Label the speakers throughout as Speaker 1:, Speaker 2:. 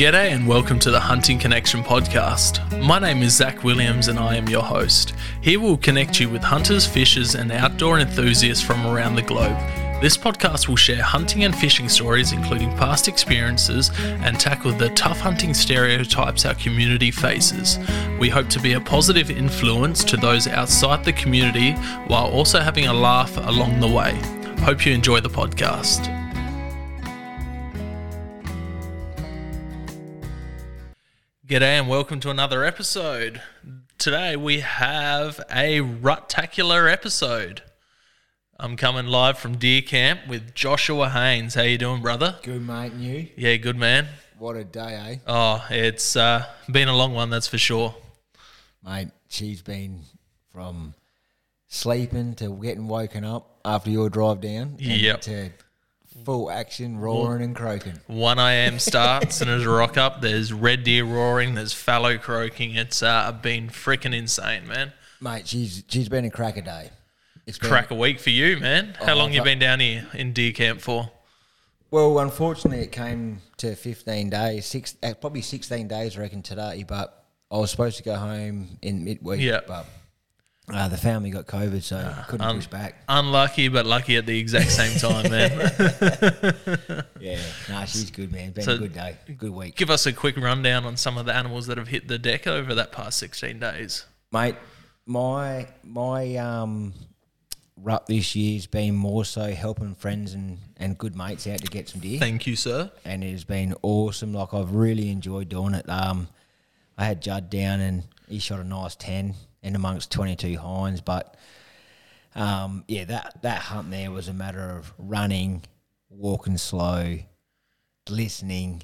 Speaker 1: G'day and welcome to the Hunting Connection podcast. My name is Zach Williams and I am your host. Here we'll connect you with hunters, fishers, and outdoor enthusiasts from around the globe. This podcast will share hunting and fishing stories, including past experiences, and tackle the tough hunting stereotypes our community faces. We hope to be a positive influence to those outside the community while also having a laugh along the way. Hope you enjoy the podcast. G'day and welcome to another episode. Today we have a rutacular episode. I'm coming live from deer camp with Joshua Haynes. How you doing, brother?
Speaker 2: Good mate, and you.
Speaker 1: Yeah, good man.
Speaker 2: What a day, eh?
Speaker 1: Oh, it's uh, been a long one, that's for sure.
Speaker 2: Mate, she's been from sleeping to getting woken up after your drive down. and
Speaker 1: Yep.
Speaker 2: To full action, roaring and croaking.
Speaker 1: 1 a.m. starts and there's a rock up. There's red deer roaring. There's fallow croaking. It's uh, been freaking insane, man.
Speaker 2: Mate, she's she's been a cracker day. It's been-
Speaker 1: Crack a week for you, man. How
Speaker 2: Oh,
Speaker 1: long you
Speaker 2: that-
Speaker 1: been down here in deer camp for?
Speaker 2: Well, unfortunately, it came to 15 days, six uh, probably 16 days, I reckon, today. But I was supposed to go home in midweek.
Speaker 1: Yeah.
Speaker 2: But uh, the family got COVID, so
Speaker 1: Ah,
Speaker 2: couldn't push
Speaker 1: um,
Speaker 2: back.
Speaker 1: Unlucky, but lucky at the exact same time, man.
Speaker 2: Yeah. Nah, she's good, man. Been
Speaker 1: So-
Speaker 2: a good day, good week.
Speaker 1: Give us a quick rundown on some of the animals that have hit the deck over that past 16 days.
Speaker 2: mate. My my um, rut this year's been more so helping friends and, and good mates out to get some deer,
Speaker 1: Thank you, sir.
Speaker 2: and it has been awesome. Like I've really enjoyed doing it. Um, I had Judd down and he shot a nice ten in amongst twenty two hinds, but um, yeah, that that hunt there was a matter of running, walking slow, listening,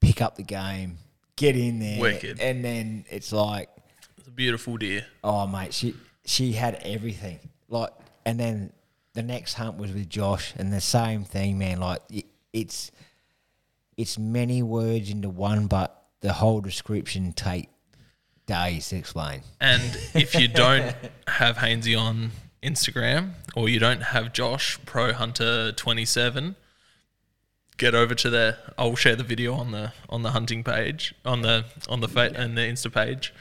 Speaker 2: pick up the game, get in there,
Speaker 1: Wicked.
Speaker 2: and then it's like
Speaker 1: It's a beautiful deer.
Speaker 2: Oh mate, she she had everything. Like, and then the next hunt was with Josh, and the same thing, man. Like, y- it's it's many words into one, but the whole description take days to explain.
Speaker 1: And if you don't have Hainsey on Instagram or you don't have Josh Pro Hunter 27, get over to there. I'll share the video on the on the hunting page on the on the fa- and the Insta page.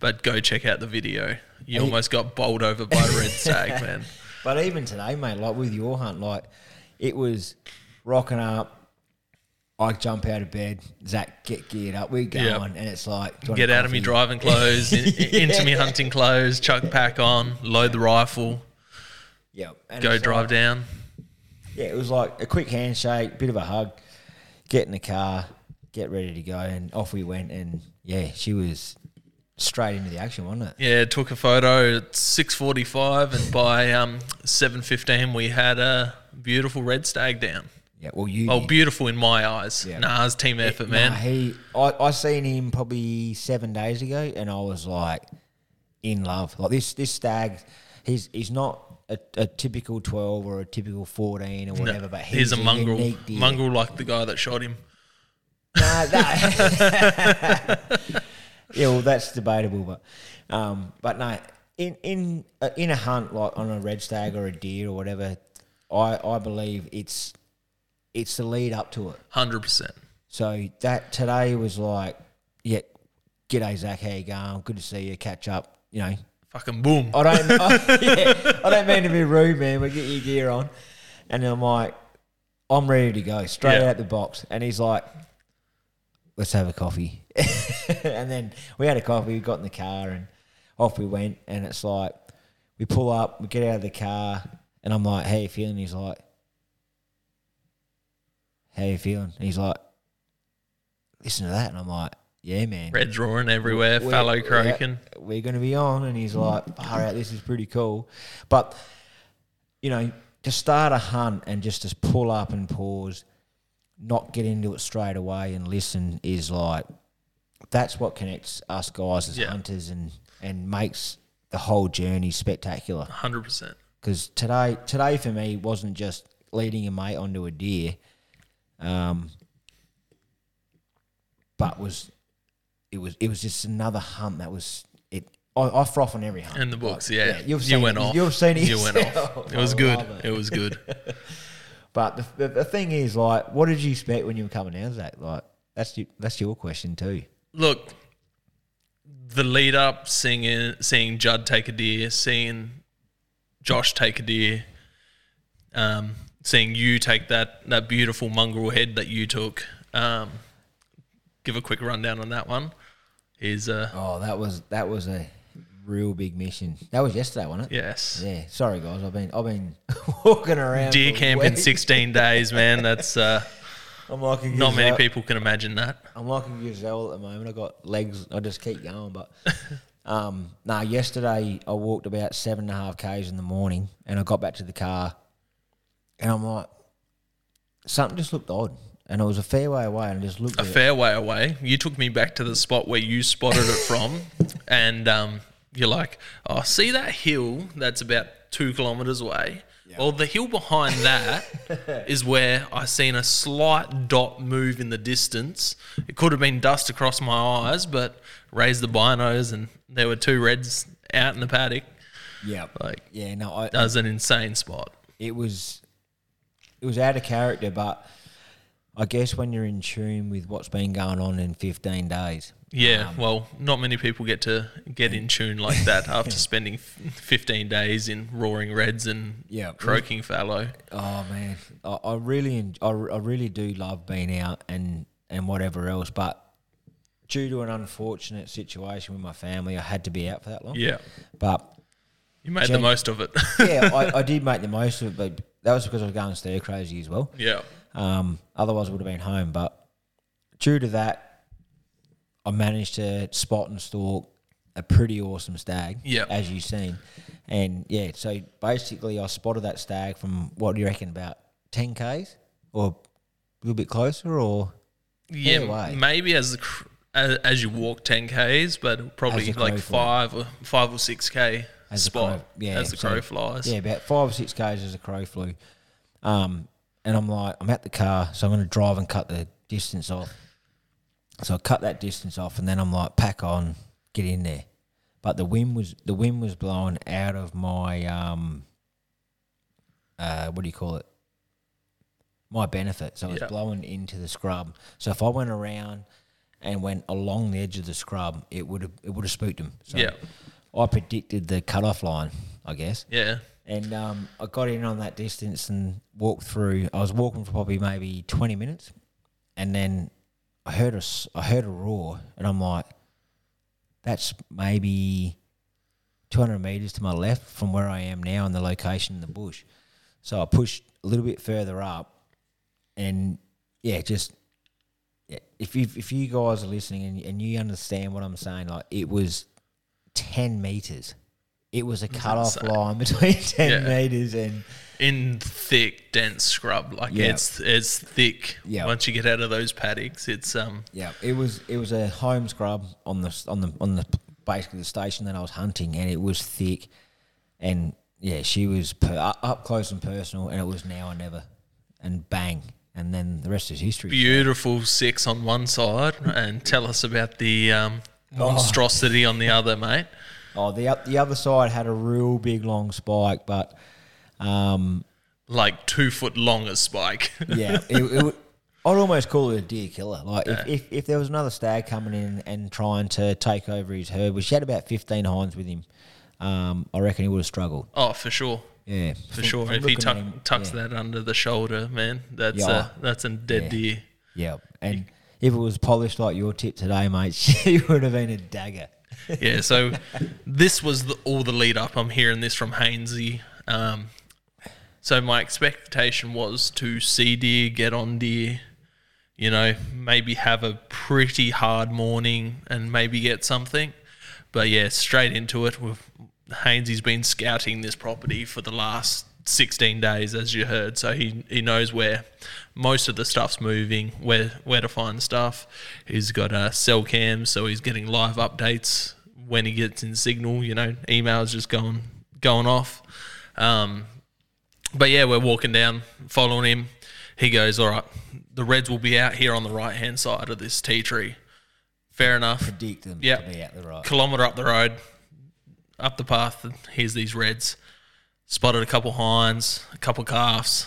Speaker 1: But go check out the video. You almost got bowled over by a red stag, man.
Speaker 2: But even today, mate, like with your hunt, like it was rocking up. I jump out of bed, Zach get geared up, we're going,
Speaker 1: Yep.
Speaker 2: and it's like do you want
Speaker 1: Get
Speaker 2: a
Speaker 1: out of me
Speaker 2: coffee?
Speaker 1: driving clothes, in, into me hunting clothes, chuck pack on, load the rifle,
Speaker 2: Yep. And
Speaker 1: go
Speaker 2: it's like-
Speaker 1: drive down.
Speaker 2: Yeah, it was like a quick handshake, bit of a hug, get in the car, get ready to go, and off we went. And yeah, she was straight into the action, wasn't it?
Speaker 1: Yeah, took a photo at six forty five, and by um, seven fifteen we had a beautiful red stag down.
Speaker 2: Yeah, well, you.
Speaker 1: Oh,
Speaker 2: did.
Speaker 1: beautiful in my eyes.
Speaker 2: Yeah.
Speaker 1: Nah, it's team effort, man.
Speaker 2: Nah, he, I, I seen him probably seven days ago, and I was like in love. Like this, this stag, he's he's not a, a typical twelve or a typical fourteen or whatever, but he's,
Speaker 1: He's a mongrel,
Speaker 2: unique deer.
Speaker 1: mongrel like the guy that shot him.
Speaker 2: No, that- yeah, well, that's debatable, but um, but no, in in uh, in a hunt like on a red stag or a deer or whatever, I I believe it's it's the lead up to it.
Speaker 1: Hundred percent.
Speaker 2: So that today was like, yeah, g'day Zach, how you going? Good to see you. Catch up, you know.
Speaker 1: Fucking boom.
Speaker 2: I don't, I, yeah, I don't mean to be rude, man, but get your gear on. And I'm like, I'm ready to go straight
Speaker 1: Yeah.
Speaker 2: out the box. And he's like, let's have a coffee. and then we had a coffee, we got in the car, and off we went. And it's like, we pull up, we get out of the car, and I'm like, how you feeling? He's like, how you feeling? And he's like, listen to that. And I'm like, yeah, man
Speaker 1: Red drawing everywhere,
Speaker 2: we're-
Speaker 1: fallow
Speaker 2: yeah,
Speaker 1: croaking.
Speaker 2: we're going to be on, and he's like, "All right, this is pretty cool," but you know, to start a hunt and just to pull up and pause, not get into it straight away and listen is like that's what connects us guys as
Speaker 1: Yeah.
Speaker 2: hunters and and makes the whole journey spectacular.
Speaker 1: Hundred percent.
Speaker 2: Because today, today for me wasn't just leading a mate onto a deer, um, but was it was it was just another hunt that was it. I, I froth on every hunt
Speaker 1: In the books,
Speaker 2: Like,
Speaker 1: yeah.
Speaker 2: Oh, you've
Speaker 1: you
Speaker 2: seen
Speaker 1: went
Speaker 2: it.
Speaker 1: off.
Speaker 2: You've seen it.
Speaker 1: You went off.
Speaker 2: yourself.
Speaker 1: It was
Speaker 2: I
Speaker 1: good.
Speaker 2: love
Speaker 1: It was good.
Speaker 2: But the, the, the thing is, like, what did you expect when you were coming out, Zach? Like, That's you, that's your question too.
Speaker 1: Look, the lead up, seeing it, seeing Judd take a deer, seeing Josh take a deer, um, seeing you take that that beautiful mongrel head that you took. Um, give a quick rundown on that one. Is uh,
Speaker 2: Oh, that was that was a real big mission. That was yesterday, wasn't it?
Speaker 1: yes,
Speaker 2: Yeah. Sorry guys, I've been I've been walking around.
Speaker 1: deer
Speaker 2: for
Speaker 1: camp in
Speaker 2: weeks.
Speaker 1: 16 days, man. That's uh,
Speaker 2: I'm like a
Speaker 1: not many
Speaker 2: gazelle-
Speaker 1: people can imagine that.
Speaker 2: I'm like a gazelle at the moment. I got legs. I just keep going. But um, no, yesterday I walked about seven and a half k's in the morning, and I got back to the car, and I'm like, something just looked odd, and it was a fair way away, and I just looked.
Speaker 1: a
Speaker 2: at it.
Speaker 1: fair way away. You took me back to the spot where you spotted it from, and um, you're like, "Oh, see that hill that's about two kilometers away." Well, the hill behind that is where I seen a slight dot move in the distance. It could have been dust across my eyes, but raised the binos, and there were two reds out in the paddock.
Speaker 2: Yeah,
Speaker 1: Like
Speaker 2: yeah. No, I,
Speaker 1: that was an insane spot.
Speaker 2: it was it was out of character, but I guess when you're in tune with what's been going on in 15 days,
Speaker 1: Yeah,
Speaker 2: Um,
Speaker 1: well, not many people get to get in tune like that after spending f- 15 days in roaring reds and
Speaker 2: Yeah.
Speaker 1: croaking fallow.
Speaker 2: Oh man, I, I really, en- I, I really do love being out and and whatever else, but due to an unfortunate situation with my family, I had to be out for that long.
Speaker 1: Yeah,
Speaker 2: But
Speaker 1: you made the
Speaker 2: Gen-
Speaker 1: most of it.
Speaker 2: yeah, I, I did make the most of it, but that was because I was going stir crazy as well.
Speaker 1: yeah,
Speaker 2: Um, otherwise, I would have been home. But due to that, I managed to spot and stalk a pretty awesome stag,
Speaker 1: Yep.
Speaker 2: as you've seen. And yeah, so basically, I spotted that stag from what do you reckon about 10Ks or a little bit closer or
Speaker 1: yeah.
Speaker 2: Either way.
Speaker 1: Maybe as the cr- as, as you walk 10 k's, but probably
Speaker 2: the
Speaker 1: like
Speaker 2: crow flies.
Speaker 1: five or five or six k
Speaker 2: As the
Speaker 1: spot
Speaker 2: crow- yeah,
Speaker 1: as the
Speaker 2: so-
Speaker 1: crow flies.
Speaker 2: Yeah, about five or six k's as a crow flew. Um, and I'm like, I'm at the car, so I'm going to drive and cut the distance off. So I cut that distance off, and then I'm like, pack on, get in there. But the wind was the wind was blowing out of my um, uh, what do you call it? My benefit. So it was
Speaker 1: Yeah.
Speaker 2: blowing into the scrub. So if I went around and went along the edge of the scrub, it would have it would have spooked them. So
Speaker 1: Yeah.
Speaker 2: I predicted the cutoff line, I guess.
Speaker 1: yeah,
Speaker 2: And um, I got in on that distance and walked through. I was walking for probably maybe twenty minutes, and then I heard a s- I heard a roar, and I'm like, "That's maybe two hundred meters to my left from where I am now, and the location in the bush." So I pushed a little bit further up, and yeah, just yeah, if you if you guys are listening and, and you understand what I'm saying, like it was ten meters. It was a cut off
Speaker 1: insane.
Speaker 2: line between ten
Speaker 1: Yeah.
Speaker 2: meters and
Speaker 1: in thick, dense scrub. Like
Speaker 2: Yeah.
Speaker 1: it's it's thick.
Speaker 2: Yeah.
Speaker 1: Once you get out of those paddocks, it's um
Speaker 2: yeah, it was it was a home scrub on the s- on the on the basically the station that I was hunting, and it was thick, and yeah, she was per, up, up close and personal, and it was now or never, and bang, and then the rest is history.
Speaker 1: beautiful six on one side and tell us about the um, monstrosity on the other, mate.
Speaker 2: Oh, the oth- the other side had a real big long spike, but um,
Speaker 1: Like two foot long a spike.
Speaker 2: yeah, it, it would, I'd almost call it a deer killer. Like if, if, if there was another stag coming in and trying to take over his herd, which he had about fifteen hinds with him, um, I reckon he would have struggled.
Speaker 1: oh, for sure.
Speaker 2: Yeah,
Speaker 1: For sure. If he tuck, tucks that under the shoulder, man, that's
Speaker 2: Yeah.
Speaker 1: uh, that's a dead deer.
Speaker 2: yeah, and if it was polished like your tip today, mate, she would have been a dagger.
Speaker 1: yeah, so this was the, all the lead up. I'm hearing this from Hainsey. Um, so my expectation was to see deer, get on deer, you know, maybe have a pretty hard morning and maybe get something. But yeah, straight into it. With Hainsey's been scouting this property for the last 16 days, as you heard. So he, he knows where most of the stuff's moving, where where to find stuff. He's got a cell cam, so he's getting live updates when he gets in signal. You know, emails just going going off. Um, but yeah, we're walking down, following him. He goes, All right, the Reds will be out here on the right hand side of this tea tree. Fair enough.
Speaker 2: Predict them
Speaker 1: Yep.
Speaker 2: to be out the right.
Speaker 1: Kilometre up the road, up the path, here's these Reds. Spotted a couple hinds, a couple calves,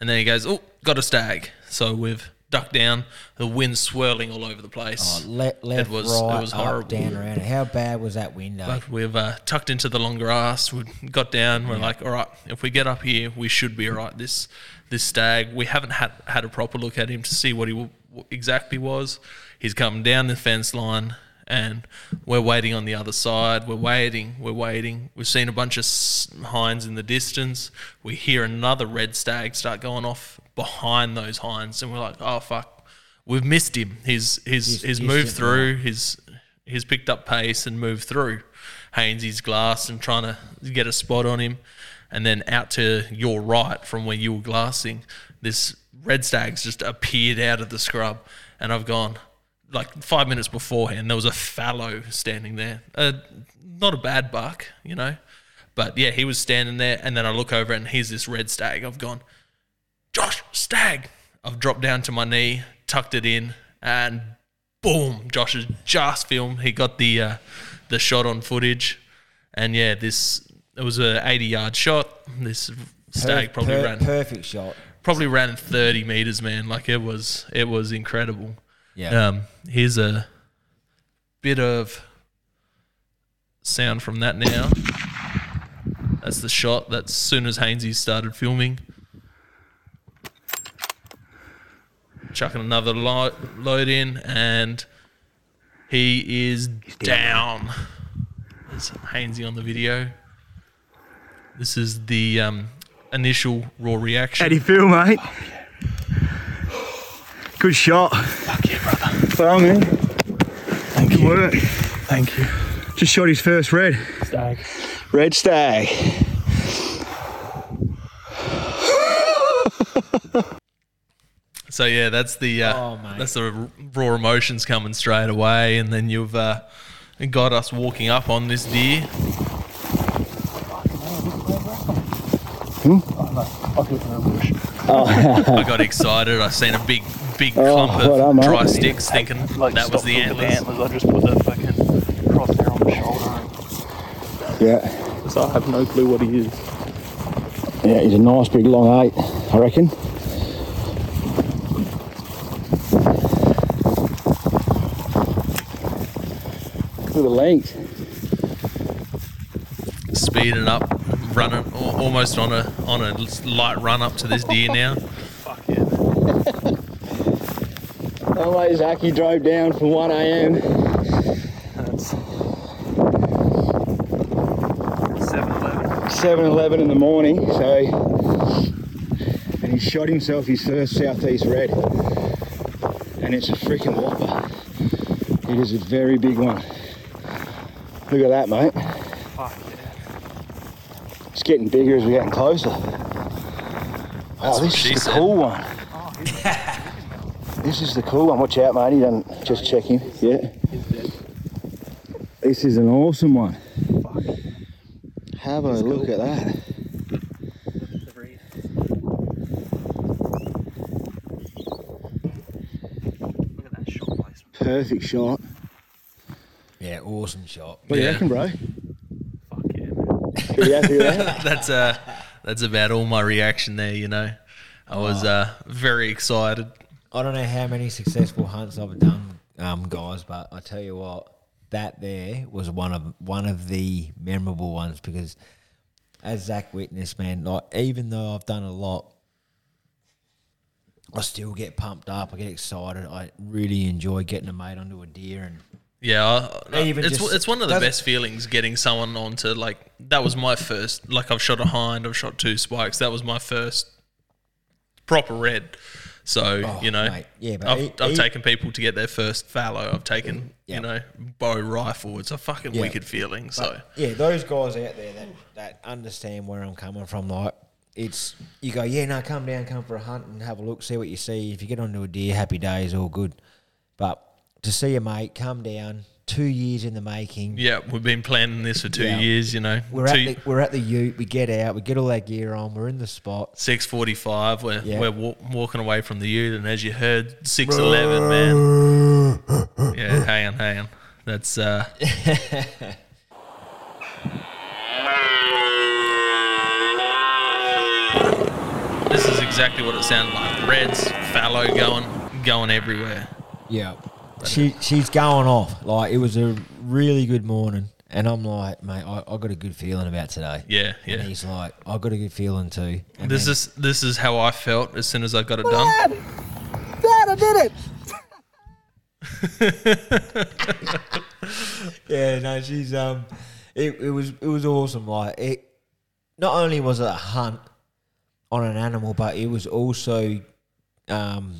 Speaker 1: and then he goes, Oh, got a stag. So we've duck down, the wind swirling all over the place.
Speaker 2: Oh, le- left,
Speaker 1: It was- it
Speaker 2: right,
Speaker 1: was
Speaker 2: up,
Speaker 1: horrible.
Speaker 2: down, around. How bad was that window?
Speaker 1: But we've uh, tucked into the long grass. We got down. We're like, all right, if we get up here, we should be all right. This this stag, we haven't had had a proper look at him to see what he w- exactly was. He's come down the fence line, and we're waiting on the other side. We're waiting. We're waiting. We've seen a bunch of s- hinds in the distance. We hear another red stag start going off behind those hinds, and we're like, oh fuck, we've missed him. He's he's he's,
Speaker 2: he's
Speaker 1: moved
Speaker 2: just-
Speaker 1: through he's he's picked up pace and moved through Haines's glass and trying to get a spot on him, and then out to your right from where you were glassing, this red stag's just appeared out of the scrub, and I've gone like five minutes beforehand. There was a fallow standing there, uh, not a bad buck, you know, but yeah, he was standing there, and then I look over and here's this red stag. I've gone, Josh, stag. I've dropped down to my knee, tucked it in, and boom, Josh has just filmed. He got the uh, the shot on footage, and yeah, this it was a 80 yard shot. This stag
Speaker 2: Per-
Speaker 1: probably
Speaker 2: per-
Speaker 1: ran
Speaker 2: perfect shot.
Speaker 1: probably ran 30 meters, man. Like it was it was incredible.
Speaker 2: Yeah.
Speaker 1: Um, here's a bit of sound from that now. That's the shot. That's as soon as Hainesy started filming. Chucking another lo- load in, and he is down. There's Hainesy on the video. This is the um, initial raw reaction.
Speaker 3: How do you feel, mate? Good shot. Fuck yeah, brother. Well, man. Thank Good you. work. Thank you. Just shot his first red.
Speaker 4: Stag.
Speaker 3: Red stag.
Speaker 1: So yeah, that's the uh,
Speaker 2: Oh, mate.
Speaker 1: that's the r- raw emotions coming straight away, and then you've uh, got us walking up on this deer. I got excited. I seen a big big clump of
Speaker 3: well done, mate.
Speaker 1: dry sticks, thinking
Speaker 4: Like,
Speaker 1: that was
Speaker 4: stop
Speaker 1: the
Speaker 4: looking at
Speaker 1: antlers.
Speaker 4: I just put the fucking cross there on the shoulder.
Speaker 3: Yeah.
Speaker 4: So I have no clue what he is.
Speaker 3: Yeah, he's a nice big long eight, I reckon. Look at the length.
Speaker 1: Speeding up, running al- almost on a on a light run up to this deer now.
Speaker 4: Fuck yeah.
Speaker 3: No way Zach, he drove down from 1am.
Speaker 4: That's
Speaker 3: 7.11
Speaker 4: 7-Eleven.
Speaker 3: in the morning, so... And he shot himself his first southeast red. And it's a freaking whopper. It is a very big one. Look at that, mate.
Speaker 4: Fuck yeah.
Speaker 3: It's getting bigger as we're getting closer. oh,
Speaker 1: what
Speaker 3: this
Speaker 1: she
Speaker 3: is the
Speaker 1: said.
Speaker 3: cool one.
Speaker 4: Oh,
Speaker 3: this is the cool one. Watch out, mate. He doesn't just check him. Yeah.
Speaker 4: He's dead.
Speaker 3: This is an awesome one.
Speaker 4: Fuck.
Speaker 3: Have a look at that.
Speaker 4: Three. Look at that shot placement.
Speaker 3: Perfect shot.
Speaker 2: Yeah, awesome shot.
Speaker 3: What do you
Speaker 1: Yeah.
Speaker 3: reckon, bro?
Speaker 4: Fuck yeah, man.
Speaker 3: Pretty happy with that?
Speaker 1: that's uh that's about all my reaction there you know i
Speaker 2: Oh.
Speaker 1: was uh very excited
Speaker 2: I don't know how many successful hunts I've done, um, guys, but I tell you what, that there was one of one of the memorable ones because, as Zach witnessed, man, like even though I've done a lot, I still get pumped up. I get excited. I really enjoy getting a mate onto a deer, and
Speaker 1: yeah I, I-
Speaker 2: Even
Speaker 1: it's,
Speaker 2: just-
Speaker 1: it's one of the
Speaker 2: doesn't-
Speaker 1: best feelings getting someone onto like that was my first like i've shot a hind i've shot two spikes that was my first proper red so
Speaker 2: Oh,
Speaker 1: you know
Speaker 2: mate, yeah, but
Speaker 1: i've,
Speaker 2: e-
Speaker 1: I've
Speaker 2: e-
Speaker 1: taken people to get their first fallow i've taken
Speaker 2: Yeah.
Speaker 1: you know bow rifle it's a fucking
Speaker 2: Yeah.
Speaker 1: wicked feeling so
Speaker 2: yeah, those guys out there that, that understand where I'm coming from, like it's you go, yeah, no, come down, come for a hunt and have a look, see what you see. If you get onto a deer, happy days, all good. But to see your mate come down, two years in the making,
Speaker 1: yeah we've been planning this for two
Speaker 2: Yeah.
Speaker 1: years you know
Speaker 2: we're
Speaker 1: two,
Speaker 2: at the, we're at the Ute, we get out, we get all that gear on, we're in the spot.
Speaker 1: six forty five. We're
Speaker 2: Yeah.
Speaker 1: we're wa- walking away from the Ute, and as you heard, six eleven, man. Yeah, hang on, hang on. That's uh, this is exactly what it sounded like. Reds fallow going going everywhere.
Speaker 2: Yeah. She she's going off. Like it was a really good morning. And I'm like, mate, I, I got a good feeling about today.
Speaker 1: Yeah,
Speaker 2: And
Speaker 1: yeah.
Speaker 2: he's like, I got a good feeling too. And
Speaker 1: This
Speaker 2: then-
Speaker 1: is this is how I felt as soon as I got it done.
Speaker 5: Dad, I did it.
Speaker 2: Yeah, no, she's um it, it was it was awesome. Like it not only was it a hunt on an animal, but it was also um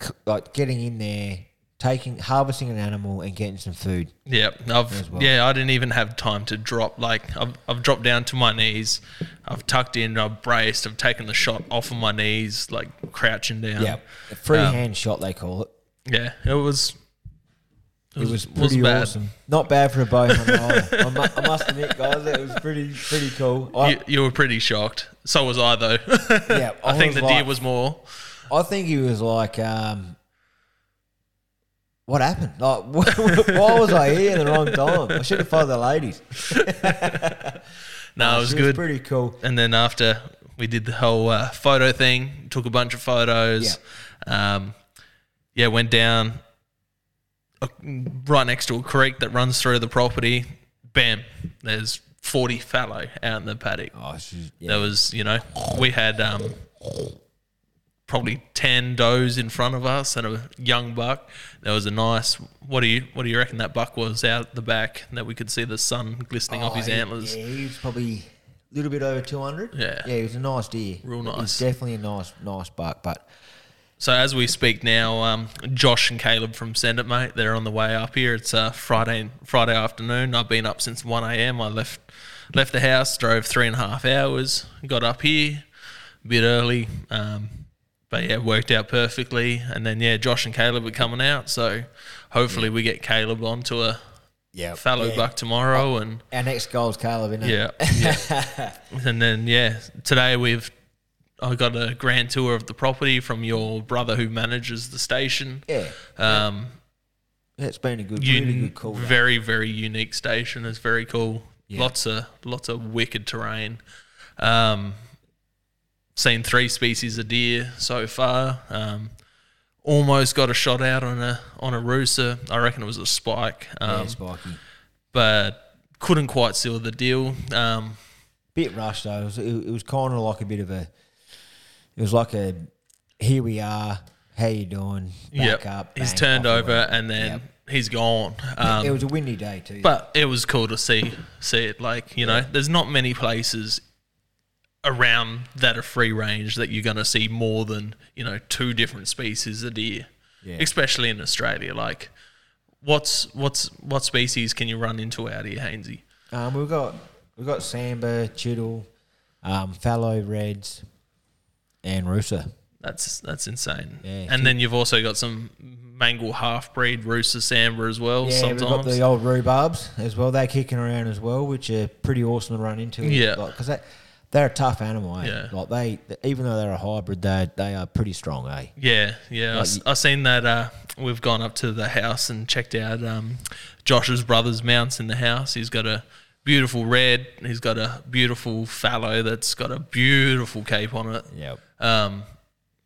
Speaker 2: c- like getting in there, taking harvesting an animal and getting some food.
Speaker 1: Yeah, I've
Speaker 2: well.
Speaker 1: yeah, I didn't even have time to drop. Like I've I've dropped down to my knees, I've tucked in, I've braced, I've taken the shot off of my knees, like crouching down.
Speaker 2: Um, A freehand shot they call it.
Speaker 1: yeah, it was.
Speaker 2: It was
Speaker 1: was
Speaker 2: pretty
Speaker 1: bad.
Speaker 2: awesome. Not bad for a bow hunter either. I, mu- I must admit, guys, it was pretty pretty cool. I,
Speaker 1: You, you were pretty shocked. So was I though.
Speaker 2: Uh, yeah,
Speaker 1: I, think the deer
Speaker 2: like-
Speaker 1: was more.
Speaker 2: I think he was like, um, "What happened? Like, why was I here at the wrong time? I should have followed the ladies."
Speaker 1: No, it was
Speaker 2: Oh, She
Speaker 1: good.
Speaker 2: pretty cool.
Speaker 1: and then after we did the whole uh, photo thing, took a bunch of photos. Um, yeah, went down uh, right next to a creek that runs through the property. Bam, there's 40 fallow out in the paddock.
Speaker 2: Oh, she's
Speaker 1: There was, you know, we had um, probably 10 does in front of us and a young buck. There was a nice, what do you what do you reckon that buck was out the back that we could see the sun glistening off his
Speaker 2: he-
Speaker 1: antlers?
Speaker 2: Yeah, he was probably a little bit over two hundred.
Speaker 1: Yeah.
Speaker 2: yeah, he was a nice deer.
Speaker 1: Real
Speaker 2: He
Speaker 1: nice.
Speaker 2: was definitely a nice, nice buck. But
Speaker 1: So as we speak now, um, Josh and Caleb from Send It Mate, they're on the way up here. It's uh, Friday Friday afternoon. I've been up since one a.m. I left left the house, drove three and a half hours, got up here a bit early, um, but yeah, worked out perfectly. And then yeah, Josh and Caleb are coming out, so hopefully we get Caleb onto a
Speaker 2: yeah,
Speaker 1: fallow buck tomorrow. And
Speaker 2: Our next goal is Caleb, isn't it?
Speaker 1: yeah, yeah. and then yeah, today we've. I got a grand tour of the property from your brother who manages the station.
Speaker 2: yeah.
Speaker 1: Um,
Speaker 2: It's been a good,
Speaker 1: un-
Speaker 2: really good call. Very,
Speaker 1: very very unique station. It's very cool. Lots of lots of wicked terrain. Um, seen three species of deer so far. Um, almost got a shot out on a on a rooster. I reckon it was a spike, um,
Speaker 2: yeah, spiky.
Speaker 1: but couldn't quite seal the deal. Um,
Speaker 2: bit rushed though. It was, it, it was kind of like a bit of a. It was like a, here we are. How you doing? Back
Speaker 1: yep,
Speaker 2: up.
Speaker 1: he's
Speaker 2: bang,
Speaker 1: turned
Speaker 2: off
Speaker 1: over
Speaker 2: we went.
Speaker 1: and then
Speaker 2: Yep.
Speaker 1: he's gone. Um,
Speaker 2: it was a windy day too.
Speaker 1: But it was cool to see see it. Like you know, there's not many places around that are free range that you're going to see more than you know two different species of deer, especially in Australia. Like, what's what's what species can you run into out here, Hainsey?
Speaker 2: um, we've got we've got Samba, Chiddle, um, Fallow Reds, and Rooster.
Speaker 1: That's that's insane.
Speaker 2: Yeah,
Speaker 1: and then you've also got some mangle half breed rooster samba as well.
Speaker 2: Yeah,
Speaker 1: sometimes
Speaker 2: we've got the old rhubarbs as well. They're kicking around as well, which are pretty awesome to run into.
Speaker 1: Yeah.
Speaker 2: because they they're a tough animal. Eh?
Speaker 1: Yeah.
Speaker 2: like they even though they're a hybrid, they they are pretty strong. Eh.
Speaker 1: Yeah, yeah. I s- I, seen that. Uh, we've gone up to the house and checked out um, Josh's brother's mounts in the house. He's got a beautiful red. and He's got a beautiful fallow that's got a beautiful cape on it.
Speaker 2: Yep.
Speaker 1: Um,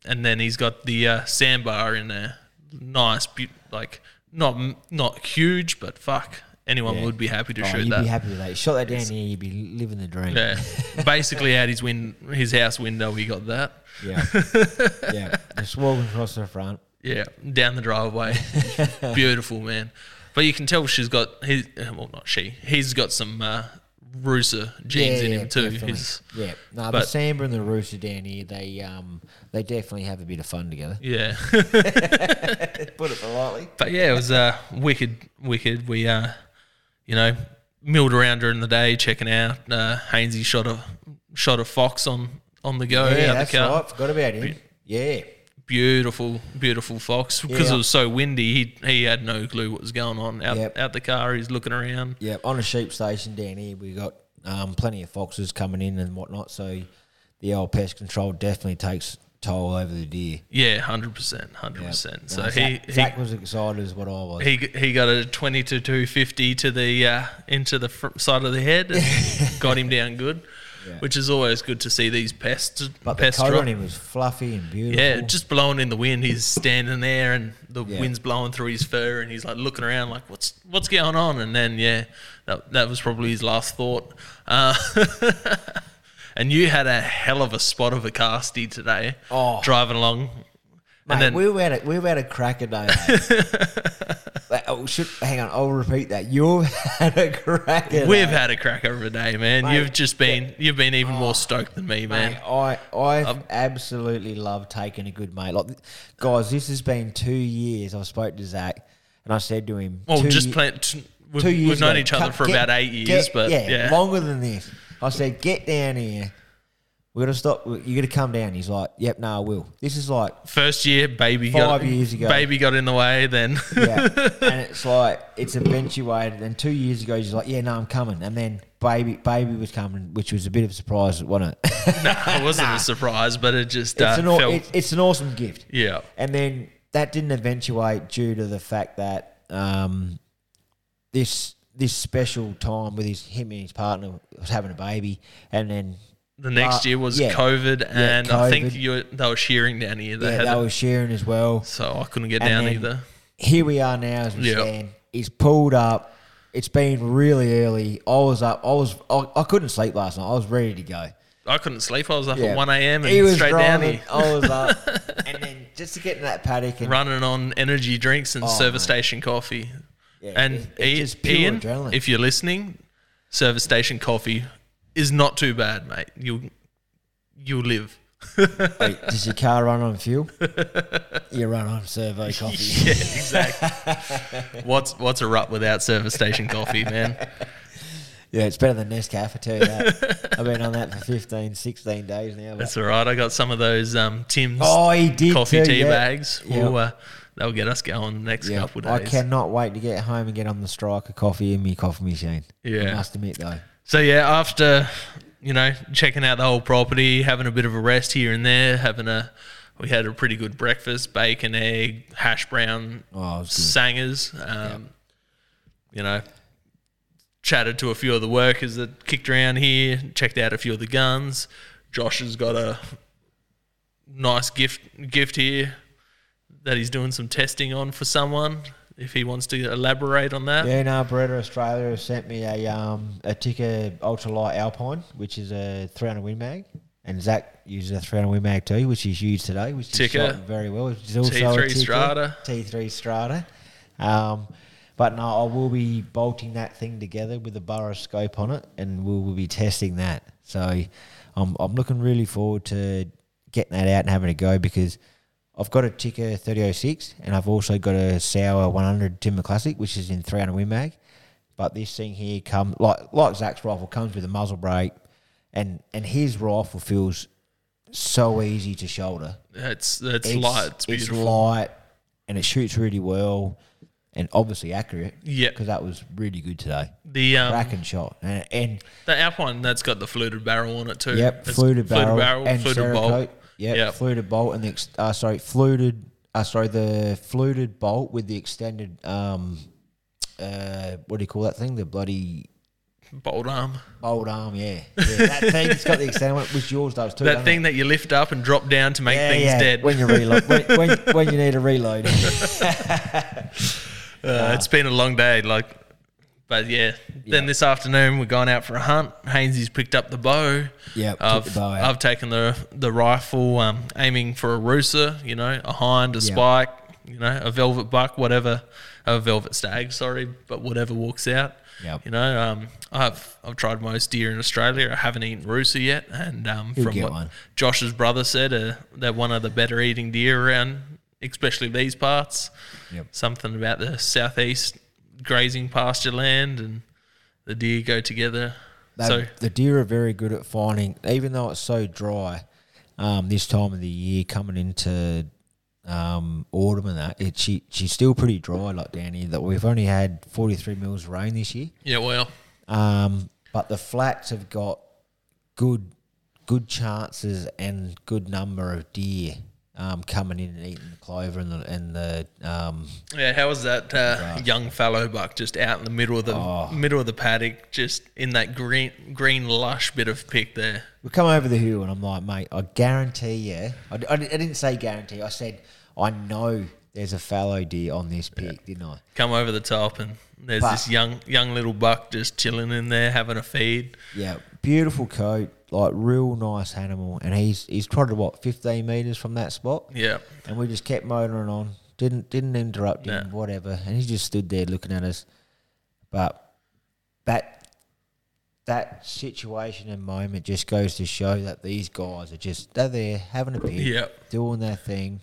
Speaker 1: and then he's got the uh, sandbar in there. Nice, be- like not m- not huge, but fuck, anyone would be happy to
Speaker 2: Oh,
Speaker 1: shoot
Speaker 2: you'd
Speaker 1: that.
Speaker 2: be happy with that. You Shot that down here, you'd be living the dream.
Speaker 1: yeah, basically out his win his house window, he got that.
Speaker 2: Yeah. yeah. Just walking across the front.
Speaker 1: Yeah, down the driveway. Beautiful man, but you can tell she's got he. uh, Well, not she. He's got some uh, Rooster genes in him too.
Speaker 2: definitely.
Speaker 1: He's-
Speaker 2: yeah. No, the
Speaker 1: but-
Speaker 2: Samba and the Rooster down here, they um they definitely have a bit of fun together.
Speaker 1: yeah,
Speaker 2: Put it politely.
Speaker 1: but yeah, it was uh, wicked, wicked. We, uh, you know, milled around during the day checking out. Uh, Hainsey shot a shot a fox on on Oh, the go.
Speaker 2: Yeah,
Speaker 1: out
Speaker 2: that's
Speaker 1: the car.
Speaker 2: right. Forgot about him. Yeah.
Speaker 1: Beautiful, beautiful fox. Because
Speaker 2: Yeah.
Speaker 1: it was so windy, he he had no clue what was going on out
Speaker 2: Yep.
Speaker 1: out the car. He's looking around.
Speaker 2: Yeah. On a sheep station down here, we got um plenty of foxes coming in and whatnot. So the old pest control definitely takes toll over the deer.
Speaker 1: Yeah, hundred percent, hundred percent. So
Speaker 2: No,
Speaker 1: he,
Speaker 2: Zach,
Speaker 1: he
Speaker 2: Zach was excited as what I was.
Speaker 1: he he got a 20 to 250 to the uh, into the fr- side of the head and got him down good
Speaker 2: Yeah.
Speaker 1: which is always good to see these pests.
Speaker 2: But the
Speaker 1: pests
Speaker 2: coat
Speaker 1: drop.
Speaker 2: on him was fluffy and beautiful.
Speaker 1: Yeah, just blowing in the wind. He's standing there, and the
Speaker 2: Yeah.
Speaker 1: wind's blowing through his fur, and he's like looking around, like what's what's going on? And then yeah, that that was probably his last thought. Uh, and you had a hell of a spot of a casty today,
Speaker 2: Oh.
Speaker 1: driving along,
Speaker 2: Mate,
Speaker 1: and then
Speaker 2: we were at a, we were at a cracker day. Like, oh, should, hang on, I'll repeat that. You've had a cracker.
Speaker 1: we've
Speaker 2: day.
Speaker 1: had a crack over a day, man.
Speaker 2: Mate, Oh,
Speaker 1: you've just been you've been even more stoked than me, man.
Speaker 2: Mate, I I absolutely love taking a good mate. Like, guys, this has been two years. I spoke to Zach and I said to him,
Speaker 1: well,
Speaker 2: two
Speaker 1: just
Speaker 2: ye-
Speaker 1: plan. T- we've,
Speaker 2: two years
Speaker 1: we've known
Speaker 2: ago,
Speaker 1: each other
Speaker 2: "Come-
Speaker 1: for
Speaker 2: get-
Speaker 1: about eight
Speaker 2: get-
Speaker 1: years, but yeah,
Speaker 2: longer than this." I said, "Get down here. We're gonna stop. You're gonna come down." He's like, "Yep, no, I will." This is like
Speaker 1: first year baby got,
Speaker 2: Five years ago.
Speaker 1: baby got in the way. Then
Speaker 2: yeah. and it's like it's eventuated. And two years ago, she's like, "Yeah, no, I'm coming." And then baby, baby was coming, which was a bit of a surprise, wasn't it?
Speaker 1: Nah, it wasn't a surprise, but it just uh,
Speaker 2: it's, an, aw
Speaker 1: felt.
Speaker 2: it's, it's an awesome gift.
Speaker 1: yeah.
Speaker 2: And then that didn't eventuate due to the fact that um, this this special time with his him and his partner was having a baby, and then
Speaker 1: The next
Speaker 2: Uh,
Speaker 1: year was
Speaker 2: yeah.
Speaker 1: COVID, and I think
Speaker 2: COVID.
Speaker 1: you were- they were shearing down here. They
Speaker 2: yeah,
Speaker 1: had
Speaker 2: they
Speaker 1: it,
Speaker 2: were sharing as well.
Speaker 1: so I couldn't get
Speaker 2: And
Speaker 1: down
Speaker 2: then
Speaker 1: either.
Speaker 2: Here we are now as we
Speaker 1: Yeah.
Speaker 2: stand. He's pulled up. It's been really early. I was up. I was. I, I couldn't sleep last night. I was ready to go.
Speaker 1: I couldn't sleep. I was up
Speaker 2: Yeah.
Speaker 1: at one a.m.
Speaker 2: He
Speaker 1: and
Speaker 2: was
Speaker 1: straight down
Speaker 2: driving.
Speaker 1: here,
Speaker 2: I was up, and then just to get in that paddock and
Speaker 1: running on energy drinks and service
Speaker 2: mate.
Speaker 1: station coffee.
Speaker 2: Oh, Yeah,
Speaker 1: and
Speaker 2: it- it's
Speaker 1: I-
Speaker 2: just pure
Speaker 1: Ian,
Speaker 2: adrenaline.
Speaker 1: if you're listening, service station coffee is not too bad, mate. You you live.
Speaker 2: Wait, does your car run on fuel? you run on servo coffee.
Speaker 1: Yeah, exactly. what's what's a rut without service station coffee, man?
Speaker 2: yeah, it's better than Nescafe, I tell you that. I've been on that for 15, 16 days now. but-
Speaker 1: That's all right. I got some of those um, Tim's
Speaker 2: oh, he did
Speaker 1: coffee
Speaker 2: too,
Speaker 1: tea
Speaker 2: yeah.
Speaker 1: bags.
Speaker 2: Yeah.
Speaker 1: We'll, uh, that'll get us going the next
Speaker 2: Yeah.
Speaker 1: couple
Speaker 2: I
Speaker 1: of days.
Speaker 2: cannot wait to get home and get on the striker coffee in my coffee machine.
Speaker 1: Yeah.
Speaker 2: I must admit, though.
Speaker 1: So yeah, after you know checking out the whole property, having a bit of a rest here and there, having a we had a pretty good breakfast: bacon, egg, hash brown,
Speaker 2: Oh, it was good.
Speaker 1: sangers. Um, You know, chatted to a few of the workers that kicked around here, checked out a few of the guns. Josh has got a nice gift gift here that he's doing some testing on for someone. If he wants to elaborate on that,
Speaker 2: Yeah, no, Beretta Australia has sent me a um a ticker ultralight Alpine, which is a 300 wind mag, and Zach uses a 300 wind mag too, which he's used today, which is
Speaker 1: Ticker.
Speaker 2: shot very well. Which is also a
Speaker 1: T3
Speaker 2: ticker,
Speaker 1: Strata.
Speaker 2: T3 Strata. Um, but no, I will be bolting that thing together with a boroscope on it, and we will be testing that. So I'm I'm looking really forward to getting that out and having a go because. I've got a ticker 3006 and I've also got a Sour 100 Timber Classic, which is in 300 Win Mag. But this thing here comes, like like Zach's rifle, comes with a muzzle brake and, and his rifle feels so easy to shoulder.
Speaker 1: it's it's, light, it's beautiful.
Speaker 2: light and it shoots really well and obviously accurate.
Speaker 1: Yeah.
Speaker 2: Because that was really good today.
Speaker 1: The um,
Speaker 2: Cracking shot. And, and
Speaker 1: The Alpine that's got the fluted barrel on it too.
Speaker 2: Yep,
Speaker 1: It's
Speaker 2: fluted barrel, and
Speaker 1: fluted bolt.
Speaker 2: Cerakote. Yep,
Speaker 1: Yep.
Speaker 2: fluted bolt and the ex- uh, sorry fluted uh, sorry the fluted bolt with the extended um uh what do you call that thing the bloody
Speaker 1: bolt arm.
Speaker 2: bolt arm yeah, yeah that thing it's got the extended one which yours does too
Speaker 1: That
Speaker 2: doesn't
Speaker 1: thing
Speaker 2: it?
Speaker 1: that you lift up and drop down to make
Speaker 2: yeah,
Speaker 1: things
Speaker 2: yeah,
Speaker 1: dead.
Speaker 2: when you reload when, when, when you need a reload
Speaker 1: Uh, it's been a long day, like, but yeah. Then this afternoon we're going out for a hunt. Hainesy's picked up the bow.
Speaker 2: Yep, took
Speaker 1: I've,
Speaker 2: the bow out.
Speaker 1: I've taken the the rifle, um, aiming for a rooster, you know, a hind, a
Speaker 2: Yep.
Speaker 1: spike, you know, a velvet buck, whatever, a velvet stag, sorry, but whatever walks out.
Speaker 2: Yep.
Speaker 1: You know, um, I've I've tried most deer in Australia. I haven't eaten rooster yet, and um,
Speaker 2: You'll
Speaker 1: from
Speaker 2: get
Speaker 1: what
Speaker 2: one.
Speaker 1: Josh's brother said, uh, they're one of the better eating deer around, especially these parts
Speaker 2: Yep.
Speaker 1: something about the southeast grazing pasture land and the deer go together.
Speaker 2: They-
Speaker 1: so
Speaker 2: the deer are very good at finding, even though it's so dry um, this time of the year, coming into um, autumn and that, it, she she's still pretty dry, like down here. That we've only had forty three mils rain this year,
Speaker 1: yeah, well,
Speaker 2: um, but the flats have got good good chances and good number of deer um, coming in and eating the clover and the, and the um,
Speaker 1: Yeah, how was that uh, young fallow buck just out in the middle of the
Speaker 2: Oh.
Speaker 1: middle of the paddock, just in that green green lush bit of pick there?
Speaker 2: we come over the hill and I'm like, mate, I guarantee you. I, I, di- I didn't say guarantee. I said I know there's a fallow deer on this pick, didn't I?
Speaker 1: Come over the top, and there's
Speaker 2: Buck.
Speaker 1: this young young little buck just chilling in there having a feed.
Speaker 2: Yeah, beautiful coat, like real nice animal, and he's he's trotted what 15 meters from that spot.
Speaker 1: Yeah,
Speaker 2: and we just kept motoring on. Didn't didn't interrupt him,
Speaker 1: Yeah.
Speaker 2: whatever. And he just stood there looking at us. But that that situation and moment just goes to show that these guys are just they're there having a pig,
Speaker 1: Yeah.
Speaker 2: doing their thing,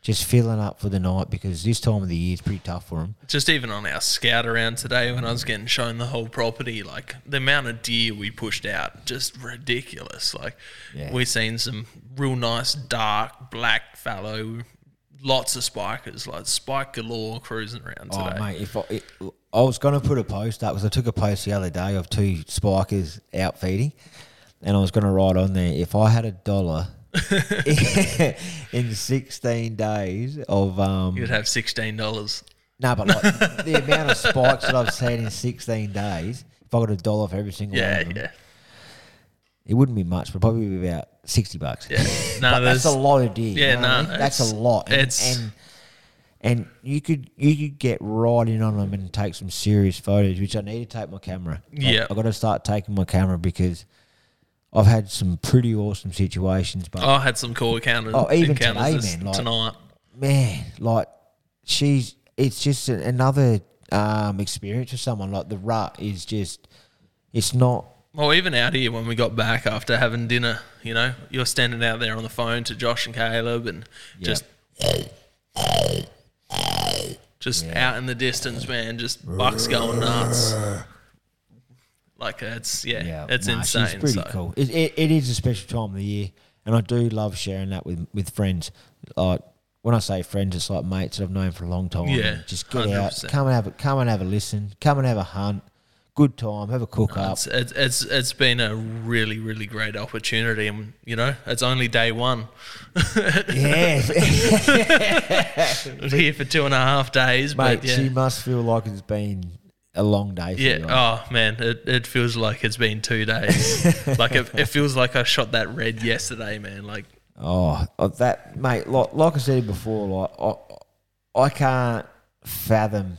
Speaker 2: just filling up for the night because this time of the year is pretty tough for them.
Speaker 1: just even on our scout around today when I was getting shown the whole property, like the amount of deer we pushed out, just ridiculous. Like
Speaker 2: Yeah.
Speaker 1: we seen some real nice dark black fallow, lots of spikers, like spike galore cruising around today.
Speaker 2: Oh mate, if I, it, I was going to put a post up because I took a post the other day of two spikers out feeding, and I was going to write on there if I had a dollar in sixteen days of um
Speaker 1: You'd have sixteen dollars.
Speaker 2: no, but like the amount of spikes that I've seen in sixteen days, if I got a dollar for every single one
Speaker 1: Yeah,
Speaker 2: of them,
Speaker 1: yeah,
Speaker 2: it wouldn't be much, but probably be about sixty bucks.
Speaker 1: yeah. No,
Speaker 2: But that's
Speaker 1: there's
Speaker 2: a lot of deer. you
Speaker 1: yeah,
Speaker 2: know what I
Speaker 1: no,
Speaker 2: mean? that's
Speaker 1: it's-
Speaker 2: a lot. And,
Speaker 1: it's-
Speaker 2: and and you could you could get right in on them and take some serious photos, which I need to take my camera. Like,
Speaker 1: Yeah.
Speaker 2: I got to start taking my camera because I've had some pretty awesome situations. But
Speaker 1: I had some cool encounters,
Speaker 2: Oh, even
Speaker 1: encounters
Speaker 2: today,
Speaker 1: this-
Speaker 2: man, like-
Speaker 1: tonight.
Speaker 2: man, like she's it's just a, another um, experience for someone. Like the rut is just it's not.
Speaker 1: Well, even out here when we got back after having dinner, you know, you're standing out there on the phone to Josh and Caleb and just just out in the distance, man, just bucks going nuts. Like it's yeah, it's
Speaker 2: nah, she's
Speaker 1: insane.
Speaker 2: pretty
Speaker 1: So
Speaker 2: cool. It, it, it is a special time of the year, and I do love sharing that with with friends. Like when I say friends, it's like mates that I've known for a long time.
Speaker 1: Yeah,
Speaker 2: And just get out,
Speaker 1: 100%.
Speaker 2: come and have a come and have a listen, come and have a hunt, good time, have a cook up.
Speaker 1: it's, it's it's it's been a really really great opportunity, and you know, it's only day one.
Speaker 2: Yeah,
Speaker 1: We're here for two and a half days,
Speaker 2: mate,
Speaker 1: but yeah.
Speaker 2: she must feel like it's been a long day. For you.
Speaker 1: Yeah. Oh man, it, it feels like it's been two days. like it, it feels like I shot that red yesterday, man. Like
Speaker 2: Oh, uh, that mate. Like, like I said before, like I, I can't fathom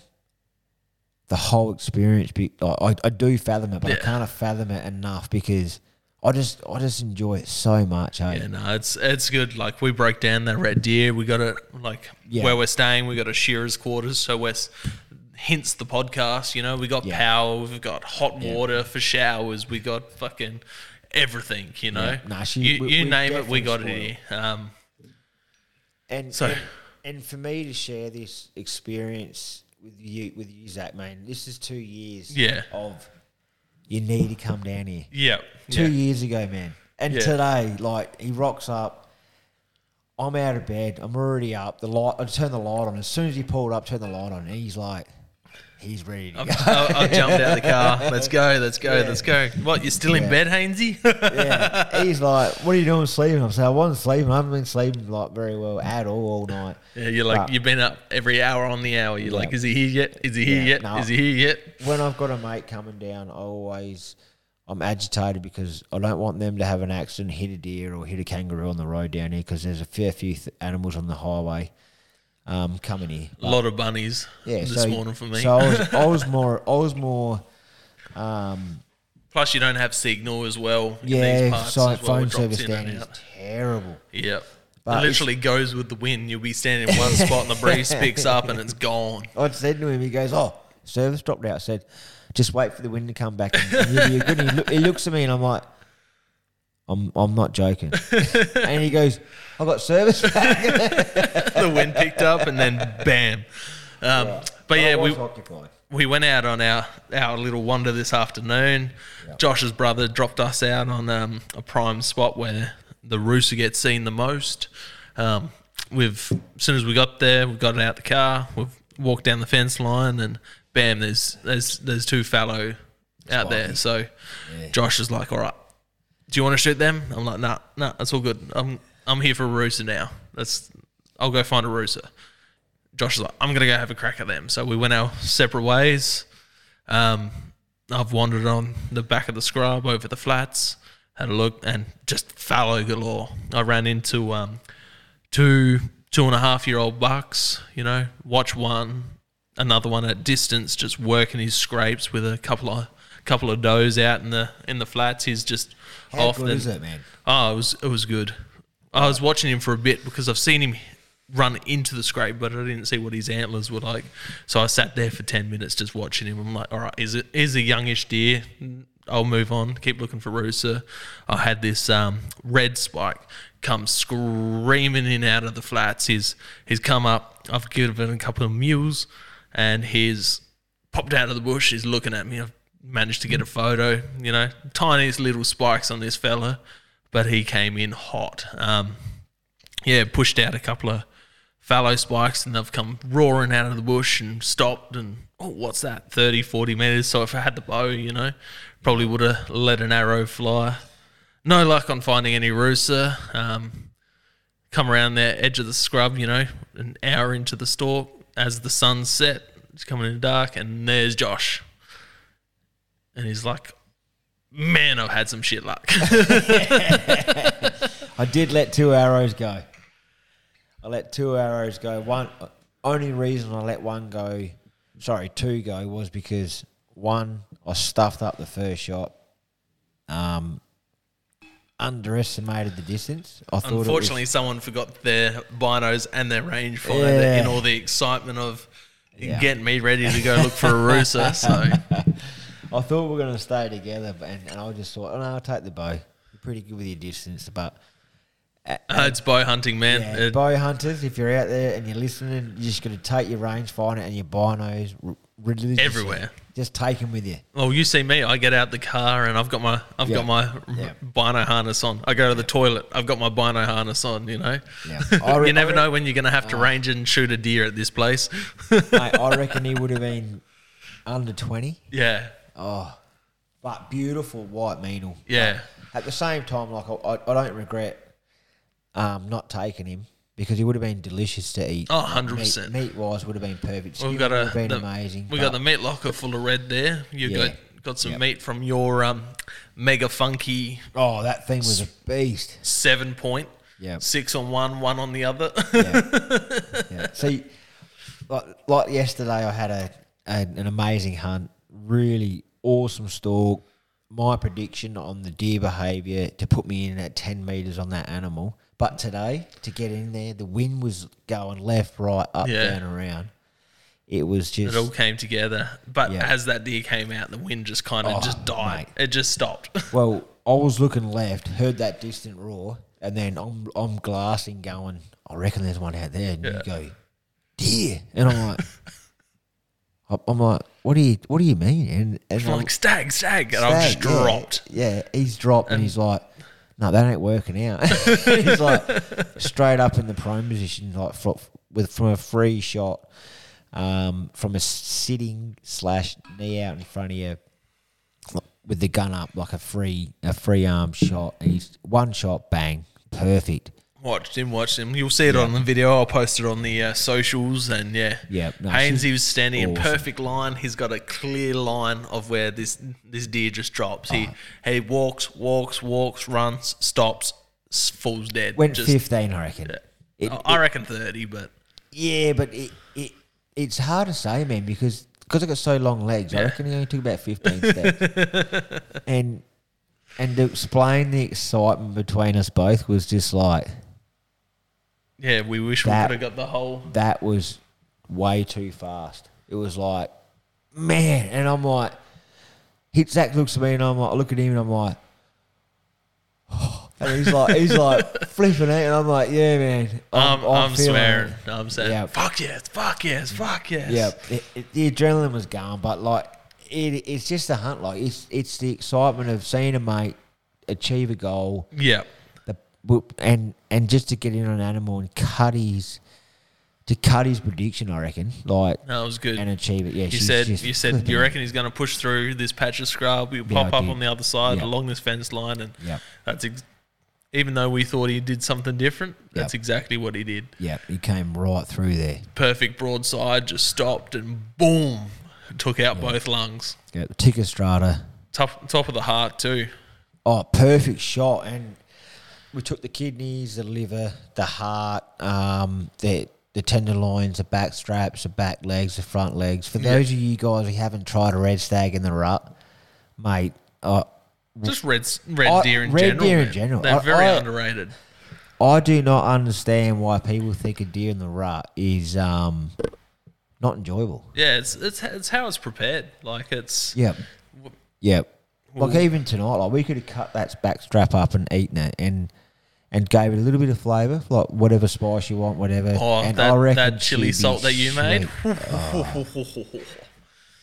Speaker 2: the whole experience. Be, like, I, I do fathom it, but I
Speaker 1: Yeah.
Speaker 2: can't fathom it enough because I just I just enjoy it so much. eh? Hey?
Speaker 1: yeah, no, it's it's good. Like we broke down that red deer. We got it like
Speaker 2: Yeah.
Speaker 1: where we're staying. We got a shearer's quarters, so we're s- hence the podcast. You know, we got
Speaker 2: Yeah.
Speaker 1: power. We've got hot water for showers. We got fucking everything. You know,
Speaker 2: Nah, she-
Speaker 1: you,
Speaker 2: we-
Speaker 1: you
Speaker 2: we
Speaker 1: name it, we
Speaker 2: definitely
Speaker 1: got it here. Um,
Speaker 2: And
Speaker 1: So-
Speaker 2: and, and for me to share this experience with you with you, Zach, man, this is two years.
Speaker 1: Yeah.
Speaker 2: Of you need to come down here.
Speaker 1: yeah,
Speaker 2: two
Speaker 1: yeah.
Speaker 2: years ago, man. And
Speaker 1: Yeah.
Speaker 2: today, like he rocks up. I'm out of bed. I'm already up. The light. I turn the light on. As soon as he pulled up, turn the light on. And he's like, he's ready to go.
Speaker 1: I, I jumped out of the car. Let's go. Let's go. Let's go. What? You're still in bed, Hainesy?
Speaker 2: yeah. He's like, what are you doing sleeping? I'm saying I wasn't sleeping. I haven't been sleeping like very well at all all night.
Speaker 1: Yeah, you're like
Speaker 2: But-
Speaker 1: you've been up every hour on the hour. You're like,
Speaker 2: Yeah.
Speaker 1: is he here yet? Is he here
Speaker 2: Yeah,
Speaker 1: yet?
Speaker 2: no.
Speaker 1: Is he here yet?
Speaker 2: when I've got a mate coming down, I always I'm agitated because I don't want them to have an accident, hit a deer or hit a kangaroo on the road down here because there's a fair few th- animals on the highway um, coming here.
Speaker 1: A lot of bunnies
Speaker 2: yeah,
Speaker 1: this
Speaker 2: so,
Speaker 1: morning for me.
Speaker 2: So I was, I was more, I was more, um,
Speaker 1: Plus, you don't have signal as well. in these
Speaker 2: yeah.
Speaker 1: parts
Speaker 2: So
Speaker 1: as well. It
Speaker 2: phone
Speaker 1: drops
Speaker 2: service
Speaker 1: in
Speaker 2: down
Speaker 1: and
Speaker 2: is
Speaker 1: out.
Speaker 2: terrible.
Speaker 1: Yeah.
Speaker 2: But
Speaker 1: it literally goes with the wind. You'll be standing in one spot and the breeze picks up and it's gone.
Speaker 2: I said to him, he goes, "Oh, service dropped out." I said, "Just wait for the wind to come back." And, and you'll be good. And he, loo- he looks at me, and I'm like, "I'm, I'm not joking." and he goes, "I got service." Back.
Speaker 1: the wind picked up and then bam. Um, But yeah,
Speaker 2: I was
Speaker 1: we,
Speaker 2: occupied.
Speaker 1: we went out on our, our little wander this afternoon. Josh's brother dropped us out on um, a prime spot where the rooster gets seen the most. Um, we've as soon as we got there, we got out the car, we've walked down the fence line, and bam, there's there's there's two fallow out there. So Josh is like, "All right, do you want to shoot them?" I'm like, "Nah, nah, it's all good. I'm I'm here for a rooster now." That's I'll go find a rooster. Josh is like, I'm gonna go have a crack at them. So we went our separate ways. Um, I've wandered on the back of the scrub over the flats, had a look, and just fallow galore. I ran into um, two two and a half year old bucks. You know, watch one, another one at distance, just working his scrapes with a couple of couple of does out in the in the flats. He's just
Speaker 2: How
Speaker 1: off
Speaker 2: good
Speaker 1: and-
Speaker 2: is it, man?
Speaker 1: Oh, it was it was good. I was watching him for a bit because I've seen him run into the scrape, but I didn't see what his antlers were like. So I sat there for ten minutes just watching him. I'm like, all right, is it is a youngish deer? I'll move on. Keep looking for rooster. I had this um, red spike come screaming in out of the flats. He's he's come up. I've given him a couple of mules, and he's popped out of the bush. He's looking at me. I've managed to get a photo. You know, tiniest little spikes on this fella, but he came in hot. Um, yeah, pushed out a couple of fallow spikes and they've come roaring out of the bush and stopped and oh what's that 30 40 meters so if i had the bow you know probably would have let an arrow fly no luck on finding any rooster um, come around the edge of the scrub, you know, an hour into the stalk as the sun set, it's coming in the dark, and there's Josh. And he's like, Man, I've had some shit luck.
Speaker 2: I did let two arrows go. I let two arrows go. One only reason I let one go, sorry, two go was because one I stuffed up the first shot. Um, underestimated the distance. I thought
Speaker 1: Unfortunately,
Speaker 2: it
Speaker 1: someone forgot their binos and their rangefinder
Speaker 2: Yeah.
Speaker 1: in all the excitement of
Speaker 2: Yeah.
Speaker 1: getting me ready to go look for a rooster. So,
Speaker 2: was, I thought we were going to stay together, but and, and I just thought, oh, no, I'll take the bow. You're pretty good with your distance, but
Speaker 1: uh, it's bow hunting, man.
Speaker 2: Yeah,
Speaker 1: It-
Speaker 2: bow hunters, if you're out there and you're listening, you're just going to take your range finder and your binos r- religiously.
Speaker 1: Everywhere.
Speaker 2: Just take them with you.
Speaker 1: Well, you see me. I get out the car and I've got my I've
Speaker 2: Yeah.
Speaker 1: got my
Speaker 2: Yeah.
Speaker 1: bino harness on. I go to the toilet. I've got my bino harness on. You know,
Speaker 2: Yeah. I re-
Speaker 1: you never
Speaker 2: I re- Uh.
Speaker 1: know when you're going to have to range and shoot a deer at this place.
Speaker 2: Mate, I reckon he would have been under 20,
Speaker 1: yeah,
Speaker 2: but beautiful white meanle.
Speaker 1: yeah,
Speaker 2: At the same time, like I, I, I don't regret um, not taking him because he would have been delicious to eat.
Speaker 1: Oh, 100%.
Speaker 2: Meat wise would have been perfect.
Speaker 1: We've
Speaker 2: Skewer
Speaker 1: got
Speaker 2: would
Speaker 1: a
Speaker 2: have been
Speaker 1: the-
Speaker 2: amazing.
Speaker 1: We got the
Speaker 2: but
Speaker 1: meat locker full of red there. You
Speaker 2: Yeah.
Speaker 1: got got some
Speaker 2: Yep.
Speaker 1: meat from your um, mega funky
Speaker 2: Oh, that thing was a beast.
Speaker 1: seven point.
Speaker 2: Yep.
Speaker 1: six on one, one on the other.
Speaker 2: yeah. yeah. See, like, like yesterday, I had a, a an amazing hunt, really awesome stalk. My prediction on the deer behaviour to put me in at ten meters on that animal, but today to get in there, the wind was going left, right, up,
Speaker 1: Yeah.
Speaker 2: down, around. It was just
Speaker 1: it all came together, but
Speaker 2: Yeah.
Speaker 1: as that deer came out, the wind just kind of
Speaker 2: Oh,
Speaker 1: just died. It just stopped.
Speaker 2: Well, I was looking left, heard that distant roar, and then I'm I'm glassing, going, I reckon there's one out there, and you go, deer, and I'm like, I'm- I'm like, what do you what do you mean? And, and I'm-
Speaker 1: like stag, stag, and I was just
Speaker 2: Stag, yeah,
Speaker 1: dropped.
Speaker 2: Yeah, he's dropped, and, he's like, no, that ain't working out. he's like straight up in the prone position, like fro- with from a free shot, um, from a sitting slash knee out in front of you with the gun up like a free a free arm shot. And he's one shot, bang, perfect.
Speaker 1: Watched him, watched him. You'll see it on the video. I'll post it on the uh, socials, and yeah,
Speaker 2: Yeah, no,
Speaker 1: Haynes,
Speaker 2: she's
Speaker 1: he was standing in
Speaker 2: awesome.
Speaker 1: perfect line. He's got a clear line of where this this deer just drops. He
Speaker 2: Uh-huh.
Speaker 1: he walks, walks, walks, runs, stops, s- falls dead.
Speaker 2: Went
Speaker 1: Just-
Speaker 2: fifteen, I reckon. It-
Speaker 1: I- I reckon thirty, but
Speaker 2: Yeah, but it, it it's hard to say, man, because because I got so long legs. I reckon he only took about fifteen steps, and and to explain the excitement between us both was just like
Speaker 1: yeah, we wish
Speaker 2: That-
Speaker 1: we could have got the whole.
Speaker 2: that was way too fast. It was like, man, and I'm like, he, Zach looks at me and I'm like, I look at him and I'm like. And he's like, he's like flipping it, and I'm like, yeah, man.
Speaker 1: I'm, I'm,
Speaker 2: feeling it."
Speaker 1: swearing. I'm saying,
Speaker 2: Yeah.
Speaker 1: fuck yes, fuck yes, fuck yes.
Speaker 2: Yeah, it, it, the adrenaline was gone, but like it, it's just the hunt. Like it's it's the excitement of seeing a mate achieve a goal,
Speaker 1: yeah.
Speaker 2: the, whoop, and and just to get in on an animal and cut his to cut his prediction. I reckon, like
Speaker 1: That was good.
Speaker 2: and achieve it. Yeah,
Speaker 1: You
Speaker 2: she's
Speaker 1: said
Speaker 2: just
Speaker 1: you said
Speaker 2: flipping
Speaker 1: you
Speaker 2: out.
Speaker 1: reckon he's going to push through this patch of scrub. He'll
Speaker 2: Yeah,
Speaker 1: pop
Speaker 2: I
Speaker 1: up
Speaker 2: did.
Speaker 1: on the other side
Speaker 2: Yeah.
Speaker 1: along this fence line, and
Speaker 2: Yeah.
Speaker 1: that's ex- Even though we thought he did something different, that's
Speaker 2: Yep.
Speaker 1: exactly what he did.
Speaker 2: Yeah, he came right through there.
Speaker 1: Perfect broadside, just stopped and boom, took out both lungs.
Speaker 2: Yeah, Ticker Strata.
Speaker 1: Top, top of the heart, too.
Speaker 2: Oh, perfect shot. And we took the kidneys, the liver, the heart, um, the the tenderloins, the back straps, the back legs, the front legs. For those of you guys who haven't tried a red stag in the rut, mate, uh,
Speaker 1: Just red, s- red
Speaker 2: I-
Speaker 1: deer in
Speaker 2: red
Speaker 1: general.
Speaker 2: deer in
Speaker 1: man.
Speaker 2: general.
Speaker 1: They're
Speaker 2: I-
Speaker 1: very
Speaker 2: I-
Speaker 1: underrated.
Speaker 2: I do not understand why people think a deer in the rut is um, not enjoyable.
Speaker 1: Yeah, it's, it's it's how it's prepared. Like it's
Speaker 2: Yep. Yep. Like even tonight, like we could have cut that back strap up and eaten it and and gave it a little bit of flavour, like whatever spice you want, whatever.
Speaker 1: oh
Speaker 2: and
Speaker 1: that, that
Speaker 2: she'd
Speaker 1: chili
Speaker 2: be Ah.
Speaker 1: salt that you made.
Speaker 2: sweet.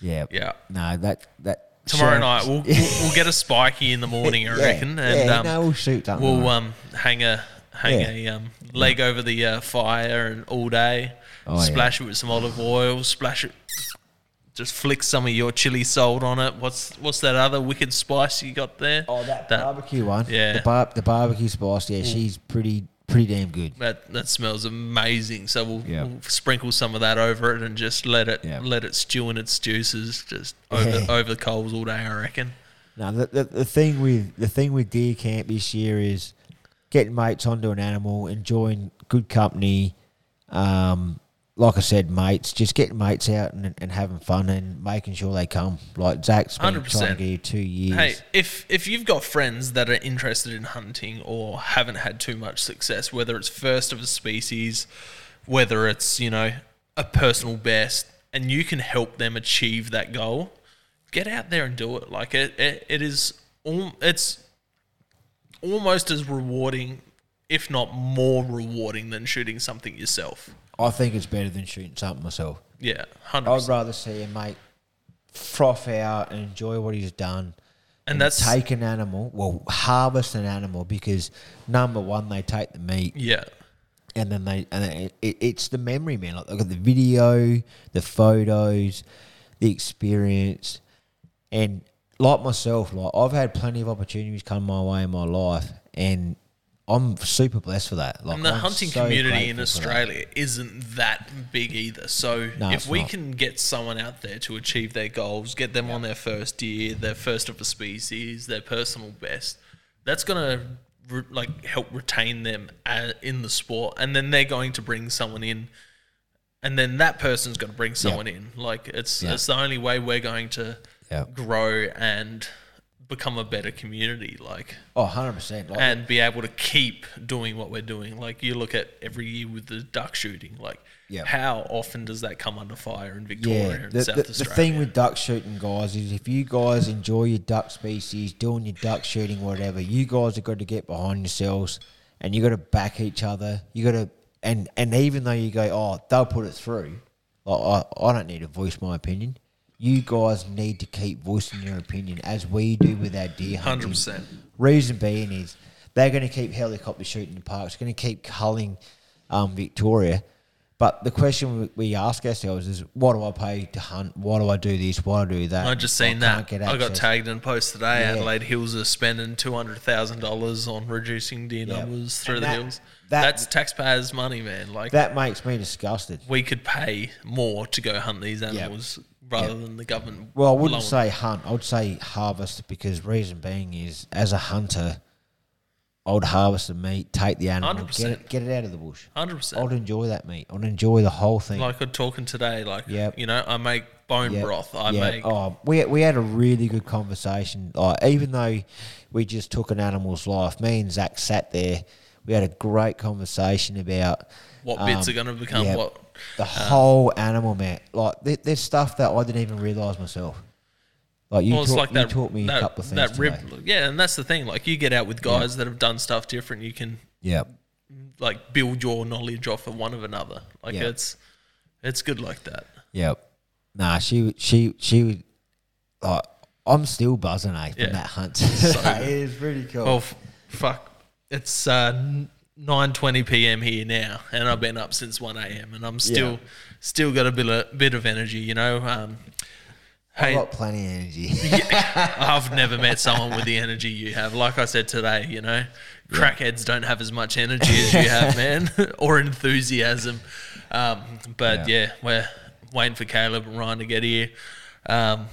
Speaker 2: Yeah.
Speaker 1: Yeah.
Speaker 2: No, that that
Speaker 1: Tomorrow
Speaker 2: Sharon-
Speaker 1: night we'll, we'll we'll get a spiky in the morning, I
Speaker 2: Yeah,
Speaker 1: reckon,
Speaker 2: yeah,
Speaker 1: and um,
Speaker 2: no, we'll shoot that.
Speaker 1: we'll
Speaker 2: tomorrow.
Speaker 1: um, hang a hang
Speaker 2: Yeah.
Speaker 1: a um, leg over the uh, fire and all day.
Speaker 2: Oh, yeah.
Speaker 1: splash it with some olive oil. Splash it. Just flick some of your chili salt on it. What's what's that other wicked spice you got there?
Speaker 2: oh that, barbecue one.
Speaker 1: yeah.
Speaker 2: The bar- the barbecue spice. Yeah, she's pretty pretty damn good.
Speaker 1: that that smells amazing. So we'll,
Speaker 2: Yeah.
Speaker 1: we'll sprinkle some of that over it and just let it
Speaker 2: Yeah.
Speaker 1: let it stew in its juices, just over over the coals all day. I reckon.
Speaker 2: No, the, the, the thing with the thing with deer camp this year is getting mates onto an animal, enjoying good company. Um, like I said, mates, just getting mates out and, and having fun and making sure they come. Like Zach's been trying to
Speaker 1: 100%.
Speaker 2: get here two years.
Speaker 1: Hey, if if you've got friends that are interested in hunting or haven't had too much success, whether it's first of a species, whether it's you know a personal best, and you can help them achieve that goal, get out there and do it. Like it, it, it is all it's almost as rewarding, if not more rewarding, than shooting something yourself.
Speaker 2: I think it's better than shooting something myself.
Speaker 1: Yeah, hundred
Speaker 2: I'd
Speaker 1: percent.
Speaker 2: rather see a mate froth out and enjoy what he's done.
Speaker 1: And that's
Speaker 2: Take an animal, well, harvest an animal because number one, they take the meat.
Speaker 1: yeah,
Speaker 2: and then they and then it, it, it's the memory man like they've got the video the photos the experience and like myself like i've had plenty of opportunities come my way in my life and i'm super blessed for that like
Speaker 1: And the
Speaker 2: I'm
Speaker 1: hunting
Speaker 2: so
Speaker 1: community in
Speaker 2: grateful for that.
Speaker 1: Australia is isn't that big either. So
Speaker 2: No,
Speaker 1: if
Speaker 2: it's
Speaker 1: we
Speaker 2: not.
Speaker 1: can get someone out there to achieve their goals, get them on their first year, their first of a species, their personal best, that's gonna re- like help retain them uh, in the sport, and then they're going to bring someone in, and then that person's going to bring someone in. Like it's
Speaker 2: Yeah.
Speaker 1: it's the only way we're going to
Speaker 2: Yeah.
Speaker 1: grow and become a better community. Like
Speaker 2: oh 100% like,
Speaker 1: and be able to keep doing what we're doing. Like you look at every year with the duck shooting, like
Speaker 2: Yeah.
Speaker 1: how often does that come under fire in Victoria
Speaker 2: yeah
Speaker 1: and
Speaker 2: the,
Speaker 1: South
Speaker 2: the, the
Speaker 1: Australia?
Speaker 2: thing with duck shooting guys is if you guys enjoy your duck species doing your duck shooting whatever you guys have got to get behind yourselves and you got to back each other you got to and and even though you go oh they'll put it through like, I, I don't need to voice my opinion you guys need to keep voicing your opinion as we do with our deer hunting
Speaker 1: 100%.
Speaker 2: Reason being is they're going to keep helicopter shooting the parks, going to keep culling um, Victoria. But the question we- we ask ourselves is, why do I pay to hunt? Why do I do this? Why do I do that?
Speaker 1: I just seen that.
Speaker 2: can't get
Speaker 1: I got
Speaker 2: access.
Speaker 1: tagged in a post today.
Speaker 2: Yeah.
Speaker 1: Adelaide Hills are spending two hundred thousand dollars on reducing deer
Speaker 2: Yeah.
Speaker 1: numbers through
Speaker 2: And
Speaker 1: the
Speaker 2: that-
Speaker 1: hills.
Speaker 2: that-
Speaker 1: That's taxpayers' money, man. Like
Speaker 2: That makes me disgusted.
Speaker 1: we could pay more to go hunt these animals rather than the government.
Speaker 2: Well, I wouldn't
Speaker 1: blowing-
Speaker 2: say hunt. I would say harvest because reason being is, as a hunter, I would harvest the meat, take the animal, get
Speaker 1: 100%.
Speaker 2: it, get it out of the bush.
Speaker 1: 100%.
Speaker 2: I'd enjoy that meat. I'd enjoy the whole thing.
Speaker 1: Like I'm talking today, like
Speaker 2: Yep.
Speaker 1: you know, I make bone
Speaker 2: Yeah,
Speaker 1: broth. I
Speaker 2: yeah.
Speaker 1: make
Speaker 2: Oh, we we had a really good conversation. Like, even though we just took an animal's life, me and Zach sat there. We had a great conversation about
Speaker 1: What
Speaker 2: Um,
Speaker 1: bits are gonna become what, uh,
Speaker 2: the whole animal, man. Like there, there's stuff that I didn't even realize myself. Like you,
Speaker 1: well, it's
Speaker 2: taught,
Speaker 1: like
Speaker 2: you
Speaker 1: that,
Speaker 2: taught me
Speaker 1: that,
Speaker 2: a couple of things.
Speaker 1: that rib,
Speaker 2: today.
Speaker 1: yeah, and that's the thing. Like you get out with guys that have done stuff different, you can
Speaker 2: Yeah,
Speaker 1: like build your knowledge off of one of another. Like
Speaker 2: Yeah.
Speaker 1: it's it's good like that.
Speaker 2: yeah. Nah, she she she would. Like, I'm still buzzing, eh, from
Speaker 1: Yeah.
Speaker 2: that hunt.
Speaker 1: good.
Speaker 2: it is pretty cool.
Speaker 1: Well, f- fuck, it's uh, nine twenty p.m. here now, and I've been up since one a.m. and I'm still still got a bit of, bit of energy, you know. Um,
Speaker 2: I've
Speaker 1: hey,
Speaker 2: got plenty of energy.
Speaker 1: I've never met someone with the energy you have. Like I said today, you know, crackheads don't have as much energy as you have, man, or enthusiasm. Um, but yeah. we're waiting for Caleb and Ryan to get here. Um,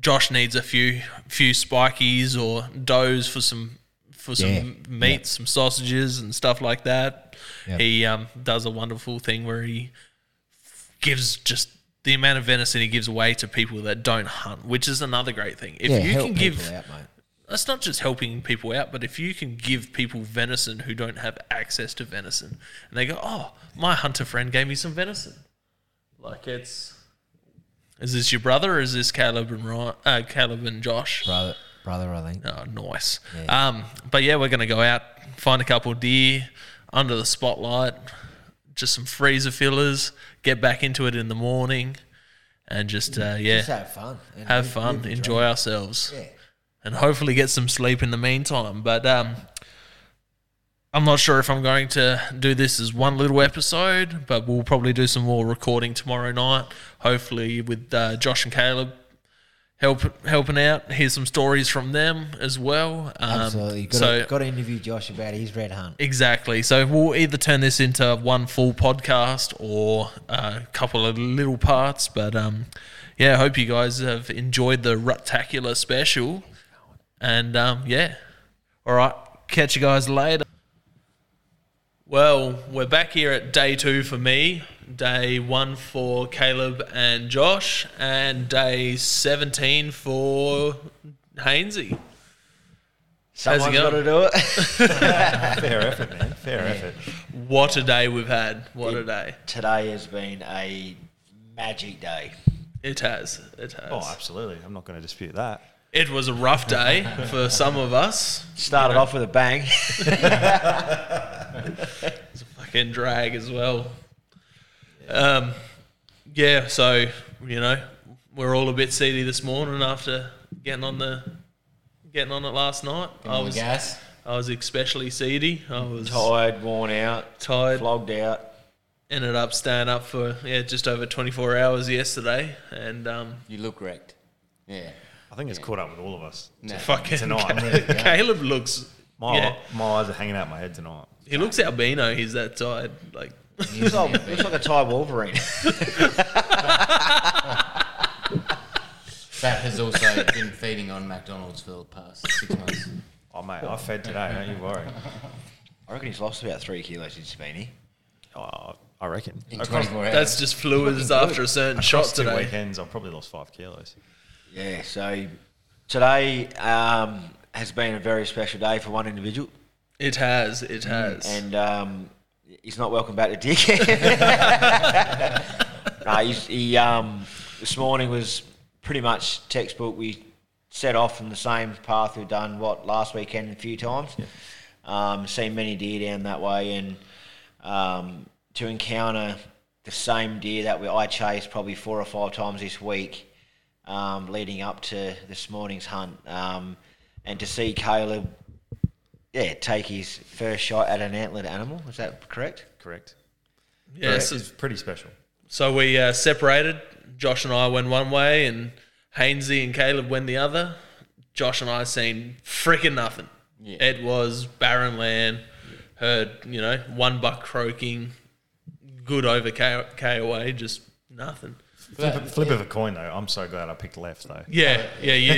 Speaker 1: Josh needs a few few spikies or doughs for some for some
Speaker 2: Yeah.
Speaker 1: meat, some sausages and stuff like that.
Speaker 2: Yeah.
Speaker 1: He um, does a wonderful thing where he gives just the amount of venison he gives away to people that don't hunt, which is another great thing. If
Speaker 2: yeah,
Speaker 1: you
Speaker 2: help
Speaker 1: can
Speaker 2: people
Speaker 1: give
Speaker 2: out, mate.
Speaker 1: that's not just helping people out, but if you can give people venison who don't have access to venison, and they go, "Oh, my hunter friend gave me some venison," like it's, is this your brother? or Is this Caleb and Ryan, uh, Caleb and Josh?
Speaker 2: brother, brother, I think.
Speaker 1: Oh, nice. Um, but yeah, we're gonna go out, find a couple of deer under the spotlight, just some freezer fillers, get back into it in the morning, and just uh, yeah,
Speaker 2: Just have fun. and
Speaker 1: have
Speaker 2: live-
Speaker 1: fun,
Speaker 2: live the
Speaker 1: enjoy ourselves
Speaker 2: dream. Yeah.
Speaker 1: and hopefully get some sleep in the meantime. But um, I'm not sure if I'm going to do this as one little episode, but we'll probably do some more recording tomorrow night. Hopefully with uh, Josh and Caleb help helping out. Hear some stories from them as well. Um,
Speaker 2: Absolutely. Got,
Speaker 1: so
Speaker 2: to, got to interview Josh about his red hunt.
Speaker 1: Exactly. So we'll either turn this into one full podcast or a couple of little parts. But um, yeah, I hope you guys have enjoyed the Ruttacular special. And um, yeah, all right, catch you guys later. Well, we're back here at day two for me, day one for Caleb and Josh, and day 17 for Hainsey.
Speaker 2: Someone's got to
Speaker 1: going?
Speaker 2: do it.
Speaker 6: Fair effort, man. Fair effort.
Speaker 1: What a day we've had. What a day.
Speaker 2: Today has been a magic day.
Speaker 1: It has. It has.
Speaker 6: Oh, absolutely. I'm not going to dispute that.
Speaker 1: It was a rough day for some of us.
Speaker 2: Started off with a bang.
Speaker 1: Fucking drag as well. Um, yeah. So you know, we're all a bit seedy this morning after getting on the getting on it last night. I was
Speaker 2: gas.
Speaker 1: I was especially seedy. I was
Speaker 2: Tired, worn out,
Speaker 1: tired.
Speaker 2: flogged out.
Speaker 1: Ended up staying up for yeah just over 24 hours yesterday, and um,
Speaker 7: You look wrecked. Yeah.
Speaker 6: I think it's caught up with all of us.
Speaker 1: fucking
Speaker 6: Tonight.
Speaker 1: Caleb looks.
Speaker 6: My,
Speaker 1: yeah,
Speaker 6: my eyes are hanging out my head tonight.
Speaker 1: he looks albino. He's that tired. Like
Speaker 2: Looks like, looks like a Thai Wolverine.
Speaker 7: That has also been feeding on McDonald's for the past six months.
Speaker 6: Oh, mate, I fed today. Don't you worry.
Speaker 2: I reckon he's lost about three kilos since Speedy.
Speaker 6: Oh, I reckon.
Speaker 7: In
Speaker 6: Across
Speaker 7: 24 hours.
Speaker 1: That's just fluids after a certain shot
Speaker 6: two
Speaker 1: today.
Speaker 6: weekends, I've probably lost five kilos.
Speaker 2: Yeah, so today um, has been a very special day for one individual,
Speaker 1: It has. It has.
Speaker 2: and um, he's not welcome back to Dick. no, he's, he um, this morning was pretty much textbook. We set off from the same path we've done what last weekend a few times. Um, seen many deer down that way, and um, to encounter the same deer that we, I chased probably four or five times this week, um, leading up to this morning's hunt, um, and to see Caleb, yeah, take his first shot at an antlered animal. Is that correct?
Speaker 6: Correct.
Speaker 1: yeah, so,
Speaker 6: It's pretty special.
Speaker 1: so we uh, separated. Josh and I went one way, and Hainsey and Caleb went the other. Josh and I seen freaking nothing.
Speaker 7: Yeah.
Speaker 1: It was barren land. Heard you know one buck croaking, good over K, KOA, just nothing.
Speaker 6: Flip, flip of a coin, though. I'm so glad I picked left, though.
Speaker 1: Yeah, yeah, you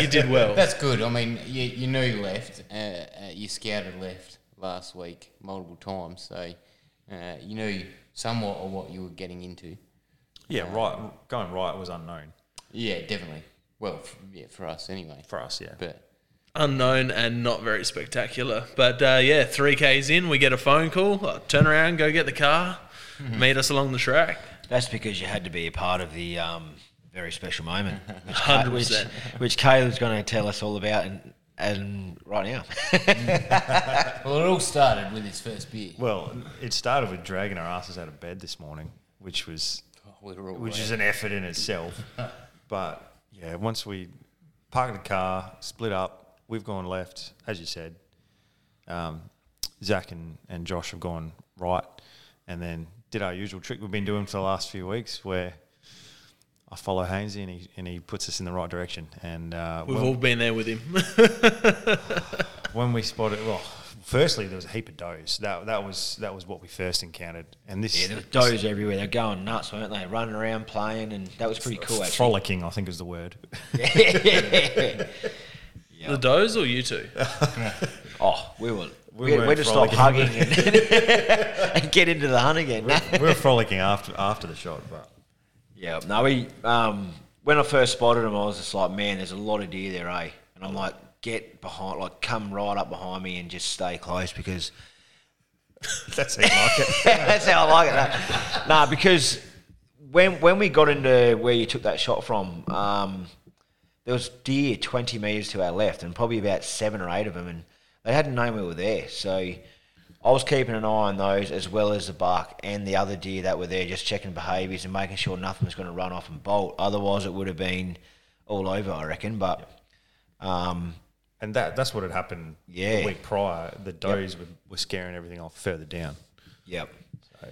Speaker 1: you did well.
Speaker 7: That's good. I mean, you, you knew you left. Uh, uh, you scouted left last week multiple times, so uh, you knew somewhat of what you were getting into.
Speaker 6: Yeah, right. Going right was unknown
Speaker 7: Yeah, definitely. Well, f- yeah, for us anyway.
Speaker 6: for us, yeah.
Speaker 7: But
Speaker 1: unknown and not very spectacular. But uh, yeah, three Ks in, we get a phone call. I turn around, go get the car, meet us along the track.
Speaker 2: That's because you had to be a part of the um, very special moment, which, Ca-
Speaker 1: 100%.
Speaker 2: which, which Caleb's going to tell us all about, and, and right now,
Speaker 7: well, it all started with his first beer.
Speaker 6: Well, it started with dragging our asses out of bed this morning, which was
Speaker 7: Oh, We were all
Speaker 6: which
Speaker 7: wet.
Speaker 6: is an effort in itself. but yeah, once we parked the car, split up, we've gone left, as you said. Um, Zach and, and Josh have gone right, and then did our usual trick we've been doing for the last few weeks, where I follow Hainsey and he and he puts us in the right direction. And uh,
Speaker 1: We've
Speaker 6: when,
Speaker 1: all been there with him.
Speaker 6: when we spotted, well, firstly, there was a heap of does. That that was that was what we first encountered, and this
Speaker 2: Yeah, there was does everywhere. They're going nuts, weren't they? Running around playing, and that was pretty cool. Actually,
Speaker 6: frolicking, I think, is the word.
Speaker 1: The does or you two?
Speaker 2: oh, we were
Speaker 6: We
Speaker 2: we, we,
Speaker 6: weren't
Speaker 2: just stopped
Speaker 6: frolicking.
Speaker 2: hugging and, and get into the hunt again.
Speaker 6: we were frolicking after after the shot, but
Speaker 2: Yeah, no, we. Um, when I first spotted them, I was just like, man, there's a lot of deer there, eh? And I'm like, get behind, like, come right up behind me and just stay close because
Speaker 6: that's it. Like it.
Speaker 2: that's how I like it. No, no because when when we got into where you took that shot from, um, there was deer twenty meters to our left, and probably about seven or eight of them, and they hadn't known we were there. So I was keeping an eye on those as well as the buck and the other deer that were there, just checking behaviours and making sure nothing was going to run off and bolt. Otherwise, it would have been all over, I reckon. But um,
Speaker 6: And that that's what had happened.
Speaker 2: Yeah.
Speaker 6: the week prior, the does were, were scaring everything off further down.
Speaker 2: yep,
Speaker 6: So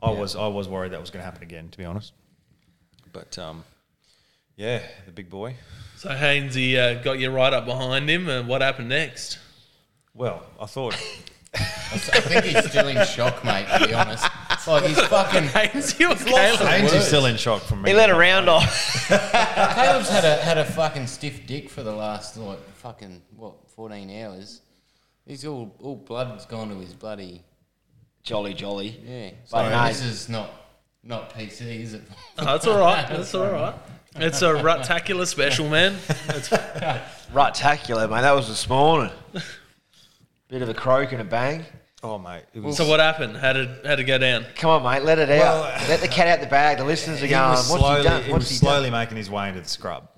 Speaker 6: I was I was worried that was going to happen again, to be honest. But um, yeah, the big boy.
Speaker 1: So Hainesy uh, got you right up behind him, and what happened next?
Speaker 6: Well, I thought
Speaker 7: I think he's still in shock, mate. To be honest, it's like he's fucking.
Speaker 1: Hainesy or
Speaker 7: lost
Speaker 1: Caleb?
Speaker 7: it.
Speaker 6: James is
Speaker 7: Words.
Speaker 6: still in shock from me.
Speaker 2: he let a round off.
Speaker 7: Caleb's had a had a fucking stiff dick for the last like fucking what fourteen hours. He's all all blood's gone to his bloody
Speaker 2: Jolly, jolly.
Speaker 7: yeah.
Speaker 2: Sorry.
Speaker 7: But no, this is not not PC, is it?
Speaker 1: That's all right. That's all right. It's a rutacular special, man.
Speaker 2: Rutacular, mate. That was this morning. Bit of a croak and a bang.
Speaker 6: Oh mate, it was,
Speaker 1: So what happened? How did how to go down?
Speaker 2: Come on, mate. Let it
Speaker 6: Well,
Speaker 2: out. Let the cat out the bag. The listeners are
Speaker 6: he
Speaker 2: going,
Speaker 6: was
Speaker 2: what's
Speaker 6: slowly,
Speaker 2: he done?
Speaker 6: he
Speaker 2: What's
Speaker 6: was
Speaker 2: he
Speaker 6: slowly making his way into the scrub.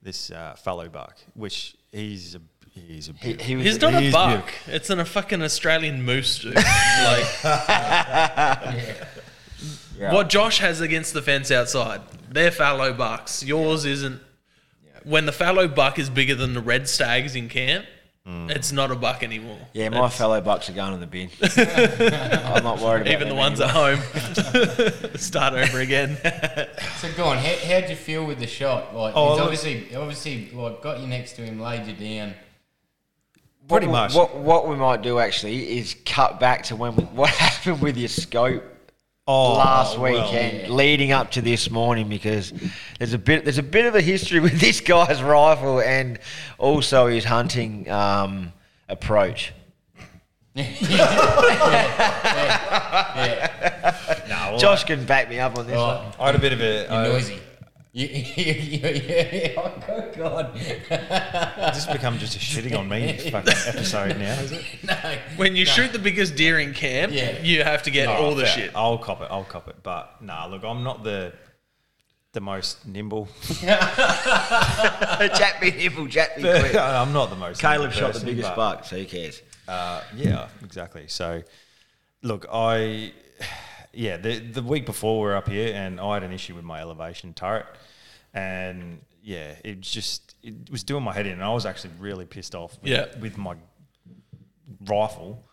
Speaker 6: This uh, fallow buck, which he's a he's a
Speaker 2: done? He,
Speaker 6: beautiful.
Speaker 2: he was,
Speaker 1: He's not a
Speaker 6: He's
Speaker 1: buck. It's an, a fucking Australian moose, dude. like what Josh has against the fence outside. They're fallow bucks. Yours isn't. When the fallow buck is bigger than the red stags in camp, it's not a buck anymore.
Speaker 2: yeah, my fellow bucks are going in the bin. I'm not worried about
Speaker 1: Even the
Speaker 2: them
Speaker 1: ones at home. Start over again.
Speaker 7: So go on. How how'd you feel with the shot? Like
Speaker 6: Oh,
Speaker 7: he's
Speaker 6: look-
Speaker 7: obviously obviously like got you next to him, laid you down.
Speaker 2: What
Speaker 6: Pretty
Speaker 2: we-
Speaker 6: much.
Speaker 2: What, what we might do actually is cut back to when we, what happened with your scope
Speaker 6: Oh,
Speaker 2: last
Speaker 6: well.
Speaker 2: weekend, leading up to this morning, because there's a bit there's a bit of a history with this guy's rifle and also his hunting um, approach.
Speaker 6: Nah, well,
Speaker 2: Josh can back me up on this one.
Speaker 7: Right,
Speaker 6: I had a bit of a uh,
Speaker 7: you're
Speaker 6: I-
Speaker 7: noisy. You, you, you, you, oh God!
Speaker 6: This has become just a shitting on me fucking episode now, is it?
Speaker 7: no,
Speaker 1: When you shoot the biggest deer in camp,
Speaker 7: Yeah.
Speaker 1: you have to get all the
Speaker 6: Yeah,
Speaker 1: shit.
Speaker 6: I'll cop it. I'll cop it. But nah, look, I'm not the the most nimble.
Speaker 2: Jack me nibble, Jack me quick.
Speaker 6: I'm not the most.
Speaker 2: Caleb
Speaker 6: nimble
Speaker 2: shot the
Speaker 6: person,
Speaker 2: biggest
Speaker 6: but,
Speaker 2: buck, so who cares?
Speaker 6: Uh, yeah, exactly. So, look, I yeah, the the week before we were up here, and I had an issue with my elevation turret, and yeah, it just it was doing my head in, and I was actually really pissed off. With,
Speaker 1: Yeah.
Speaker 6: with my rifle.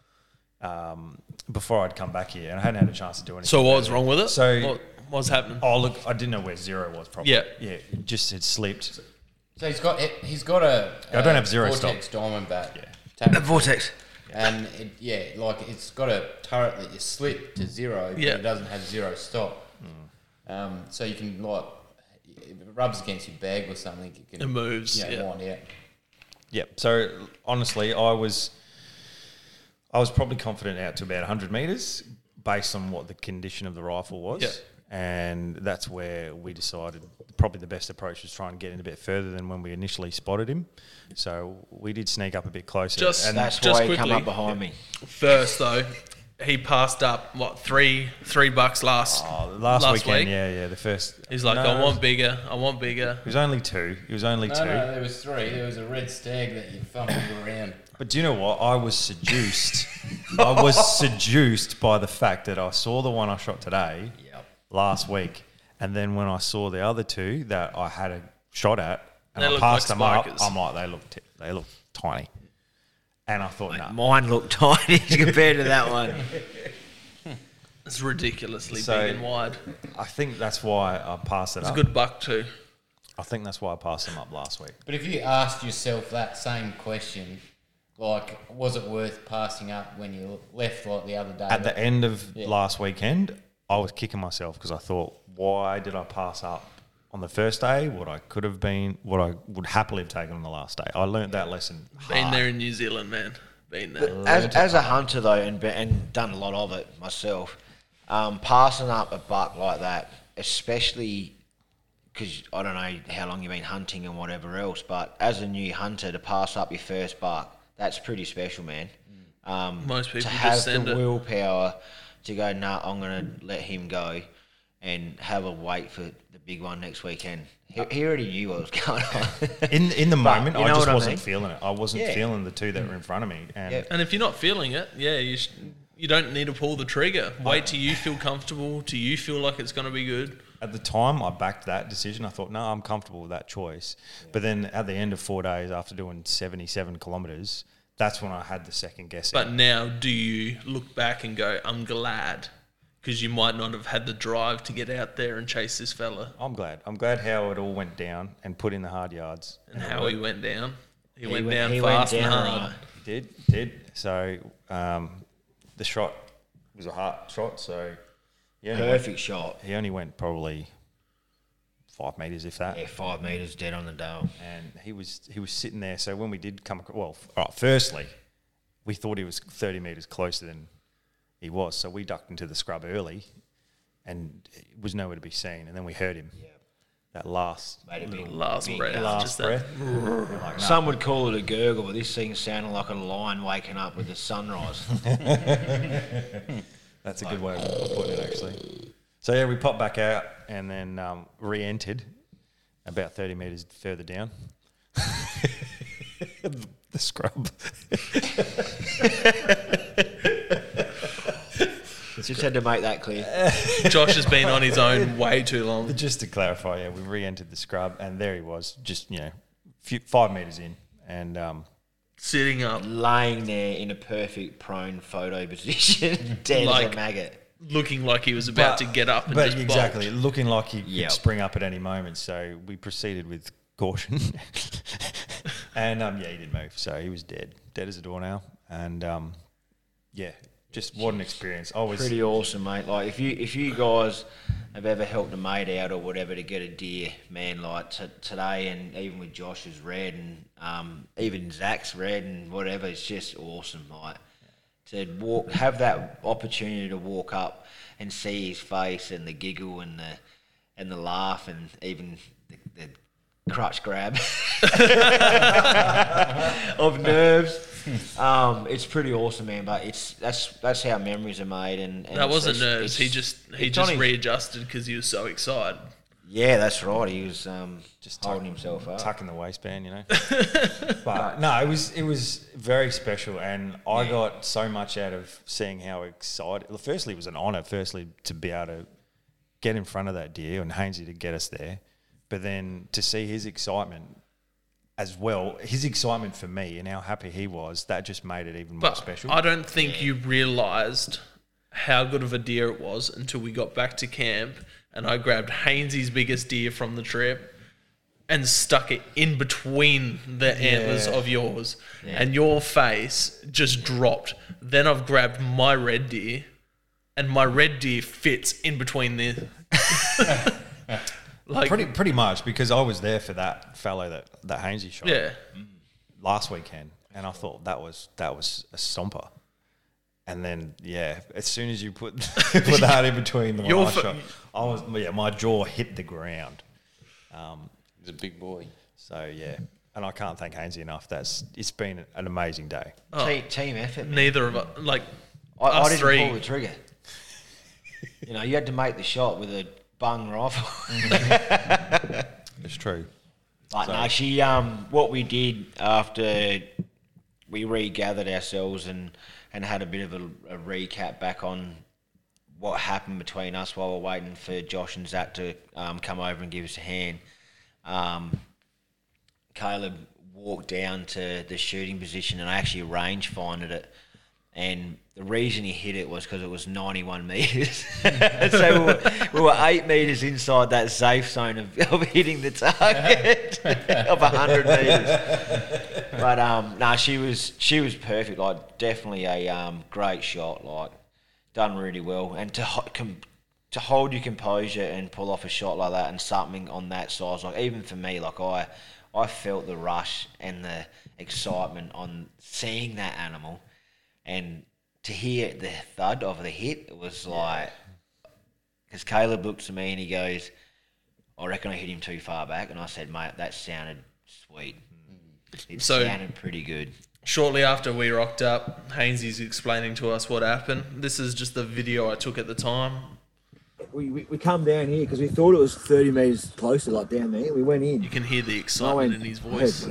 Speaker 6: Um, before I'd come back here, and I hadn't had a chance to do anything.
Speaker 1: So what was wrong with it?
Speaker 6: So-
Speaker 1: what, what's happening?
Speaker 6: Oh look, I didn't know where zero was. Probably.
Speaker 1: Yeah.
Speaker 6: Yeah. It just had slipped.
Speaker 7: So he's got he's got a.
Speaker 6: I don't have zero
Speaker 7: Vortex Diamondback.
Speaker 6: Yeah.
Speaker 7: Yeah.
Speaker 2: Vortex.
Speaker 7: And it, yeah, like it's got a turret that you slip to zero, but
Speaker 1: Yeah. Hmm.
Speaker 7: it doesn't have zero stop. Um, so you can like if it rubs against your bag or something. It, can,
Speaker 1: It moves,
Speaker 7: Yeah,
Speaker 1: yeah.
Speaker 7: wind out.
Speaker 6: Yep. So honestly, I was, I was probably confident out to about 100 meters based on what the condition of the rifle was.
Speaker 1: Yeah.
Speaker 6: And that's where we decided probably the best approach was try and get in a bit further than when we initially spotted him. So we did sneak up a bit closer.
Speaker 1: Just-
Speaker 6: and
Speaker 2: That's
Speaker 1: Just
Speaker 2: why he come
Speaker 1: quickly.
Speaker 2: up behind me.
Speaker 1: First though, he passed up what three three bucks last
Speaker 6: oh, last, weekend,
Speaker 1: week.
Speaker 6: yeah, yeah, the first.
Speaker 1: He's like,
Speaker 6: No,
Speaker 1: I want bigger, I want bigger.
Speaker 6: It was only two. It was only
Speaker 7: No,
Speaker 6: two.
Speaker 7: no, there was three. There was a red stag that you fumbled around.
Speaker 6: But do you know what? I was seduced. I was seduced by the fact that I saw the one I shot today
Speaker 7: Yep.
Speaker 6: last week, and then when I saw the other two that I had a shot at, and
Speaker 1: They
Speaker 6: I
Speaker 1: look
Speaker 6: passed
Speaker 1: like
Speaker 6: them up,
Speaker 1: spikers.
Speaker 6: I'm like, they look t- they look tiny, and I thought, no.
Speaker 2: Mine looked tiny compared to that one.
Speaker 1: It's ridiculously
Speaker 6: So-
Speaker 1: big and wide.
Speaker 6: I think that's why I passed it
Speaker 1: It's a
Speaker 6: up.
Speaker 1: good buck too.
Speaker 6: I think that's why I passed them up last week.
Speaker 7: But if you asked yourself that same question Like, was it worth passing up when you left like the other day?
Speaker 6: At the end of
Speaker 7: Yeah.
Speaker 6: last weekend, I was kicking myself because I thought, why did I pass up on the first day what I could have been, what I would happily have taken on the last day? I learnt that lesson.
Speaker 1: Been
Speaker 6: hard.
Speaker 1: there in New Zealand, man. Been there.
Speaker 2: As, as a hunter though, and be- and done a lot of it myself, um, passing up a buck like that, especially because I don't know how long you've been hunting and whatever else, but as a new hunter to pass up your first buck, that's pretty special, man. Um,
Speaker 1: Mm. Most people
Speaker 2: to
Speaker 1: just
Speaker 2: have
Speaker 1: send
Speaker 2: the
Speaker 1: it.
Speaker 2: willpower to go, nah, I'm gonna let him go, and have a wait for the big one next weekend. He, he already knew what was going on.
Speaker 6: In in the
Speaker 2: But
Speaker 6: moment,
Speaker 2: you
Speaker 6: I
Speaker 2: know
Speaker 6: just
Speaker 2: what I
Speaker 6: wasn't
Speaker 2: mean?
Speaker 6: feeling it. I wasn't
Speaker 2: Yeah. Mm.
Speaker 6: feeling the two that were in front of me, and
Speaker 2: Yep.
Speaker 1: And if you're not feeling it, yeah, you sh- you don't need to pull the trigger. Wait till you feel comfortable. Till you feel like it's going to be good.
Speaker 6: at the time, I backed that decision. I thought, no, I'm comfortable with that choice. But then at the end of four days, after doing 77 kilometers, that's when I had the second guess.
Speaker 1: But now, do you look back and go, "I'm glad," because you might not have had the drive to get out there and chase this fella
Speaker 6: I'm glad. I'm glad how it all went down and put in the hard yards.
Speaker 1: and how he went down. He, went,
Speaker 2: went-
Speaker 1: down
Speaker 2: he went
Speaker 1: fast
Speaker 2: down
Speaker 1: and
Speaker 2: hard.
Speaker 1: hard.
Speaker 6: Did did so. Um, the shot was a hard shot, so he only, went,
Speaker 2: Perfect shot.
Speaker 6: he only went probably five meters, if that.
Speaker 2: Yeah, five meters dead on the dale.
Speaker 6: and he was he was sitting there. So when we did come across, well, f- all right, firstly, we thought he was thirty meters closer than he was, so we ducked into the scrub early, and it was nowhere to be seen. And then we heard him. That last,
Speaker 2: Made a big
Speaker 1: Last breath,
Speaker 6: last
Speaker 1: just that-
Speaker 6: breath.
Speaker 2: Some would call it a gurgle, but this thing sounded like a lion waking up with the sunrise.
Speaker 6: That's a good way of putting it, actually. So yeah, we popped back out and then um, re-entered about thirty meters further down. the, the scrub.
Speaker 2: Just had to make that clear.
Speaker 1: Josh has been on his own way too long.
Speaker 6: Just to clarify, yeah, we re-entered the scrub and there he was, just you know, few, five meters in, and um,
Speaker 1: Sitting up,
Speaker 2: Laying there in a perfect prone photo position, dead as
Speaker 1: Like-
Speaker 2: a maggot.
Speaker 1: looking like he was about to get up and
Speaker 6: but
Speaker 1: just
Speaker 6: exactly looking like he
Speaker 2: Yep.
Speaker 6: could spring up at any moment. So we proceeded with caution, and um, yeah, he didn't move, so he was dead, dead as a doornail, and um, yeah, just what an experience. I was
Speaker 2: Pretty awesome, mate. Like if you if you guys have ever helped a mate out or whatever to get a deer, man, like t- today and even with Josh's red and um, even Zach's red and whatever, it's just awesome, like to walk have that opportunity to walk up and see his face and the giggle and the and the laugh and even the, the crutch grab of nerves. Um, it's pretty awesome, man. But it's that's that's how memories are made. And, and
Speaker 1: That
Speaker 2: it's-
Speaker 1: wasn't
Speaker 2: it's-
Speaker 1: nerves. He
Speaker 2: it's-
Speaker 1: just he
Speaker 2: it's on
Speaker 1: just
Speaker 2: his-
Speaker 1: readjusted because he was so excited.
Speaker 2: yeah, that's right. He was um, just
Speaker 6: Just
Speaker 2: holding
Speaker 6: tuck-
Speaker 2: himself up.
Speaker 6: tucking the waistband, you know. but no, it was it was very special, and I got so much out of seeing how excited. well, Firstly, it was an honour. Firstly, to be able to get in front of that deer and Hainsey to get us there, but then to see his excitement as well, his excitement for me and how happy he was, that just made it even more
Speaker 1: But
Speaker 6: special.
Speaker 1: I don't think you realised how good of a deer it was until we got back to camp and I grabbed Hainsey's biggest deer from the trip and stuck it in between the antlers of yours and your face just dropped. Then I've grabbed my red deer and my red deer fits in between the like
Speaker 6: pretty pretty much because I was there for that fellow that that Hainsey shot.
Speaker 1: yeah.
Speaker 6: last weekend, and I thought that was that was a stomper. And then yeah, as soon as you put put that in between the
Speaker 1: Your
Speaker 6: last
Speaker 1: fu-
Speaker 6: shot, I was yeah, my jaw hit the ground. Um,
Speaker 7: He's a big boy.
Speaker 6: So yeah, and I can't thank Hainsey enough. That's it's been an amazing day.
Speaker 2: Team, team effort. Man.
Speaker 1: Neither of us like
Speaker 2: I, I
Speaker 1: us
Speaker 2: didn't
Speaker 1: three
Speaker 2: pull the trigger. you know, you had to make the shot with a bung rifle.
Speaker 6: It's true.
Speaker 2: But no, she um what we did after we regathered ourselves and and had a bit of a, a recap back on what happened between us while we're waiting for Josh and Zach to um, come over and give us a hand. Um, Caleb walked down to the shooting position and I actually range finded it And the reason he hit it was because it was 91 metres. so we were, we were eight metres inside that safe zone of, of hitting the target of 100 metres. But um, no, she was she was perfect. Like definitely a um, great shot. Like done really well. And to ho- com- to hold your composure and pull off a shot like that and something on that size, like even for me, like I I felt the rush and the excitement on seeing that animal, and to hear the thud of the hit, it was like because Caleb looked to me and he goes, "I reckon I hit him too far back," and I said, "Mate, that sounded sweet." Mm-hmm. It
Speaker 1: So-
Speaker 2: sounded pretty good.
Speaker 1: Shortly after we rocked up, Hainesy's explaining to us what happened. This is just the video I took at the time.
Speaker 8: We, we, we come down here because we thought it was 30 metres closer, like down there. We went in.
Speaker 1: You can hear the excitement in his voice.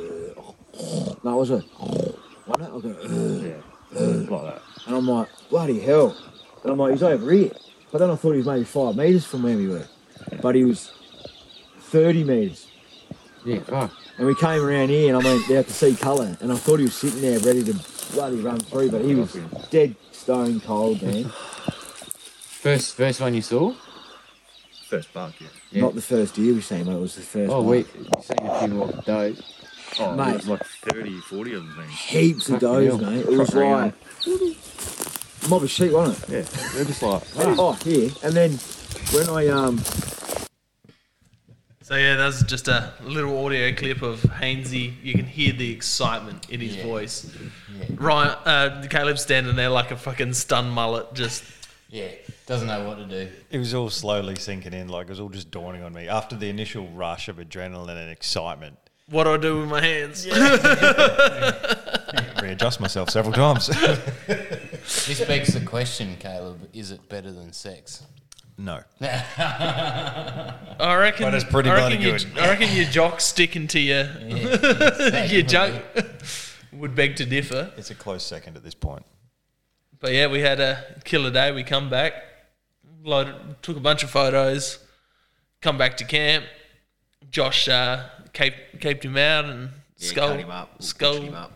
Speaker 8: No, it was a. Wasn't it? I was going, like that. And I'm like, bloody hell. And I'm like, he's over here. But then I thought he was maybe five metres from where we were. But he was 30 metres.
Speaker 7: Yeah, right.
Speaker 8: And we came around here and I went down to see colour. And I thought he was sitting there ready to bloody run through, but he was dead stone cold, man.
Speaker 7: First, first one you saw?
Speaker 9: First bark, yeah.
Speaker 7: Yeah.
Speaker 8: Not the first year we seen, but it was the first
Speaker 7: Oh,
Speaker 8: one.
Speaker 7: we you seen a few more does.
Speaker 9: Oh,
Speaker 8: Mate.
Speaker 9: there's like 30, 40 of them.
Speaker 8: Heaps of
Speaker 7: Fucking
Speaker 8: does,
Speaker 7: hell.
Speaker 8: mate. It was
Speaker 9: Proper
Speaker 8: like. Mob of sheep, wasn't it?
Speaker 9: Yeah, they're just like,
Speaker 8: Oh, here. And then when I um
Speaker 1: So yeah, that's just a little audio clip of Hainesy. You can hear the excitement in his
Speaker 7: Yeah.
Speaker 1: voice.
Speaker 7: Yeah.
Speaker 1: Ryan, uh, Caleb's standing there like a fucking stunned mullet, just
Speaker 7: Yeah, doesn't know what to do.
Speaker 6: It was all slowly sinking in, like it was all just dawning on me after the initial rush of adrenaline and excitement.
Speaker 1: what do I do with my hands?
Speaker 6: Readjust myself several times.
Speaker 7: This begs the question, Caleb: Is it better than sex?
Speaker 6: no,
Speaker 1: I reckon.
Speaker 6: But it's pretty
Speaker 1: I
Speaker 6: bloody
Speaker 1: reckon your-
Speaker 6: good.
Speaker 1: I reckon your jock sticking to your your junk would beg to differ.
Speaker 6: it's a close second at this point.
Speaker 1: But yeah, we had a killer day. We come back, loaded, took a bunch of photos, come back to camp. Josh uh, caped, caped him out and
Speaker 2: Yeah,
Speaker 1: skull,
Speaker 2: cut him up,
Speaker 1: skull
Speaker 2: him up.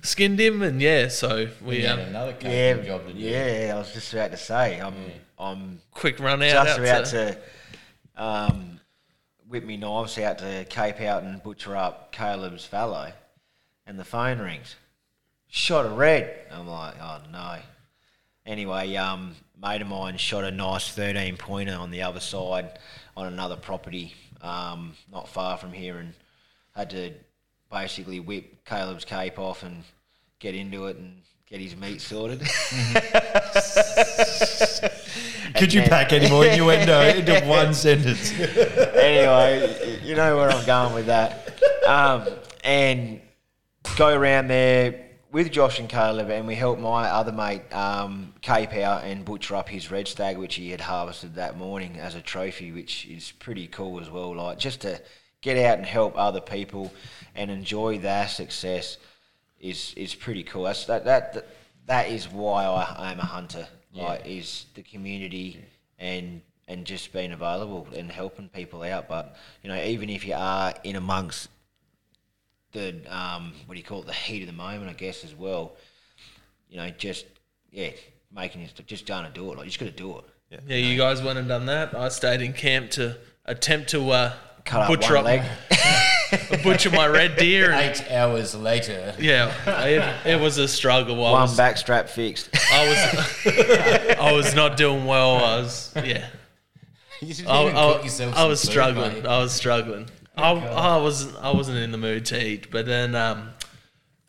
Speaker 1: skinned him, and yeah, so we
Speaker 7: Yeah,
Speaker 1: um,
Speaker 7: another coaching
Speaker 2: Yeah,
Speaker 7: job to do.
Speaker 2: yeah. I was just about to say, I'm, I'm
Speaker 1: quick run out.
Speaker 2: just
Speaker 1: out
Speaker 2: about
Speaker 1: to-
Speaker 2: to um, whip me knives out to cape out and butcher up Caleb's fallow, and the phone rings. Shot a red. I'm like, oh no. Anyway, um, mate of mine shot a nice 13 pointer on the other side on another property, um, not far from here, and had to basically whip Caleb's cape off and get into it and get his meat sorted.
Speaker 6: Could you pack any more innuendo into one sentence?
Speaker 2: anyway, you know where I'm going with that. Um, and go around there with Josh and Caleb, and we helped my other mate um, cape out and butcher up his red stag, which he had harvested that morning as a trophy, which is pretty cool as well. Like just to get out and help other people and enjoy their success is is pretty cool. That's that that that, that is why I am a hunter. Like is the community and and just being available and helping people out. But you know, even if you are in amongst the um, what do you call it, the heat of the moment, I guess as well. You know, just yeah, making it just gonna do it. Like you just gotta do it.
Speaker 1: yeah, you guys went and done that. I stayed in camp to attempt to uh,
Speaker 2: Cut up
Speaker 1: butcher
Speaker 2: one leg.
Speaker 1: butcher my red deer. And,
Speaker 7: Eight hours later,
Speaker 1: yeah, it, it was a struggle. I
Speaker 2: One
Speaker 1: was-
Speaker 2: backstrap fixed.
Speaker 1: I was I was not doing well. I was yeah.
Speaker 7: you didn't
Speaker 1: I,
Speaker 7: even
Speaker 1: I-
Speaker 7: cook yourself
Speaker 1: I
Speaker 7: some
Speaker 1: was
Speaker 7: food,
Speaker 1: struggling.
Speaker 7: mate.
Speaker 1: I was struggling. I, I wasn't I wasn't in the mood to eat. But then um,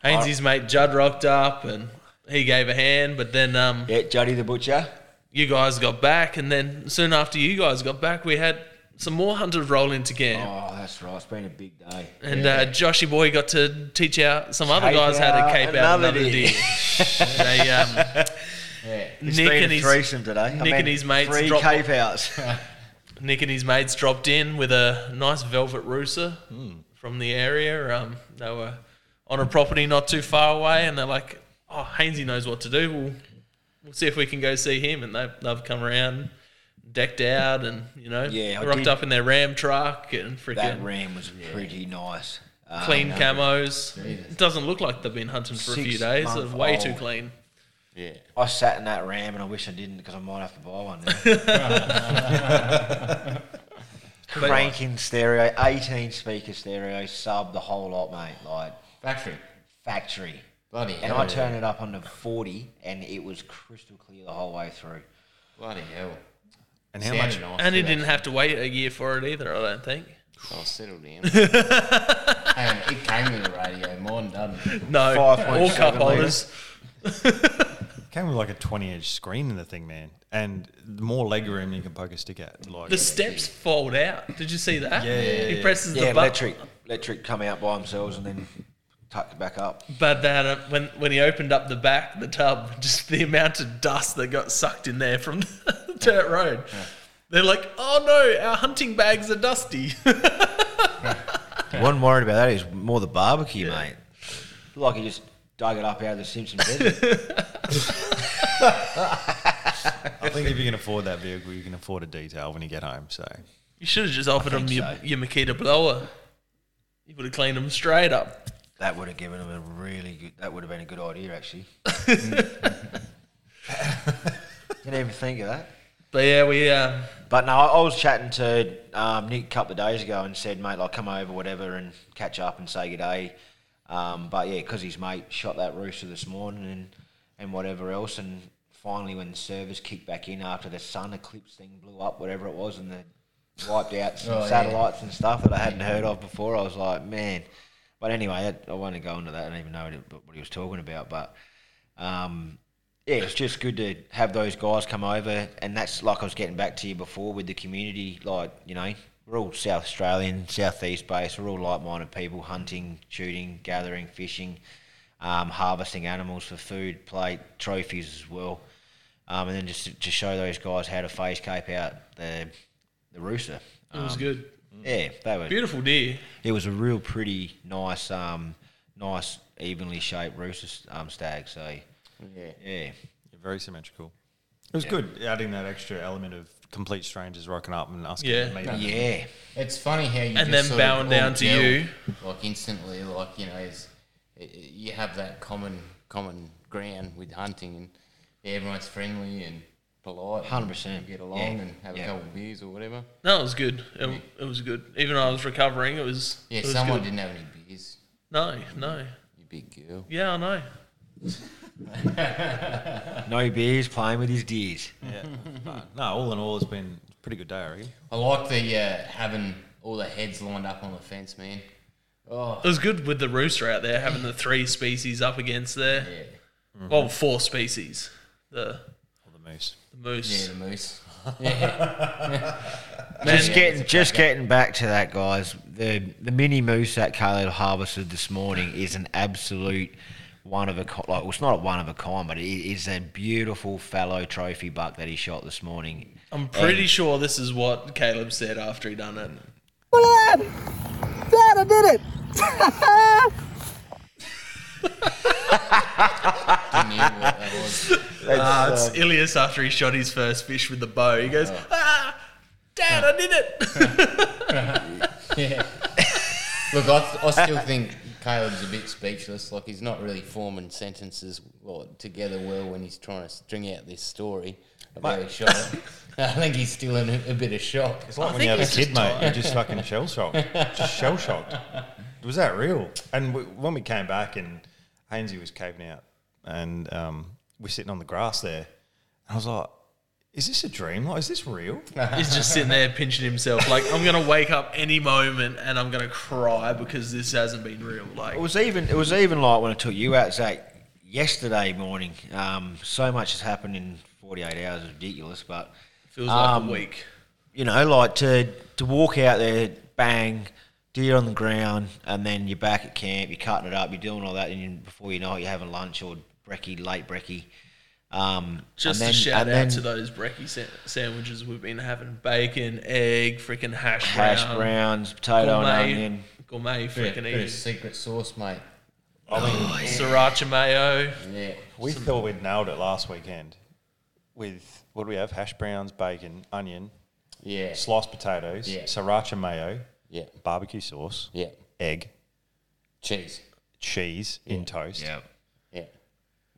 Speaker 1: Hainesy's mate Judd rocked up and he gave a hand. But then um,
Speaker 2: yeah, Juddy the butcher.
Speaker 1: you guys got back, and then soon after you guys got back, we had some more hunters roll into camp.
Speaker 2: Oh, that's right. It's been a big day.
Speaker 7: Oh,
Speaker 1: And uh, Joshy boy got to teach out some other
Speaker 2: Cape
Speaker 1: guys how to
Speaker 2: out
Speaker 1: cape out
Speaker 2: another
Speaker 1: another deer.
Speaker 2: deer.
Speaker 1: they, um,
Speaker 7: Yeah.
Speaker 1: Nick and his
Speaker 2: threesome today.
Speaker 1: Nick and his mates
Speaker 2: Three
Speaker 1: dropped-
Speaker 2: cape outs.
Speaker 1: Nick and his mates dropped in with a nice velvet rooster
Speaker 2: Hmm.
Speaker 1: from the area. Um, they were on a property not too far away, and they're like, "Oh, Hainesy knows what to do. We'll, we'll see if we can go see him." And they've, they've come around, decked out, and you know,
Speaker 2: Yeah, I
Speaker 1: rocked
Speaker 2: did-
Speaker 1: up in their ram truck and
Speaker 2: That
Speaker 1: freaking
Speaker 2: ram was pretty nice. Um,
Speaker 1: clean camos. Doesn't look like they've been hunting for a few
Speaker 2: Six
Speaker 1: days. They're
Speaker 2: month
Speaker 1: way too
Speaker 2: old.
Speaker 1: clean.
Speaker 7: Yeah.
Speaker 2: I sat in that ram and I wish I didn't because I might have to buy one now. Cranking stereo, 18 speaker stereo, sub, the whole lot, mate. Like,
Speaker 7: Factory.
Speaker 2: factory.
Speaker 7: Bloody
Speaker 2: And
Speaker 7: hell.
Speaker 2: I turned it up on the 40 and it was crystal clear the whole way through.
Speaker 7: Bloody hell.
Speaker 6: And how much?
Speaker 7: Sounded nice
Speaker 1: And he
Speaker 7: too,
Speaker 1: didn't have to wait a year for it either, I don't think.
Speaker 7: actually. I'll Oh, settle down. Hey, it came with a radio. Mine doesn't.
Speaker 1: No, all cup
Speaker 6: 5.7
Speaker 1: holders.
Speaker 6: Came with like a 20 inch screen in the thing, man. And the more leg room you can poke a stick at. Like,
Speaker 1: The steps fold out. Did you see that?
Speaker 6: Yeah, yeah,
Speaker 1: He
Speaker 6: yeah.
Speaker 1: presses the
Speaker 2: Yeah,
Speaker 1: button.
Speaker 2: electric, electric come out by themselves and then tuck it back up.
Speaker 1: But that uh, when when he opened up the back, the tub, just the amount of dust that got sucked in there from the dirt road. They're like, oh no, our hunting bags are dusty.
Speaker 2: One worried about that is more the barbecue, mate. Like he just dug it up out of the Simpson bed.
Speaker 6: I think if you can afford that vehicle, you can afford a detail when you get home. So,
Speaker 1: you should have just offered him
Speaker 2: think
Speaker 1: your,
Speaker 2: so.
Speaker 1: your Makita blower. You would have cleaned him straight up.
Speaker 2: that would have given him a really good. That would have been a good idea, actually. Didn't even think of that.
Speaker 1: But yeah, we uh,
Speaker 2: But no, I, I was chatting to um, Nick a couple of days ago and said, mate, like come over, whatever, and catch up and say good day. Um, but yeah, because his mate shot that rooster this morning and, and whatever else. And finally, when the service kicked back in after the sun eclipse thing blew up, whatever it was, and the wiped out some
Speaker 7: Oh, yeah.
Speaker 2: satellites and stuff that I hadn't heard of before, I was like, man. But anyway, that, I won't go into that. I don't even know what it- what he was talking about. But um, yeah, it's just good to have those guys come over, and that's like I was getting back to you before with the community. Like you know, we're all South Australian, Southeast based. We're all like-minded people, hunting, shooting, gathering, fishing, um, harvesting animals for food, plate, trophies as well, um, and then just to show those guys how to face cape out the the rooster.
Speaker 1: it
Speaker 2: Um,
Speaker 1: was good.
Speaker 2: Yeah, they were
Speaker 1: Beautiful deer.
Speaker 2: it was a real pretty nice, um, nice evenly shaped rooster um, stag. So
Speaker 7: Yeah.
Speaker 2: yeah,
Speaker 6: you're very symmetrical. It was good adding that extra element of complete strangers rocking up and us
Speaker 1: Yeah.
Speaker 6: getting to meet up.
Speaker 2: yeah,
Speaker 7: It's funny how
Speaker 1: And
Speaker 7: you just
Speaker 1: then
Speaker 7: sort of
Speaker 1: bowing
Speaker 7: all
Speaker 1: down to
Speaker 7: gel,
Speaker 1: you.
Speaker 7: like instantly, like you know, it's, it, it- you have that common common ground with hunting, and everyone's friendly and polite. and
Speaker 2: 100%,
Speaker 7: you Get along
Speaker 2: yeah,
Speaker 7: and have
Speaker 2: yeah.
Speaker 7: a couple of beers or whatever.
Speaker 1: No, it was good. It, it was good. Even though I was recovering, it was.
Speaker 7: Yeah,
Speaker 1: it was
Speaker 7: someone
Speaker 1: good.
Speaker 7: didn't have any beers.
Speaker 1: No, no.
Speaker 7: You big girl.
Speaker 1: Yeah, I know.
Speaker 2: no beers playing with his deers.
Speaker 6: But no, all in all, it's been a pretty good day, I reckon.
Speaker 7: I like the uh, having all the heads lined up on the fence, man. Oh
Speaker 1: It was good with the rooster out there having the three species up against there.
Speaker 7: yeah,
Speaker 2: Mm-hmm.
Speaker 1: Well, four species. The,
Speaker 6: All the moose.
Speaker 1: the
Speaker 7: yeah,
Speaker 1: moose.
Speaker 7: the moose. Yeah,
Speaker 2: Just
Speaker 7: Yeah,
Speaker 2: getting,
Speaker 7: it's a
Speaker 2: just getting back to that, guys. The the mini moose that Caleb harvested this morning is an absolute one of a kind. Like, well, it's not a one of a kind, but it is a beautiful fallow trophy buck that he shot this morning.
Speaker 1: I'm pretty sure this is what Caleb said after he done it.
Speaker 5: Look at that! Dad, I did it!
Speaker 7: didn't even know what that was.
Speaker 1: Uh,
Speaker 2: um,
Speaker 1: it's Ilias after he shot his first fish with the bow. He goes,
Speaker 2: Uh-huh.
Speaker 1: ah, Dad, I did it.
Speaker 7: Yeah. Look, I, th- I still think Caleb's a bit speechless. Like he's not really forming sentences well, together well when he's trying to string out this story about his shot. I think he's still in a, a bit of shock.
Speaker 6: It's like
Speaker 1: I
Speaker 6: when you
Speaker 1: think
Speaker 6: have a
Speaker 1: he's just
Speaker 6: kid, mate, you're just fucking shell shocked. Just shell shocked. Was that real? And we, when we came back and Hainsey was caving out and um, we're sitting on the grass there, and I was like, is this a dream? Like, is this real?
Speaker 1: He's just sitting there pinching himself. Like, I'm going to wake up any moment and I'm going to cry because this hasn't been real. Like,
Speaker 2: It was even it was even like when I took you out, Zach, yesterday morning. Um, so much has happened in forty eight hours, it's ridiculous. But
Speaker 1: feels like
Speaker 2: um,
Speaker 1: a week.
Speaker 2: you know, like to to walk out there, bang, deer on the ground, and then you're back at camp, you're cutting it up, you're doing all that, and you, before you know it, you're having lunch or brekkie, late brekkie. Um,
Speaker 1: Just
Speaker 2: and then,
Speaker 1: a shout out
Speaker 2: and then
Speaker 1: to those brekkie sa- sandwiches we've been having: bacon, egg, freaking hash,
Speaker 2: hash
Speaker 1: brown,
Speaker 2: browns, potato and
Speaker 1: gourmet,
Speaker 2: onion.
Speaker 1: gourmet,
Speaker 7: Bit,
Speaker 1: freaking
Speaker 7: bit of
Speaker 1: eating,
Speaker 7: secret sauce, mate.
Speaker 1: sriracha mayo.
Speaker 7: Yeah.
Speaker 6: We thought we'd nailed it last weekend with what do we have? Hash browns, bacon, onion,
Speaker 7: Yeah.
Speaker 6: sliced potatoes,
Speaker 7: Yeah.
Speaker 6: sriracha mayo,
Speaker 7: Yeah.
Speaker 6: barbecue sauce,
Speaker 7: Yeah.
Speaker 6: egg,
Speaker 7: Cheese.
Speaker 6: cheese in toast.
Speaker 9: Yeah.
Speaker 7: Yeah.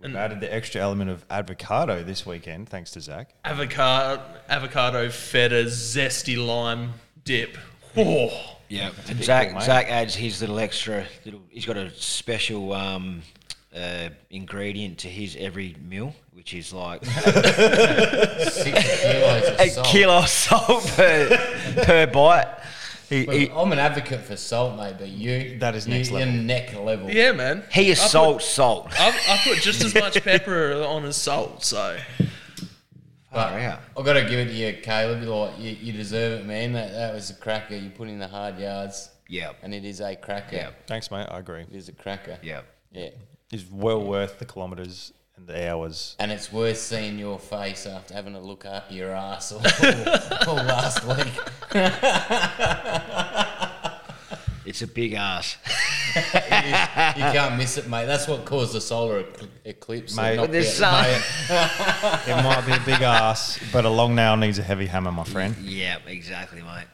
Speaker 6: We've added the extra element of avocado this weekend, thanks to Zach.
Speaker 1: Avocado, avocado, feta, zesty lime dip. Oh,
Speaker 2: Yeah, and
Speaker 6: big
Speaker 2: Zach
Speaker 6: deal, mate.
Speaker 2: Zach adds his little extra. Little, he's got a special um, uh, ingredient to his every meal, which is like
Speaker 7: Six kilos of
Speaker 2: a
Speaker 7: salt.
Speaker 2: kilo of salt per per bite. He,
Speaker 7: But
Speaker 2: he,
Speaker 7: I'm an advocate for salt, mate. But you,
Speaker 6: That is
Speaker 7: you-
Speaker 6: next
Speaker 7: you're
Speaker 6: level.
Speaker 7: neck level.
Speaker 1: yeah, man.
Speaker 2: he is
Speaker 1: I put-
Speaker 2: salt salt.
Speaker 1: I, I put just as much pepper on as salt, so
Speaker 7: But
Speaker 2: Far out.
Speaker 7: I've got to give it to you, Caleb. Like you, you deserve it, man. That that was a cracker. You put in the hard yards,
Speaker 2: Yeah,
Speaker 7: and it is a cracker.
Speaker 2: yeah,
Speaker 6: Thanks, mate. I agree.
Speaker 7: It is a cracker.
Speaker 2: yeah.
Speaker 7: Yeah.
Speaker 6: It's well worth the kilometres and the hours.
Speaker 7: And it's worth seeing your face after having a look up your ass all, all last week.
Speaker 2: It's a big ass.
Speaker 7: You can't miss it, mate. That's what caused the solar ecl- eclipse.
Speaker 6: Mate.
Speaker 7: Mate,
Speaker 6: But
Speaker 2: There's some,
Speaker 6: It might be a big ass, but a long nail needs a heavy hammer, my friend.
Speaker 2: yeah, exactly, mate.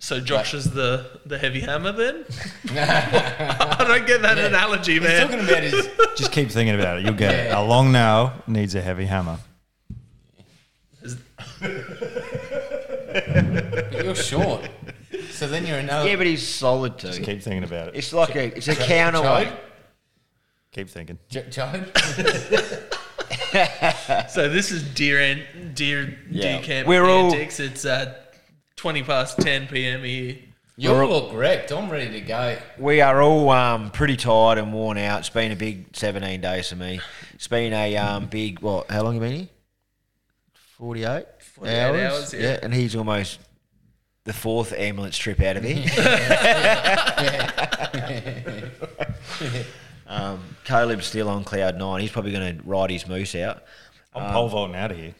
Speaker 1: so Josh is the the heavy hammer then. I don't get that analogy,
Speaker 7: He's
Speaker 1: man.
Speaker 7: talking about his.
Speaker 6: Just keep thinking about it. You'll get it. A long nail needs a heavy hammer.
Speaker 7: But you're short, so then you're another.
Speaker 2: Yeah, but he's solid too.
Speaker 6: Keep thinking about it.
Speaker 2: It's like a it's a counterweight.
Speaker 7: Chode.
Speaker 6: Keep thinking.
Speaker 7: Ch- Chode.
Speaker 1: So this is deer and deer
Speaker 2: Yeah.
Speaker 1: deer camp.
Speaker 2: We're all-
Speaker 1: antics. It's uh, twenty past ten p.m. here.
Speaker 7: You look wrecked. I'm ready to go.
Speaker 2: We are all um, pretty tired and worn out. It's been a big 17 days for me. It's been a um, big, what, how long you been here? 48,
Speaker 1: 48 hours, yeah.
Speaker 2: and he's almost the fourth ambulance trip out of here. um, Caleb's still on cloud nine. He's probably going to ride his moose out.
Speaker 6: I'm pole vaulting out of here.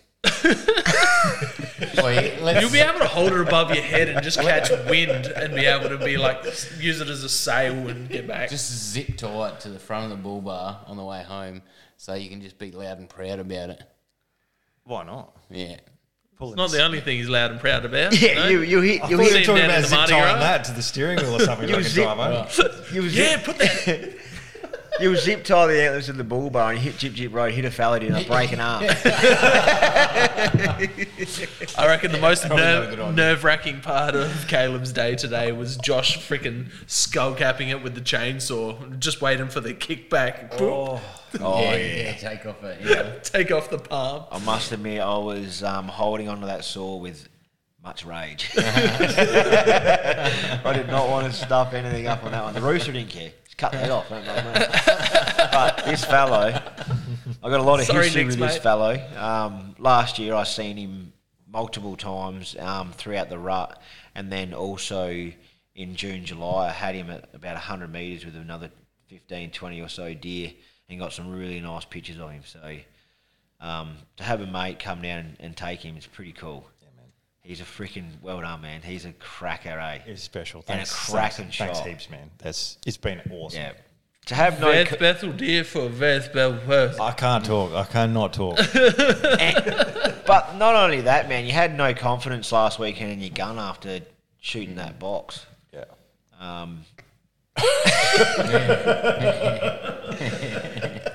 Speaker 7: Wait, let's,
Speaker 1: You'll be able to hold it above your head and just catch wind and be able to be like use it as a sail and get back.
Speaker 7: just zip tight to the front of the bull bar on the way home, so you can just be loud and proud about it.
Speaker 6: Why not?
Speaker 7: Yeah.
Speaker 6: Pulling
Speaker 1: Not the only thing he's loud and proud about.
Speaker 2: Yeah,
Speaker 1: no?
Speaker 2: you, you hit, you
Speaker 1: thought
Speaker 2: hit,
Speaker 1: he-
Speaker 6: talking
Speaker 1: down at
Speaker 6: about
Speaker 1: the
Speaker 6: zip
Speaker 1: Mardi
Speaker 6: tying
Speaker 1: Gras.
Speaker 6: that to the steering wheel or something. you I can
Speaker 2: zip-
Speaker 6: drive over.
Speaker 2: you
Speaker 1: yeah,
Speaker 2: zip,
Speaker 1: put that.
Speaker 2: you zip tie the antlers in the bull bar and you hit Jip Jip Road, hit a fella and I break an arm.
Speaker 1: I reckon the most
Speaker 7: not a good
Speaker 1: ner-
Speaker 7: idea.
Speaker 1: nerve-wracking part of Caleb's day today was Josh freaking skullcapping it with the chainsaw, just waiting for the kickback. Boop,
Speaker 2: Oh,
Speaker 7: yeah, yeah. Take off it. Yeah.
Speaker 1: Take off the palm.
Speaker 2: I must admit, I was um, holding onto that saw with much rage. I did not want to stuff anything up on that one. The rooster didn't care. Just cut that off. Don't mind that. but this fellow, I got a lot of
Speaker 1: Sorry,
Speaker 2: history
Speaker 1: Nick's
Speaker 2: with this
Speaker 1: mate.
Speaker 2: fellow. Um, last year, I seen him multiple times um, throughout the rut, and then also in June, July, I had him at about 100 metres with another 15, 20 or so deer, and got some really nice pictures of him. So um, to have a mate come down and, and take him is pretty cool. He's a freaking well done man. He's a cracker, eh?
Speaker 6: It's special.
Speaker 2: And a
Speaker 6: Thanks,
Speaker 2: cracking
Speaker 6: thanks, thanks
Speaker 2: shot.
Speaker 6: heaps, man. That's it's been awesome.
Speaker 2: Yeah. To have no
Speaker 1: Beth
Speaker 2: co-
Speaker 1: Bethel dear for Beth Bethel Perth.
Speaker 6: I can't talk. I cannot talk.
Speaker 2: but not only that, man, you had no confidence last weekend in your gun after shooting that box.
Speaker 6: yeah.
Speaker 2: Um,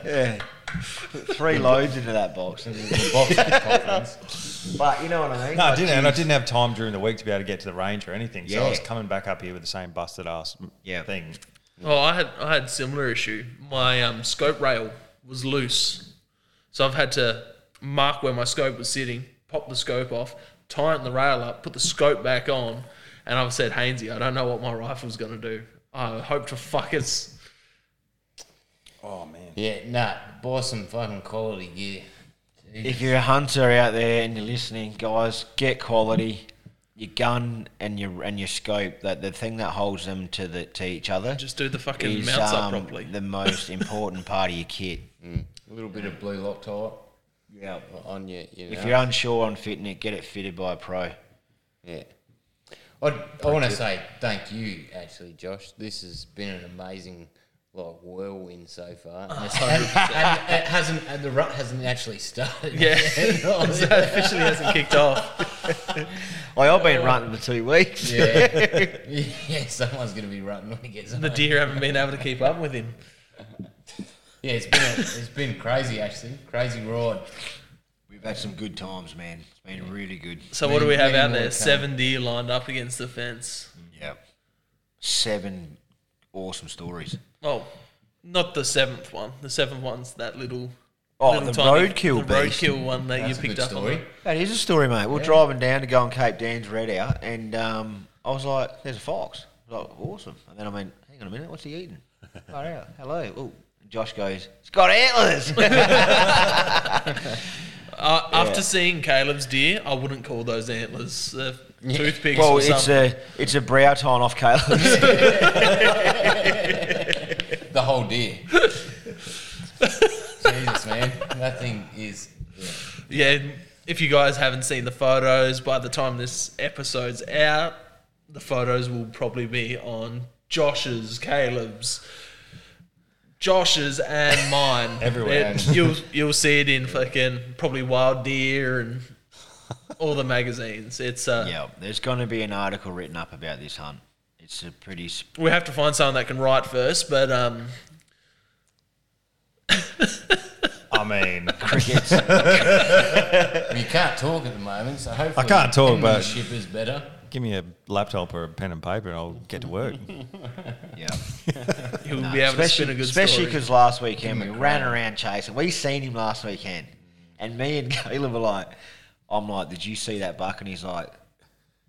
Speaker 2: yeah, three loads into that box.
Speaker 7: The box of confidence.
Speaker 2: But you know what I mean.
Speaker 6: No, I
Speaker 2: Like,
Speaker 6: didn't, and I didn't have time during the week to be able to get to the range or anything. So I
Speaker 2: Yeah.
Speaker 6: was coming back up here with the same busted ass m-
Speaker 2: Yeah.
Speaker 6: thing.
Speaker 1: Oh, I had I had similar issue. My um, scope rail was loose, so I've had to mark where my scope was sitting, pop the scope off, tighten the rail up, put the scope back on, and I've said, Hainsey, I don't know what my rifle's gonna do. I hope to fuck it's
Speaker 7: Yeah. Nah. Buy some fucking quality gear.
Speaker 2: If you're a hunter out there and you're listening, guys, get quality. Your gun and your and your scope, that the thing that holds them to the to each other,
Speaker 1: just do the fucking
Speaker 2: is
Speaker 1: mounts up
Speaker 2: um,
Speaker 1: properly.
Speaker 2: the most important part of your kit.
Speaker 7: A little bit of blue Loctite
Speaker 2: Yeah.
Speaker 7: on you. You know.
Speaker 2: If you're unsure on fitting it, get it fitted by a pro.
Speaker 7: Yeah. I'd, I want to say thank you, actually, Josh. This has been an amazing like whirlwind so far. And, it's- and- and it hasn't and the rut hasn't actually started.
Speaker 1: yeah,
Speaker 7: yet.
Speaker 1: So it officially hasn't kicked off.
Speaker 2: Oh, I've been running for two weeks.
Speaker 7: Yeah. yeah, someone's going to be running when he gets home.
Speaker 1: The deer haven't been able to keep up with him.
Speaker 7: Yeah, it's been, a, it's been crazy, actually. Crazy ride.
Speaker 10: We've had some good times, man. It's been really good.
Speaker 1: So what do we have
Speaker 7: Many
Speaker 1: out
Speaker 7: more
Speaker 1: there?
Speaker 7: to come.
Speaker 1: Seven deer lined up against the fence.
Speaker 10: Yeah. Seven awesome stories.
Speaker 1: Oh, not the seventh one. The seventh one's that little.
Speaker 2: Oh,
Speaker 1: little
Speaker 2: the
Speaker 1: tiny-
Speaker 2: roadkill
Speaker 1: The
Speaker 2: beast.
Speaker 1: roadkill one that
Speaker 7: That's
Speaker 1: you
Speaker 7: a
Speaker 1: picked
Speaker 7: good
Speaker 1: up
Speaker 7: story.
Speaker 1: on.
Speaker 2: That is a story, mate. We We're driving down to go on Cape Dan's Red Hour, and um, I was like, "There's a fox." I was like, "Awesome!" And then I went, "Hang on a minute, what's he eating?" Far out. Hello. Oh, Josh goes, "It's got antlers."
Speaker 1: Uh, After seeing Caleb's deer, I wouldn't call those antlers uh, toothpicks
Speaker 2: well,
Speaker 1: or
Speaker 2: it's
Speaker 1: something.
Speaker 2: a it's a brow tine off Caleb.
Speaker 7: The whole deer. Jesus, man. That thing is. Yeah.
Speaker 1: yeah, if you guys haven't seen the photos, by the time this episode's out, the photos will probably be on Josh's, Caleb's, Josh's, and mine.
Speaker 6: Everywhere.
Speaker 1: It- you'll you'll see it in fucking probably Wild Deer and all the magazines. It's uh,
Speaker 2: yeah, there's going to be an article written up about this hunt. It's a pretty. Sp-
Speaker 1: we have to find someone that can write first, but um,
Speaker 6: I mean,
Speaker 7: You can't talk at the moment, so hopefully
Speaker 6: can't talk, but-
Speaker 7: ship is better.
Speaker 6: give me a laptop or a pen and paper, and I'll get to work.
Speaker 2: yeah,
Speaker 1: he'll be able to spin a good
Speaker 2: especially
Speaker 1: story.
Speaker 2: because last weekend we ran around chasing. We seen him last weekend, and me and Caleb were like, "I'm like, did you see that buck?" And he's like,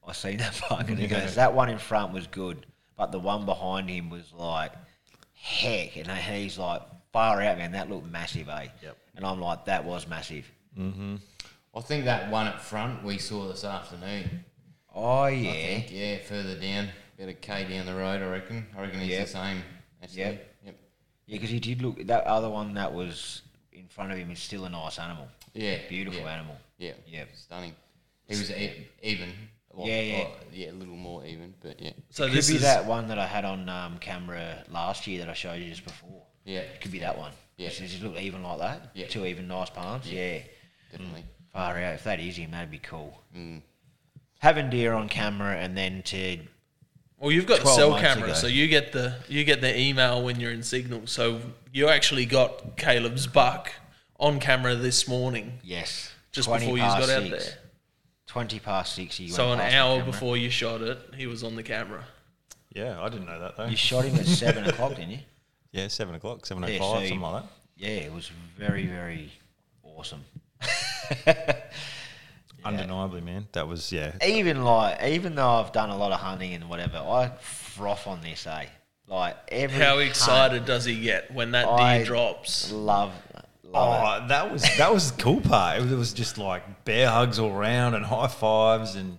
Speaker 2: "I seen that buck." And he goes, "That one in front was good, but the one behind him was like, heck!" And he's like, "Far out, man. That looked massive, eh?" Yep. And I'm like, "That was massive."
Speaker 7: I think that one up front we saw this afternoon.
Speaker 2: Oh
Speaker 7: I
Speaker 2: yeah,
Speaker 7: think, yeah, further down, about a K down the road, I reckon. I reckon he's
Speaker 2: Yep.
Speaker 7: the same. Actually.
Speaker 2: Yep.
Speaker 7: Yep.
Speaker 2: yeah, because he did look. That other one that was in front of him is still a nice animal.
Speaker 7: Yeah.
Speaker 2: Beautiful
Speaker 7: yeah,
Speaker 2: animal.
Speaker 7: Yeah.
Speaker 2: Yep.
Speaker 7: Stunning. He was e- even. a lot-
Speaker 2: Yeah, yeah.
Speaker 7: lot- yeah, a little more even, but yeah.
Speaker 1: so
Speaker 2: Could
Speaker 1: this
Speaker 2: be
Speaker 1: is
Speaker 2: that one that I had on um, camera last year that I showed you just before.
Speaker 7: Yeah.
Speaker 2: It could be that one.
Speaker 7: Yeah.
Speaker 2: Does it look even like that?
Speaker 7: Yeah.
Speaker 2: Two even nice palms? Yeah.
Speaker 7: Definitely.
Speaker 2: Far out. If that is him, that'd be cool.
Speaker 7: Mm.
Speaker 2: Having deer on camera and then to.
Speaker 1: Well, you've got the
Speaker 2: 12
Speaker 1: cell
Speaker 2: months
Speaker 1: camera,
Speaker 2: ago.
Speaker 1: so you get the you get the email when you're in Signal. So you actually got Caleb's buck on camera this morning,
Speaker 2: Yes.
Speaker 1: just
Speaker 2: 20
Speaker 1: before you got
Speaker 2: past
Speaker 1: out
Speaker 2: six.
Speaker 1: there.
Speaker 2: 20 past 6. He
Speaker 1: So an
Speaker 2: went past the
Speaker 1: hour
Speaker 2: camera.
Speaker 1: before you shot it, he was on the camera.
Speaker 6: Yeah, I didn't know that though.
Speaker 2: You shot him at 7 o'clock, didn't you?
Speaker 6: Yeah, seven o'clock, seven
Speaker 2: Yeah,
Speaker 6: o'clock,
Speaker 2: so you-
Speaker 6: something like that.
Speaker 2: Yeah, it was very, very awesome.
Speaker 6: Undeniably, man, that was yeah.
Speaker 2: even like even though I've done a lot of hunting and whatever, I froth on this, eh? Like every
Speaker 1: How
Speaker 2: hunt,
Speaker 1: excited does he get when that
Speaker 2: I-
Speaker 1: deer drops?
Speaker 2: Love, love it.
Speaker 6: Oh, that was that was the cool part. It was, it was just like bear hugs all round and high fives, and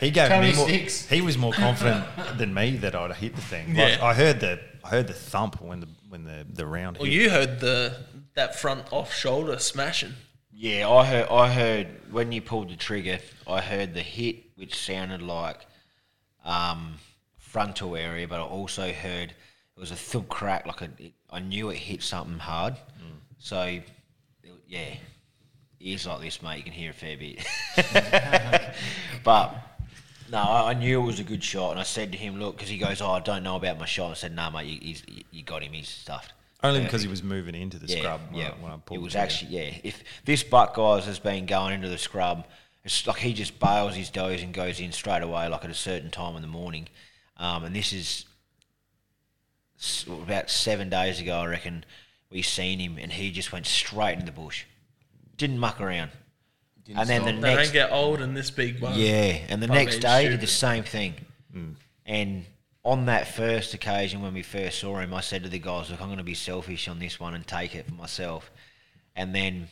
Speaker 6: he gave
Speaker 7: Tummy
Speaker 6: me more,
Speaker 7: sticks.
Speaker 6: He was more confident than me that I'd hit the thing. Like,
Speaker 1: Yeah.
Speaker 6: I heard the I heard the thump when the when the the round hit.
Speaker 1: Well, you heard the that front off shoulder smashing.
Speaker 2: Yeah, I heard. I heard when you pulled the trigger, I heard the hit, which sounded like um, frontal area, but I also heard it was a thick crack. Like a, it, I knew it hit something hard. So, it- yeah, ears like this, mate, you can hear a fair bit. but no, I, I knew it was a good shot, and I said to him, "Look," because he goes, "Oh, I don't know about my shot." I said, "No, mate, you, he's, you- you got him. He's stuffed."
Speaker 6: only
Speaker 2: Yeah.
Speaker 6: because he was moving into the scrub. When I, when I
Speaker 2: it
Speaker 6: pulled
Speaker 2: was
Speaker 6: the trigger.
Speaker 2: actually yeah. If this buck guys has been going into the scrub, it's like he just bails his does and goes in straight away, like at a certain time in the morning. Um, and this is s- about seven days ago, I reckon. We seen him, and he just went straight into the bush, didn't muck around.
Speaker 7: Didn't
Speaker 2: and then the
Speaker 7: stop.
Speaker 1: They
Speaker 2: next
Speaker 1: don't get old in this big one.
Speaker 2: yeah, and the
Speaker 1: Fuck
Speaker 2: next
Speaker 1: me,
Speaker 2: day he did
Speaker 1: stupid.
Speaker 2: the same thing. And on that first occasion when we first saw him, I said to the guys, "Look, I'm going to be selfish on this one and take it for myself." And then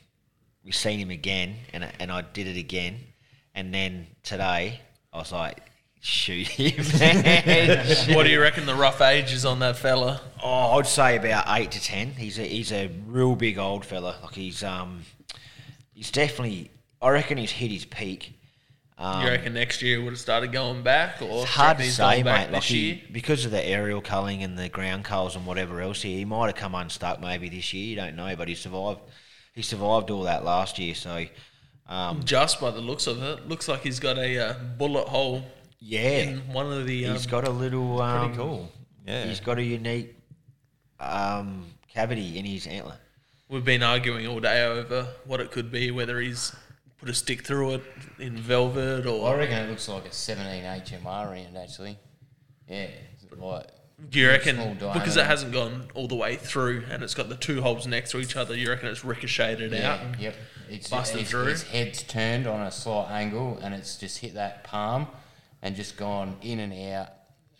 Speaker 2: we seen him again, and I- and I did it again, and then today I was like, "Shoot him!"
Speaker 1: What do you reckon the rough age is on that fella?
Speaker 2: Oh, I'd say about eight to ten. He's a he's a real big old fella. Like he's um, he's definitely. I reckon he's hit his peak. Um,
Speaker 1: you reckon next year would have started going back, or
Speaker 2: It's hard
Speaker 1: do you reckon
Speaker 2: to
Speaker 1: he's
Speaker 2: say,
Speaker 1: going back
Speaker 2: mate. Like
Speaker 1: this
Speaker 2: he,
Speaker 1: year?
Speaker 2: because of the aerial culling and the ground culls and whatever else, he, he might have come unstuck maybe this year. You don't know, but he survived. He survived all that last year, so
Speaker 1: Um, Just by the looks of it, looks like he's got a uh, bullet hole.
Speaker 2: Yeah,
Speaker 1: in one of the. Um,
Speaker 2: he's got a little. Um,
Speaker 1: pretty cool.
Speaker 6: Yeah.
Speaker 2: he's got a unique um, cavity in his antler.
Speaker 1: We've been arguing all day over what it could be, whether he's put a stick through it in velvet or.
Speaker 7: I reckon it looks like a 17 HMR round, actually. Yeah, it's like.
Speaker 1: Do you
Speaker 7: small
Speaker 1: reckon because
Speaker 7: diameter.
Speaker 1: it hasn't gone all the way through and it's got the two holes next to each other? You reckon it's ricocheted
Speaker 7: Yeah,
Speaker 1: out? and
Speaker 7: Yep. It's,
Speaker 1: busted
Speaker 7: it's,
Speaker 1: through.
Speaker 7: His head's turned on a slight angle, and it's just hit that palm, and just gone in and out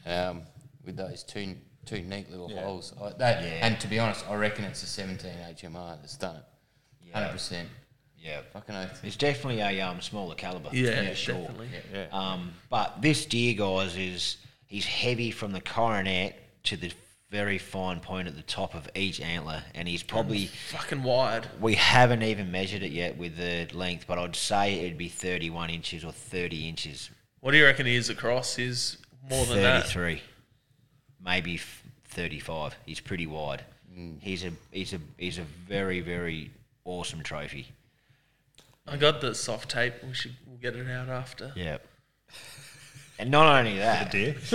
Speaker 7: um, with those two two neat little holes. I, that,
Speaker 2: Yeah.
Speaker 7: And to be honest, I reckon it's a 17 HMR that's done it. Hundred percent.
Speaker 2: Yeah,
Speaker 7: Fucking oath.
Speaker 2: it's definitely a um, smaller caliber.
Speaker 1: Yeah,
Speaker 2: for sure.
Speaker 1: definitely.
Speaker 6: Yeah.
Speaker 2: Um, but this deer, guys, is he's heavy from the coronet to the very fine point at the top of each antler, and he's probably
Speaker 1: Fucking wide.
Speaker 2: we haven't even measured it yet with the length, but I'd say it'd be 31 inches or 30 inches,
Speaker 1: What do you reckon he is across? He's more than that.
Speaker 2: 33, maybe f- 35. He's pretty wide.
Speaker 6: Mm.
Speaker 2: He's a he's a he's a very very awesome trophy.
Speaker 1: I got the soft tape. We should we'll get it out after.
Speaker 2: Yeah. And not only that, this,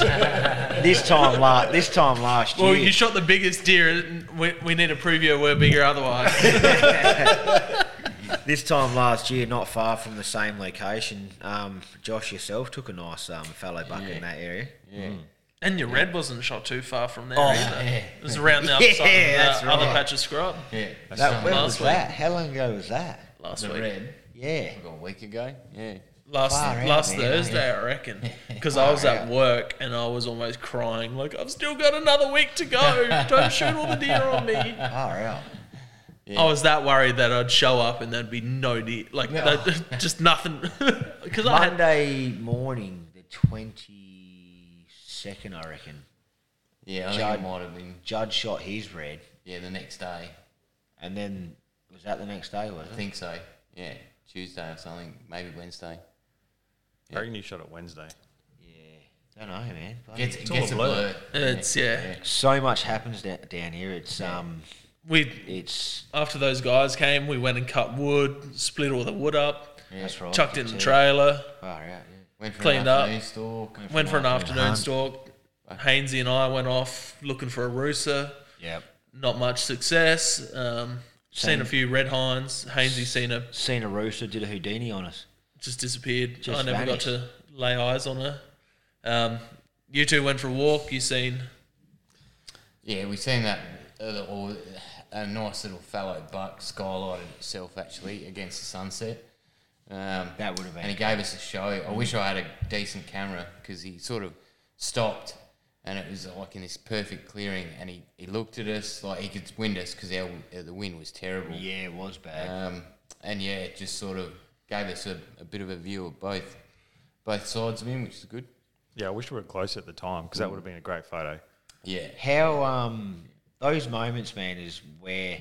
Speaker 2: this time last this time last
Speaker 1: Well,
Speaker 2: year,
Speaker 1: you shot the biggest deer. and We, we need a preview. We're bigger otherwise.
Speaker 2: this time last year, not far from the same location, um, Josh yourself took a nice um, fallow buck in that area.
Speaker 1: and your red wasn't shot too far from there
Speaker 2: Oh,
Speaker 1: either.
Speaker 7: yeah.
Speaker 1: It was around the other side
Speaker 2: Yeah,
Speaker 1: of
Speaker 2: that's
Speaker 1: the uh, other
Speaker 2: right.
Speaker 1: patch of scrub
Speaker 7: Yeah.
Speaker 2: That, when
Speaker 1: last
Speaker 2: was
Speaker 1: week.
Speaker 2: that? How long ago was that?
Speaker 1: last
Speaker 7: the
Speaker 1: week.
Speaker 7: red.
Speaker 2: Yeah.
Speaker 7: Like a week ago. Yeah.
Speaker 1: Last
Speaker 2: Far out,
Speaker 1: last
Speaker 2: man.
Speaker 1: Thursday, I reckon, because I was at work and I was almost crying, like I've still got another week to go. Don't shoot all the deer on me.
Speaker 2: Far out.
Speaker 1: I was that worried that I'd show up and there'd be no deer, like that- just nothing. Because I had
Speaker 2: Monday morning, the 22nd, I reckon,
Speaker 7: Yeah. I think
Speaker 2: Judd.
Speaker 7: it might have been.
Speaker 2: Judd shot his red,
Speaker 7: Yeah, the next day.
Speaker 2: and then was that the next day, was
Speaker 7: I
Speaker 2: it?
Speaker 7: think so. Yeah, Tuesday or something. Maybe Wednesday.
Speaker 6: I reckon you shot it Wednesday.
Speaker 2: Yeah. Don't know, man. Bloody-
Speaker 7: Gets,
Speaker 6: all
Speaker 7: gets
Speaker 6: a
Speaker 7: a
Speaker 6: blur.
Speaker 7: blur.
Speaker 1: it's yeah.
Speaker 2: So much happens da- down here. It's, um,
Speaker 1: We
Speaker 2: it's,
Speaker 1: after those guys came, we went and cut wood, split all the wood up,
Speaker 2: that's right.
Speaker 1: chucked it in the
Speaker 2: Yeah.
Speaker 1: trailer,
Speaker 2: Far out.
Speaker 7: Oh, Went for
Speaker 1: Cleaned
Speaker 7: an
Speaker 1: up.
Speaker 7: afternoon stalk.
Speaker 1: went for an afternoon stalk. Hainsey and I went off looking for a rooster.
Speaker 2: Yeah. Yep.
Speaker 1: Not much success. Um, seen
Speaker 2: Same.
Speaker 1: a few red hinds. Hainsey seen a
Speaker 2: Seen a rooster did a Houdini on us.
Speaker 1: just disappeared.
Speaker 2: Just
Speaker 1: I never
Speaker 2: vanished.
Speaker 1: got to lay eyes on her. Um, you two went for a walk. You seen
Speaker 7: Yeah, we seen that uh, or a nice little fallow buck skylighted itself actually against the sunset. Um,
Speaker 2: That would have been
Speaker 7: And he gave us a show. I wish I had a decent camera because he sort of stopped and it was uh, like in this perfect clearing and he, he looked at us like he could wind us because our, uh, the wind was terrible.
Speaker 2: Yeah, it was bad.
Speaker 7: Um, and yeah, it just sort of gave us a, a bit of a view of both both sides of him, which is good.
Speaker 6: Yeah, I wish we were close at the time because that would have been a great photo.
Speaker 7: Yeah.
Speaker 2: How um those moments, man, is where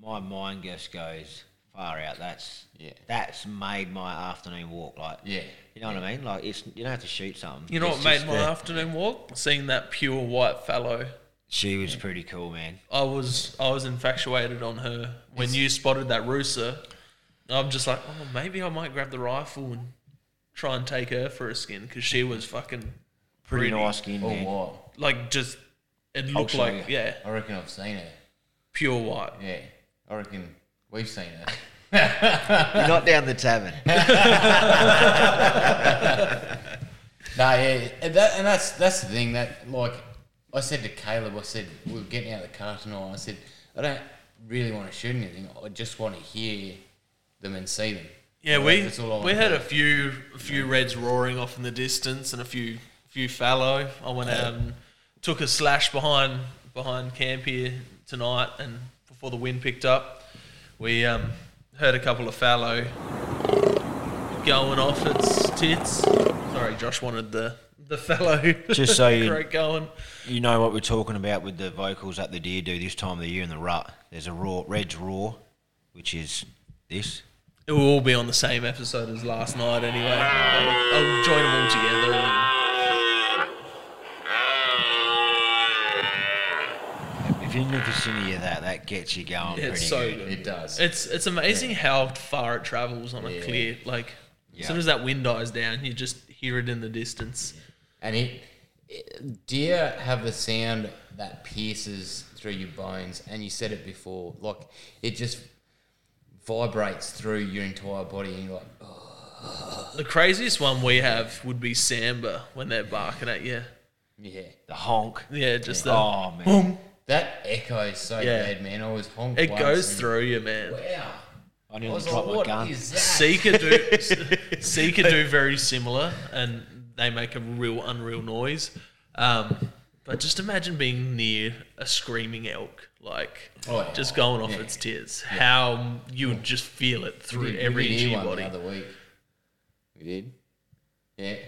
Speaker 2: my mind just goes far out. That's
Speaker 7: Yeah.
Speaker 2: That's made my afternoon walk. Like
Speaker 7: Yeah.
Speaker 2: you know what I mean. Like it's you don't have to shoot something.
Speaker 1: you know
Speaker 2: It's
Speaker 1: what made
Speaker 2: just
Speaker 1: my
Speaker 2: that
Speaker 1: afternoon walk? Seeing that pure white fallow.
Speaker 2: She was pretty cool, man.
Speaker 1: I was I was infatuated on her when you spotted that rooster. I'm just like, oh, maybe I might grab the rifle and try and take her for a skin because she was fucking
Speaker 2: Pretty,
Speaker 1: Pretty.
Speaker 2: Oh, nice skin,
Speaker 7: All
Speaker 2: man.
Speaker 7: white.
Speaker 1: like just it looked
Speaker 2: show
Speaker 1: like
Speaker 2: you.
Speaker 1: yeah
Speaker 7: I reckon I've seen it.
Speaker 1: pure white.
Speaker 7: Yeah, I reckon we've seen it.
Speaker 2: You're not down the tavern.
Speaker 7: no, yeah, and, that, and that's that's the thing that like I said to Caleb, I said we were getting out of the car tonight. I said I don't really want to shoot anything. I just want to hear them and see them.
Speaker 1: Yeah,
Speaker 7: Like,
Speaker 1: we
Speaker 7: that's all I
Speaker 1: we
Speaker 7: wanna
Speaker 1: had
Speaker 7: do.
Speaker 1: a few a few reds roaring off in the distance and a few few fallow. I went out and took a slash behind behind camp here tonight, and before the wind picked up, we um, heard a couple of fallow going off its tits. Sorry, Josh wanted the the fallow
Speaker 2: Just so you-
Speaker 1: correct going.
Speaker 2: you know what we're talking about with the vocals that the deer do this time of the year in the rut. There's a raw red's raw, which is this.
Speaker 1: It will all be on the same episode as last night anyway. I'll, I'll join them all together. And
Speaker 2: If if you're in the vicinity of that, that gets you going
Speaker 1: Yeah,
Speaker 2: pretty
Speaker 1: it's so
Speaker 2: good.
Speaker 1: good.
Speaker 7: It does.
Speaker 1: It's it's amazing how far it travels on a
Speaker 7: Yeah.
Speaker 1: clear. Like
Speaker 7: Yeah.
Speaker 1: as soon as that wind dies down, you just hear it in the distance.
Speaker 7: And it, it- deer have a sound that pierces through your bones, and you said it before. Like it just vibrates through your entire body, and you're like, oh,
Speaker 1: The craziest one we have would be Samba when they're barking at you.
Speaker 7: yeah,
Speaker 2: The honk.
Speaker 1: Yeah, just um, the
Speaker 2: Oh man.
Speaker 1: boom.
Speaker 7: that echo is so
Speaker 1: Yeah.
Speaker 7: bad, man. I was honked.
Speaker 1: It
Speaker 7: once
Speaker 1: goes
Speaker 7: and-
Speaker 1: through you, man.
Speaker 7: Wow.
Speaker 2: I
Speaker 7: I
Speaker 2: nearly
Speaker 7: was
Speaker 2: dropped
Speaker 7: like,
Speaker 2: my gun.
Speaker 7: what is that?
Speaker 1: Seeker do Seeker do very similar, and they make a real unreal noise. Um, but just imagine being near a screaming elk, like
Speaker 7: Oh, yeah.
Speaker 1: just going off its tits. How you would just feel it
Speaker 7: We
Speaker 1: through
Speaker 7: did- we
Speaker 1: every
Speaker 7: did
Speaker 1: inch of
Speaker 7: hear
Speaker 1: your
Speaker 7: one
Speaker 1: body.
Speaker 7: The other week. We did. Yeah. A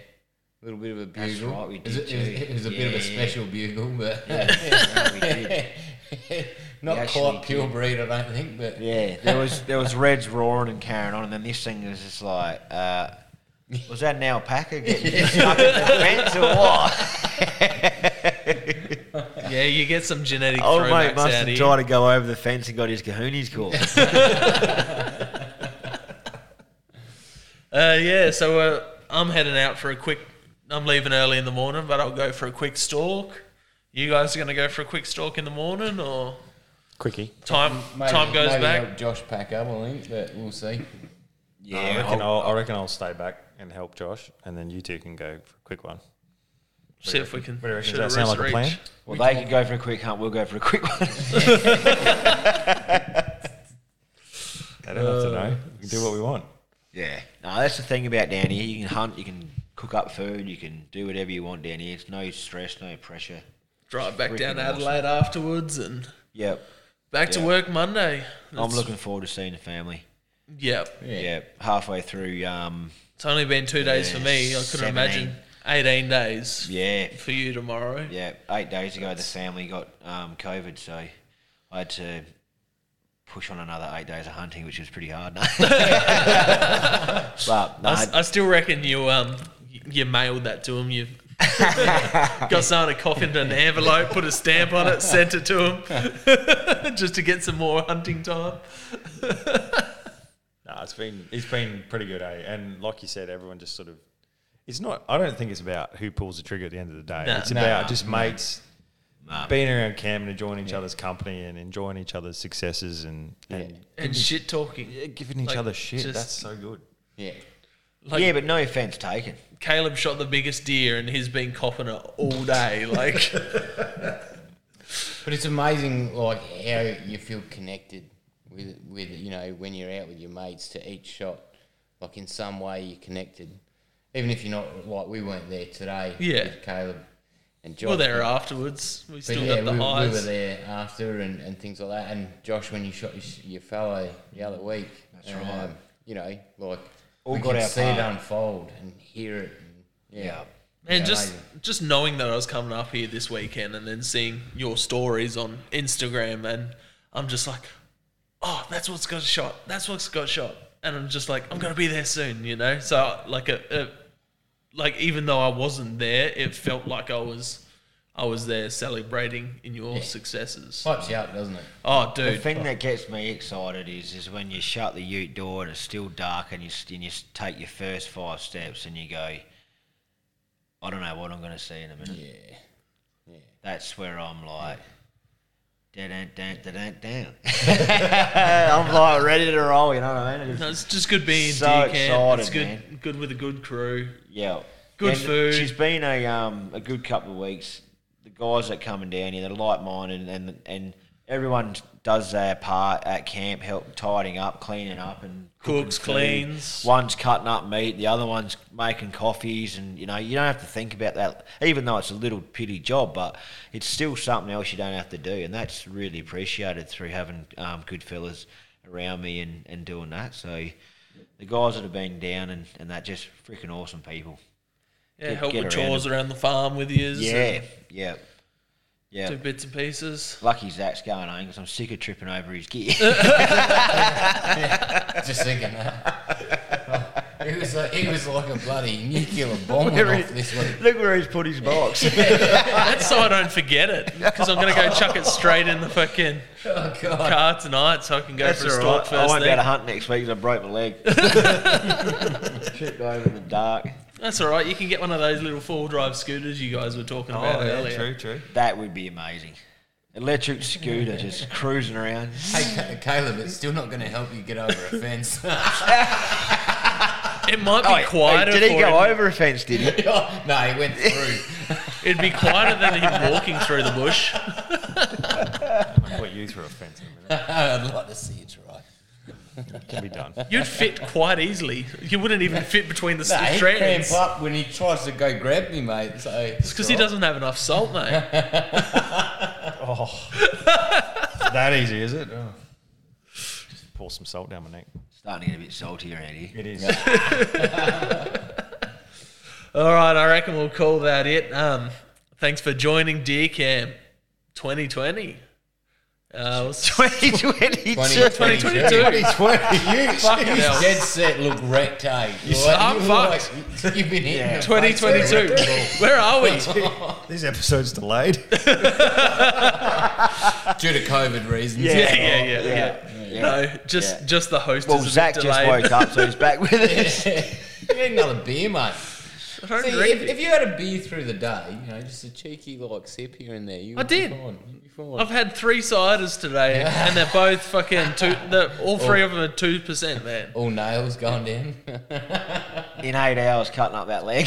Speaker 7: little bit of a bugle.
Speaker 2: That's right, we
Speaker 7: It was-
Speaker 2: did
Speaker 7: It was,
Speaker 2: too.
Speaker 7: it was a bit of a
Speaker 2: Yeah.
Speaker 7: special bugle, but
Speaker 2: Yeah, no, we did. We
Speaker 7: not
Speaker 2: actually
Speaker 7: quite pure
Speaker 2: did.
Speaker 7: breed, I don't think. But
Speaker 2: Yeah, there was there was Reds roaring and carrying on, and then this thing was just like, uh, was that an alpaca getting stuck in the fence or what?
Speaker 1: Yeah, you get some genetic
Speaker 2: Old mate
Speaker 1: throwbacks
Speaker 2: must
Speaker 1: out
Speaker 2: have
Speaker 1: here.
Speaker 2: tried to go over the fence and got his kahunas caught.
Speaker 1: Uh, yeah, so uh, I'm heading out for a quick. I'm leaving early in the morning, but I'll go for a quick stalk. You guys are going to go for a quick stalk in the morning, or
Speaker 6: Quickie.
Speaker 1: time
Speaker 7: Maybe-
Speaker 1: time goes
Speaker 7: maybe
Speaker 1: back?
Speaker 7: help Josh pack up, I think, but we'll see.
Speaker 2: yeah,
Speaker 6: I
Speaker 2: I'll-
Speaker 6: reckon I'll, I reckon I'll stay back and help Josh, and then you two can go for a quick one.
Speaker 1: See if we can.
Speaker 6: What do you reckon?
Speaker 1: shoot
Speaker 6: Does that sound like
Speaker 1: rooster
Speaker 6: a plan?
Speaker 1: each.
Speaker 2: well, they can go for a quick hunt. We'll go for a quick one.
Speaker 6: I don't have to know. We can do what we want.
Speaker 2: yeah, no, that's the thing about down here. You can hunt, you can cook up food, you can do whatever you want down here. It's no stress, no pressure.
Speaker 1: Drive back
Speaker 2: Freaking
Speaker 1: down to
Speaker 2: awesome.
Speaker 1: Adelaide afterwards and
Speaker 2: Yep,
Speaker 1: back to
Speaker 2: Yeah.
Speaker 1: work Monday.
Speaker 2: I'm
Speaker 1: It's-
Speaker 2: looking forward to seeing the family.
Speaker 1: Yep.
Speaker 2: Yeah, halfway through. Um,
Speaker 1: It's only been two days for me. I couldn't
Speaker 2: Seventeen.
Speaker 1: imagine 18 days
Speaker 2: yeah,
Speaker 1: for you tomorrow.
Speaker 2: Yeah, eight days ago the family got um, COVID, so I had to push on another eight days of hunting, which was pretty hard. but no,
Speaker 1: I, s- I still reckon you um y- you mailed that to him. You got someone to cough into an envelope, put a stamp on it, sent it to him, just to get some more hunting time.
Speaker 6: No, it's been it's been pretty good, eh? And like you said, everyone just sort of it's not. I don't think it's about who pulls the trigger at the end of the day.
Speaker 1: No.
Speaker 6: it's
Speaker 1: No,
Speaker 6: about just mates being around camp and enjoying each other's company and enjoying each other's successes and and
Speaker 1: And shit talking.
Speaker 6: yeah, giving each
Speaker 1: Like,
Speaker 6: other shit.
Speaker 1: just-
Speaker 6: That's so good.
Speaker 7: Yeah.
Speaker 1: Like
Speaker 2: yeah, but no offense taken.
Speaker 1: Caleb shot the biggest deer, and he's been copping it all day. Like.
Speaker 7: But it's amazing, like how you feel connected with with you know when you're out with your mates to each shot. Like in some way you're connected, even if you're not. Like we weren't there today.
Speaker 1: Yeah.
Speaker 7: with Caleb and Josh.
Speaker 1: Well, there
Speaker 7: but-
Speaker 1: afterwards. We
Speaker 7: But
Speaker 1: still
Speaker 7: yeah,
Speaker 1: got the
Speaker 7: we, we
Speaker 1: highs.
Speaker 7: were there after and, and things like that. And Josh, when you shot your, sh- your fellow the other week, that's right. You know, like
Speaker 2: All
Speaker 7: we
Speaker 2: got
Speaker 7: could
Speaker 2: our
Speaker 7: see it
Speaker 2: part.
Speaker 7: unfold and hear it. And, yeah.
Speaker 1: Man,
Speaker 7: Yeah,
Speaker 1: just
Speaker 7: amazing.
Speaker 1: just knowing that I was coming up here this weekend and then seeing your stories on Instagram, and I'm just like, oh, that's what's got shot. That's what's got shot. And I'm just like, I'm gonna be there soon, you know. So like a, a like even though I wasn't there, it felt like I was I was there celebrating in your successes.
Speaker 7: Pipes you up, doesn't it?
Speaker 1: Oh,
Speaker 2: The
Speaker 1: dude,
Speaker 2: thing that gets me excited is is when you shut the Ute door and it's still dark, and you s- and you s- take your first five steps, and you go, I don't know what I'm going to see in a minute.
Speaker 7: Yeah.
Speaker 2: That's where I'm like, da da da da da. I'm like ready to roll. You know what I mean? It's-
Speaker 1: no, it's just good being
Speaker 2: So
Speaker 1: in deer camp. It's
Speaker 2: excited,
Speaker 1: good,
Speaker 2: man.
Speaker 1: good with a good crew.
Speaker 2: Yeah.
Speaker 1: Good food.
Speaker 2: She's been a um a good couple of weeks. The guys that coming down here, they're like minded and and everyone does their part at camp, help tidying up, cleaning up and cooking
Speaker 1: Cooks,
Speaker 2: food.
Speaker 1: cleans.
Speaker 2: One's cutting up meat, the other one's making coffees and you know, you don't have to think about that even though it's a little pity job, but it's still something else you don't have to do and that's really appreciated through having um, good fellas around me and, and doing that. So the guys that have been down and, and that just freaking awesome people.
Speaker 1: Yeah,
Speaker 2: Get-
Speaker 1: help
Speaker 2: get
Speaker 1: with
Speaker 2: around
Speaker 1: chores around the farm with you.
Speaker 2: Yeah, yeah, yeah.
Speaker 1: do bits and pieces.
Speaker 2: Lucky Zach's going home because I'm sick of tripping over his gear.
Speaker 7: Just thinking that. He was like, he was like a bloody nuclear bomb went
Speaker 2: Where
Speaker 7: off
Speaker 2: he-
Speaker 7: this week.
Speaker 2: Look where he's put his box.
Speaker 1: That's so I don't forget it because I'm going to go chuck it straight in the fucking
Speaker 7: Oh, God.
Speaker 1: car tonight so I can go
Speaker 2: That's
Speaker 1: for a stalk
Speaker 2: all right. I
Speaker 1: first
Speaker 2: won't be
Speaker 1: thing.
Speaker 2: able to hunt next week because I broke my leg. Tripped over in the dark.
Speaker 1: That's all right. You can get one of those little four-wheel drive scooters you guys were talking
Speaker 2: Oh,
Speaker 1: about
Speaker 6: yeah,
Speaker 1: earlier.
Speaker 6: true, true.
Speaker 2: That would be amazing. Electric scooter just cruising around.
Speaker 7: Hey, Ca- Caleb, it's still not going to help you get over a fence.
Speaker 1: It might be
Speaker 2: Oh, Hey,
Speaker 1: quieter.
Speaker 2: did he
Speaker 1: for
Speaker 2: go
Speaker 1: him.
Speaker 2: over a fence? Did he?
Speaker 7: no, he went through.
Speaker 1: It'd be quieter than him walking through the bush.
Speaker 6: I'll put you through a fence in a minute.
Speaker 7: I'd like to see you try.
Speaker 6: Can be done.
Speaker 1: You'd fit quite easily. You wouldn't even fit between the
Speaker 7: No,
Speaker 1: nah,
Speaker 7: he
Speaker 1: strands.
Speaker 7: cramp up when he tries to go grab me, mate. So it's
Speaker 1: because he
Speaker 7: all right.
Speaker 1: doesn't have enough salt, mate.
Speaker 6: Oh. that easy, is it? Oh. Just pour some salt down my neck.
Speaker 2: Starting to get a bit salty around here.
Speaker 6: It is.
Speaker 1: All right, I reckon we'll call that it. Um, thanks for joining Deer Camp 2020. Uh, it was
Speaker 2: 2022.
Speaker 1: 2022.
Speaker 7: you,
Speaker 1: Fucking
Speaker 7: you
Speaker 1: hell.
Speaker 7: dead set look wrecked, eh? hey. You
Speaker 1: I'm
Speaker 7: Like, you've been hitting the face with a
Speaker 1: 2022.
Speaker 7: wrecking ball.
Speaker 1: Where are we?
Speaker 6: this episode's delayed.
Speaker 7: Due to COVID reasons.
Speaker 1: Yeah, yeah, yeah, yeah.
Speaker 2: Yeah.
Speaker 1: No, just
Speaker 2: Yeah.
Speaker 1: just the host
Speaker 2: Well,
Speaker 1: is a
Speaker 2: Zach
Speaker 1: bit
Speaker 2: just
Speaker 1: delayed.
Speaker 2: woke up, so he's back with us.
Speaker 7: You need another beer, mate.
Speaker 1: I don't
Speaker 7: See,
Speaker 1: drink
Speaker 7: if,
Speaker 1: it.
Speaker 7: if you had a beer through the day, you know, just a cheeky like sip here and there, you
Speaker 1: I
Speaker 7: would be
Speaker 1: did.
Speaker 7: Fine. You'd be fine.
Speaker 1: I've had three ciders today, and they're both fucking two. They're,
Speaker 2: Oh.
Speaker 1: all three of them are two percent, man.
Speaker 7: All nails going down.
Speaker 2: In eight hours, cutting up that leg.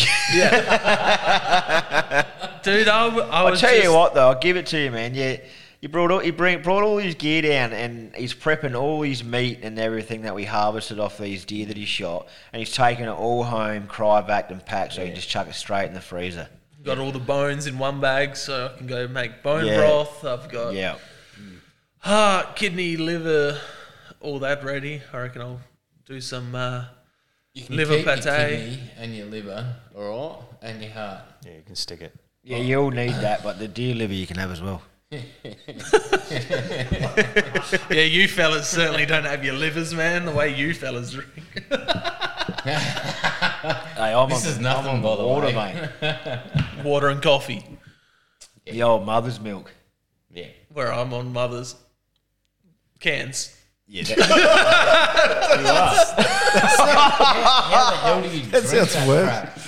Speaker 1: Dude, I, w- I
Speaker 2: I'll
Speaker 1: was
Speaker 2: tell
Speaker 1: just,
Speaker 2: you what, though, I'll give it to you, man. You, you brought all, you bring, brought all his gear down, and he's prepping all his meat and everything that we harvested off these deer that he shot, and he's taking it all home, cryovac and packed, so he can just chuck it straight in the freezer.
Speaker 1: Got all the bones in one bag, so I can go make bone
Speaker 2: Yeah.
Speaker 1: broth. I've got
Speaker 2: Yeah,
Speaker 1: heart, kidney, liver, all that ready. I reckon I'll do some. Uh,
Speaker 7: You can
Speaker 1: Liver
Speaker 7: keep your
Speaker 1: pate.
Speaker 7: kidney and your liver, all right, and your heart.
Speaker 6: yeah, you can stick it.
Speaker 2: yeah, you all need that, but the deer liver you can have as well.
Speaker 1: yeah, you fellas certainly don't have your livers, man. The way you fellas drink.
Speaker 2: Hey, I'm
Speaker 7: This
Speaker 2: on,
Speaker 7: is nothing,
Speaker 2: I'm on
Speaker 7: by the
Speaker 2: water,
Speaker 7: way.
Speaker 2: mate.
Speaker 1: Water and coffee.
Speaker 2: The old mother's milk.
Speaker 7: Yeah.
Speaker 1: Where I'm on mother's cans.
Speaker 2: Yeah, that,
Speaker 7: How the hell do you drink
Speaker 6: sounds
Speaker 7: that
Speaker 6: worse.
Speaker 7: crap?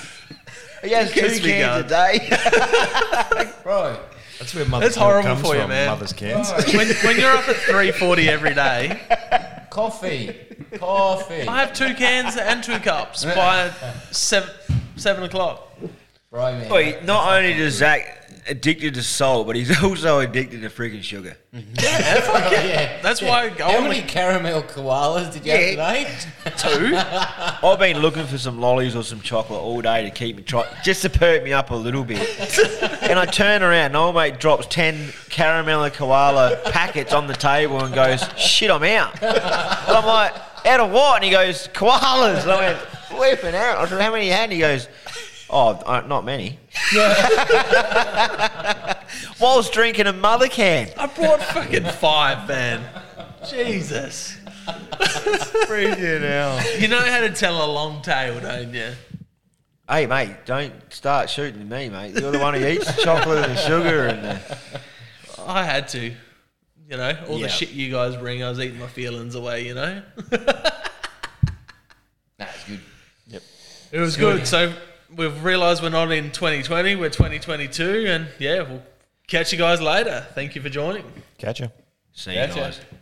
Speaker 2: he has two
Speaker 1: Kiss
Speaker 2: cans
Speaker 1: me,
Speaker 2: a day.
Speaker 7: Bro,
Speaker 6: That's where mother's
Speaker 1: That's
Speaker 6: milk
Speaker 1: horrible
Speaker 6: comes
Speaker 1: for you,
Speaker 6: from,
Speaker 1: man.
Speaker 6: Mother's cans.
Speaker 1: When, when you're up at 3.40 every day,
Speaker 7: coffee. Coffee.
Speaker 1: I have two cans and two cups by seven, seven o'clock.
Speaker 7: Bro, man.
Speaker 2: Wait, not only does Zach addicted to salt, but he's also addicted to freaking sugar.
Speaker 7: Oh, yeah.
Speaker 1: That's why I go
Speaker 7: How
Speaker 1: on
Speaker 7: many caramel koalas did you
Speaker 2: Yeah.
Speaker 7: have today?
Speaker 1: Two?
Speaker 2: I've been looking for some lollies or some chocolate all day to keep me try just to perk me up a little bit. and I turn around, and old mate drops ten caramel and koala packets on the table and goes, "Shit, I'm out." And I'm like, "Out of what?" And he goes, "Koalas." And I went, "Flipping out!" I said, "How many you had?" And he goes, "Oh, uh, not many." Whilst drinking a mother can.
Speaker 1: I brought fucking five, man. Jesus.
Speaker 6: Freaking hell.
Speaker 1: You know how to tell a long tale, don't you?
Speaker 2: Hey mate, don't start shooting me, mate. You're the one who eats the chocolate and the sugar and the.
Speaker 1: I had to. You know, all
Speaker 2: Yeah.
Speaker 1: the shit you guys bring, I was eating my feelings away, you know?
Speaker 7: Nah, it's good.
Speaker 1: It was good. So we've realised we're not in 2020, we're 2022, and yeah, we'll catch you guys later. Thank you for joining.
Speaker 6: Catch you.
Speaker 2: See
Speaker 1: Gotcha.
Speaker 2: you guys.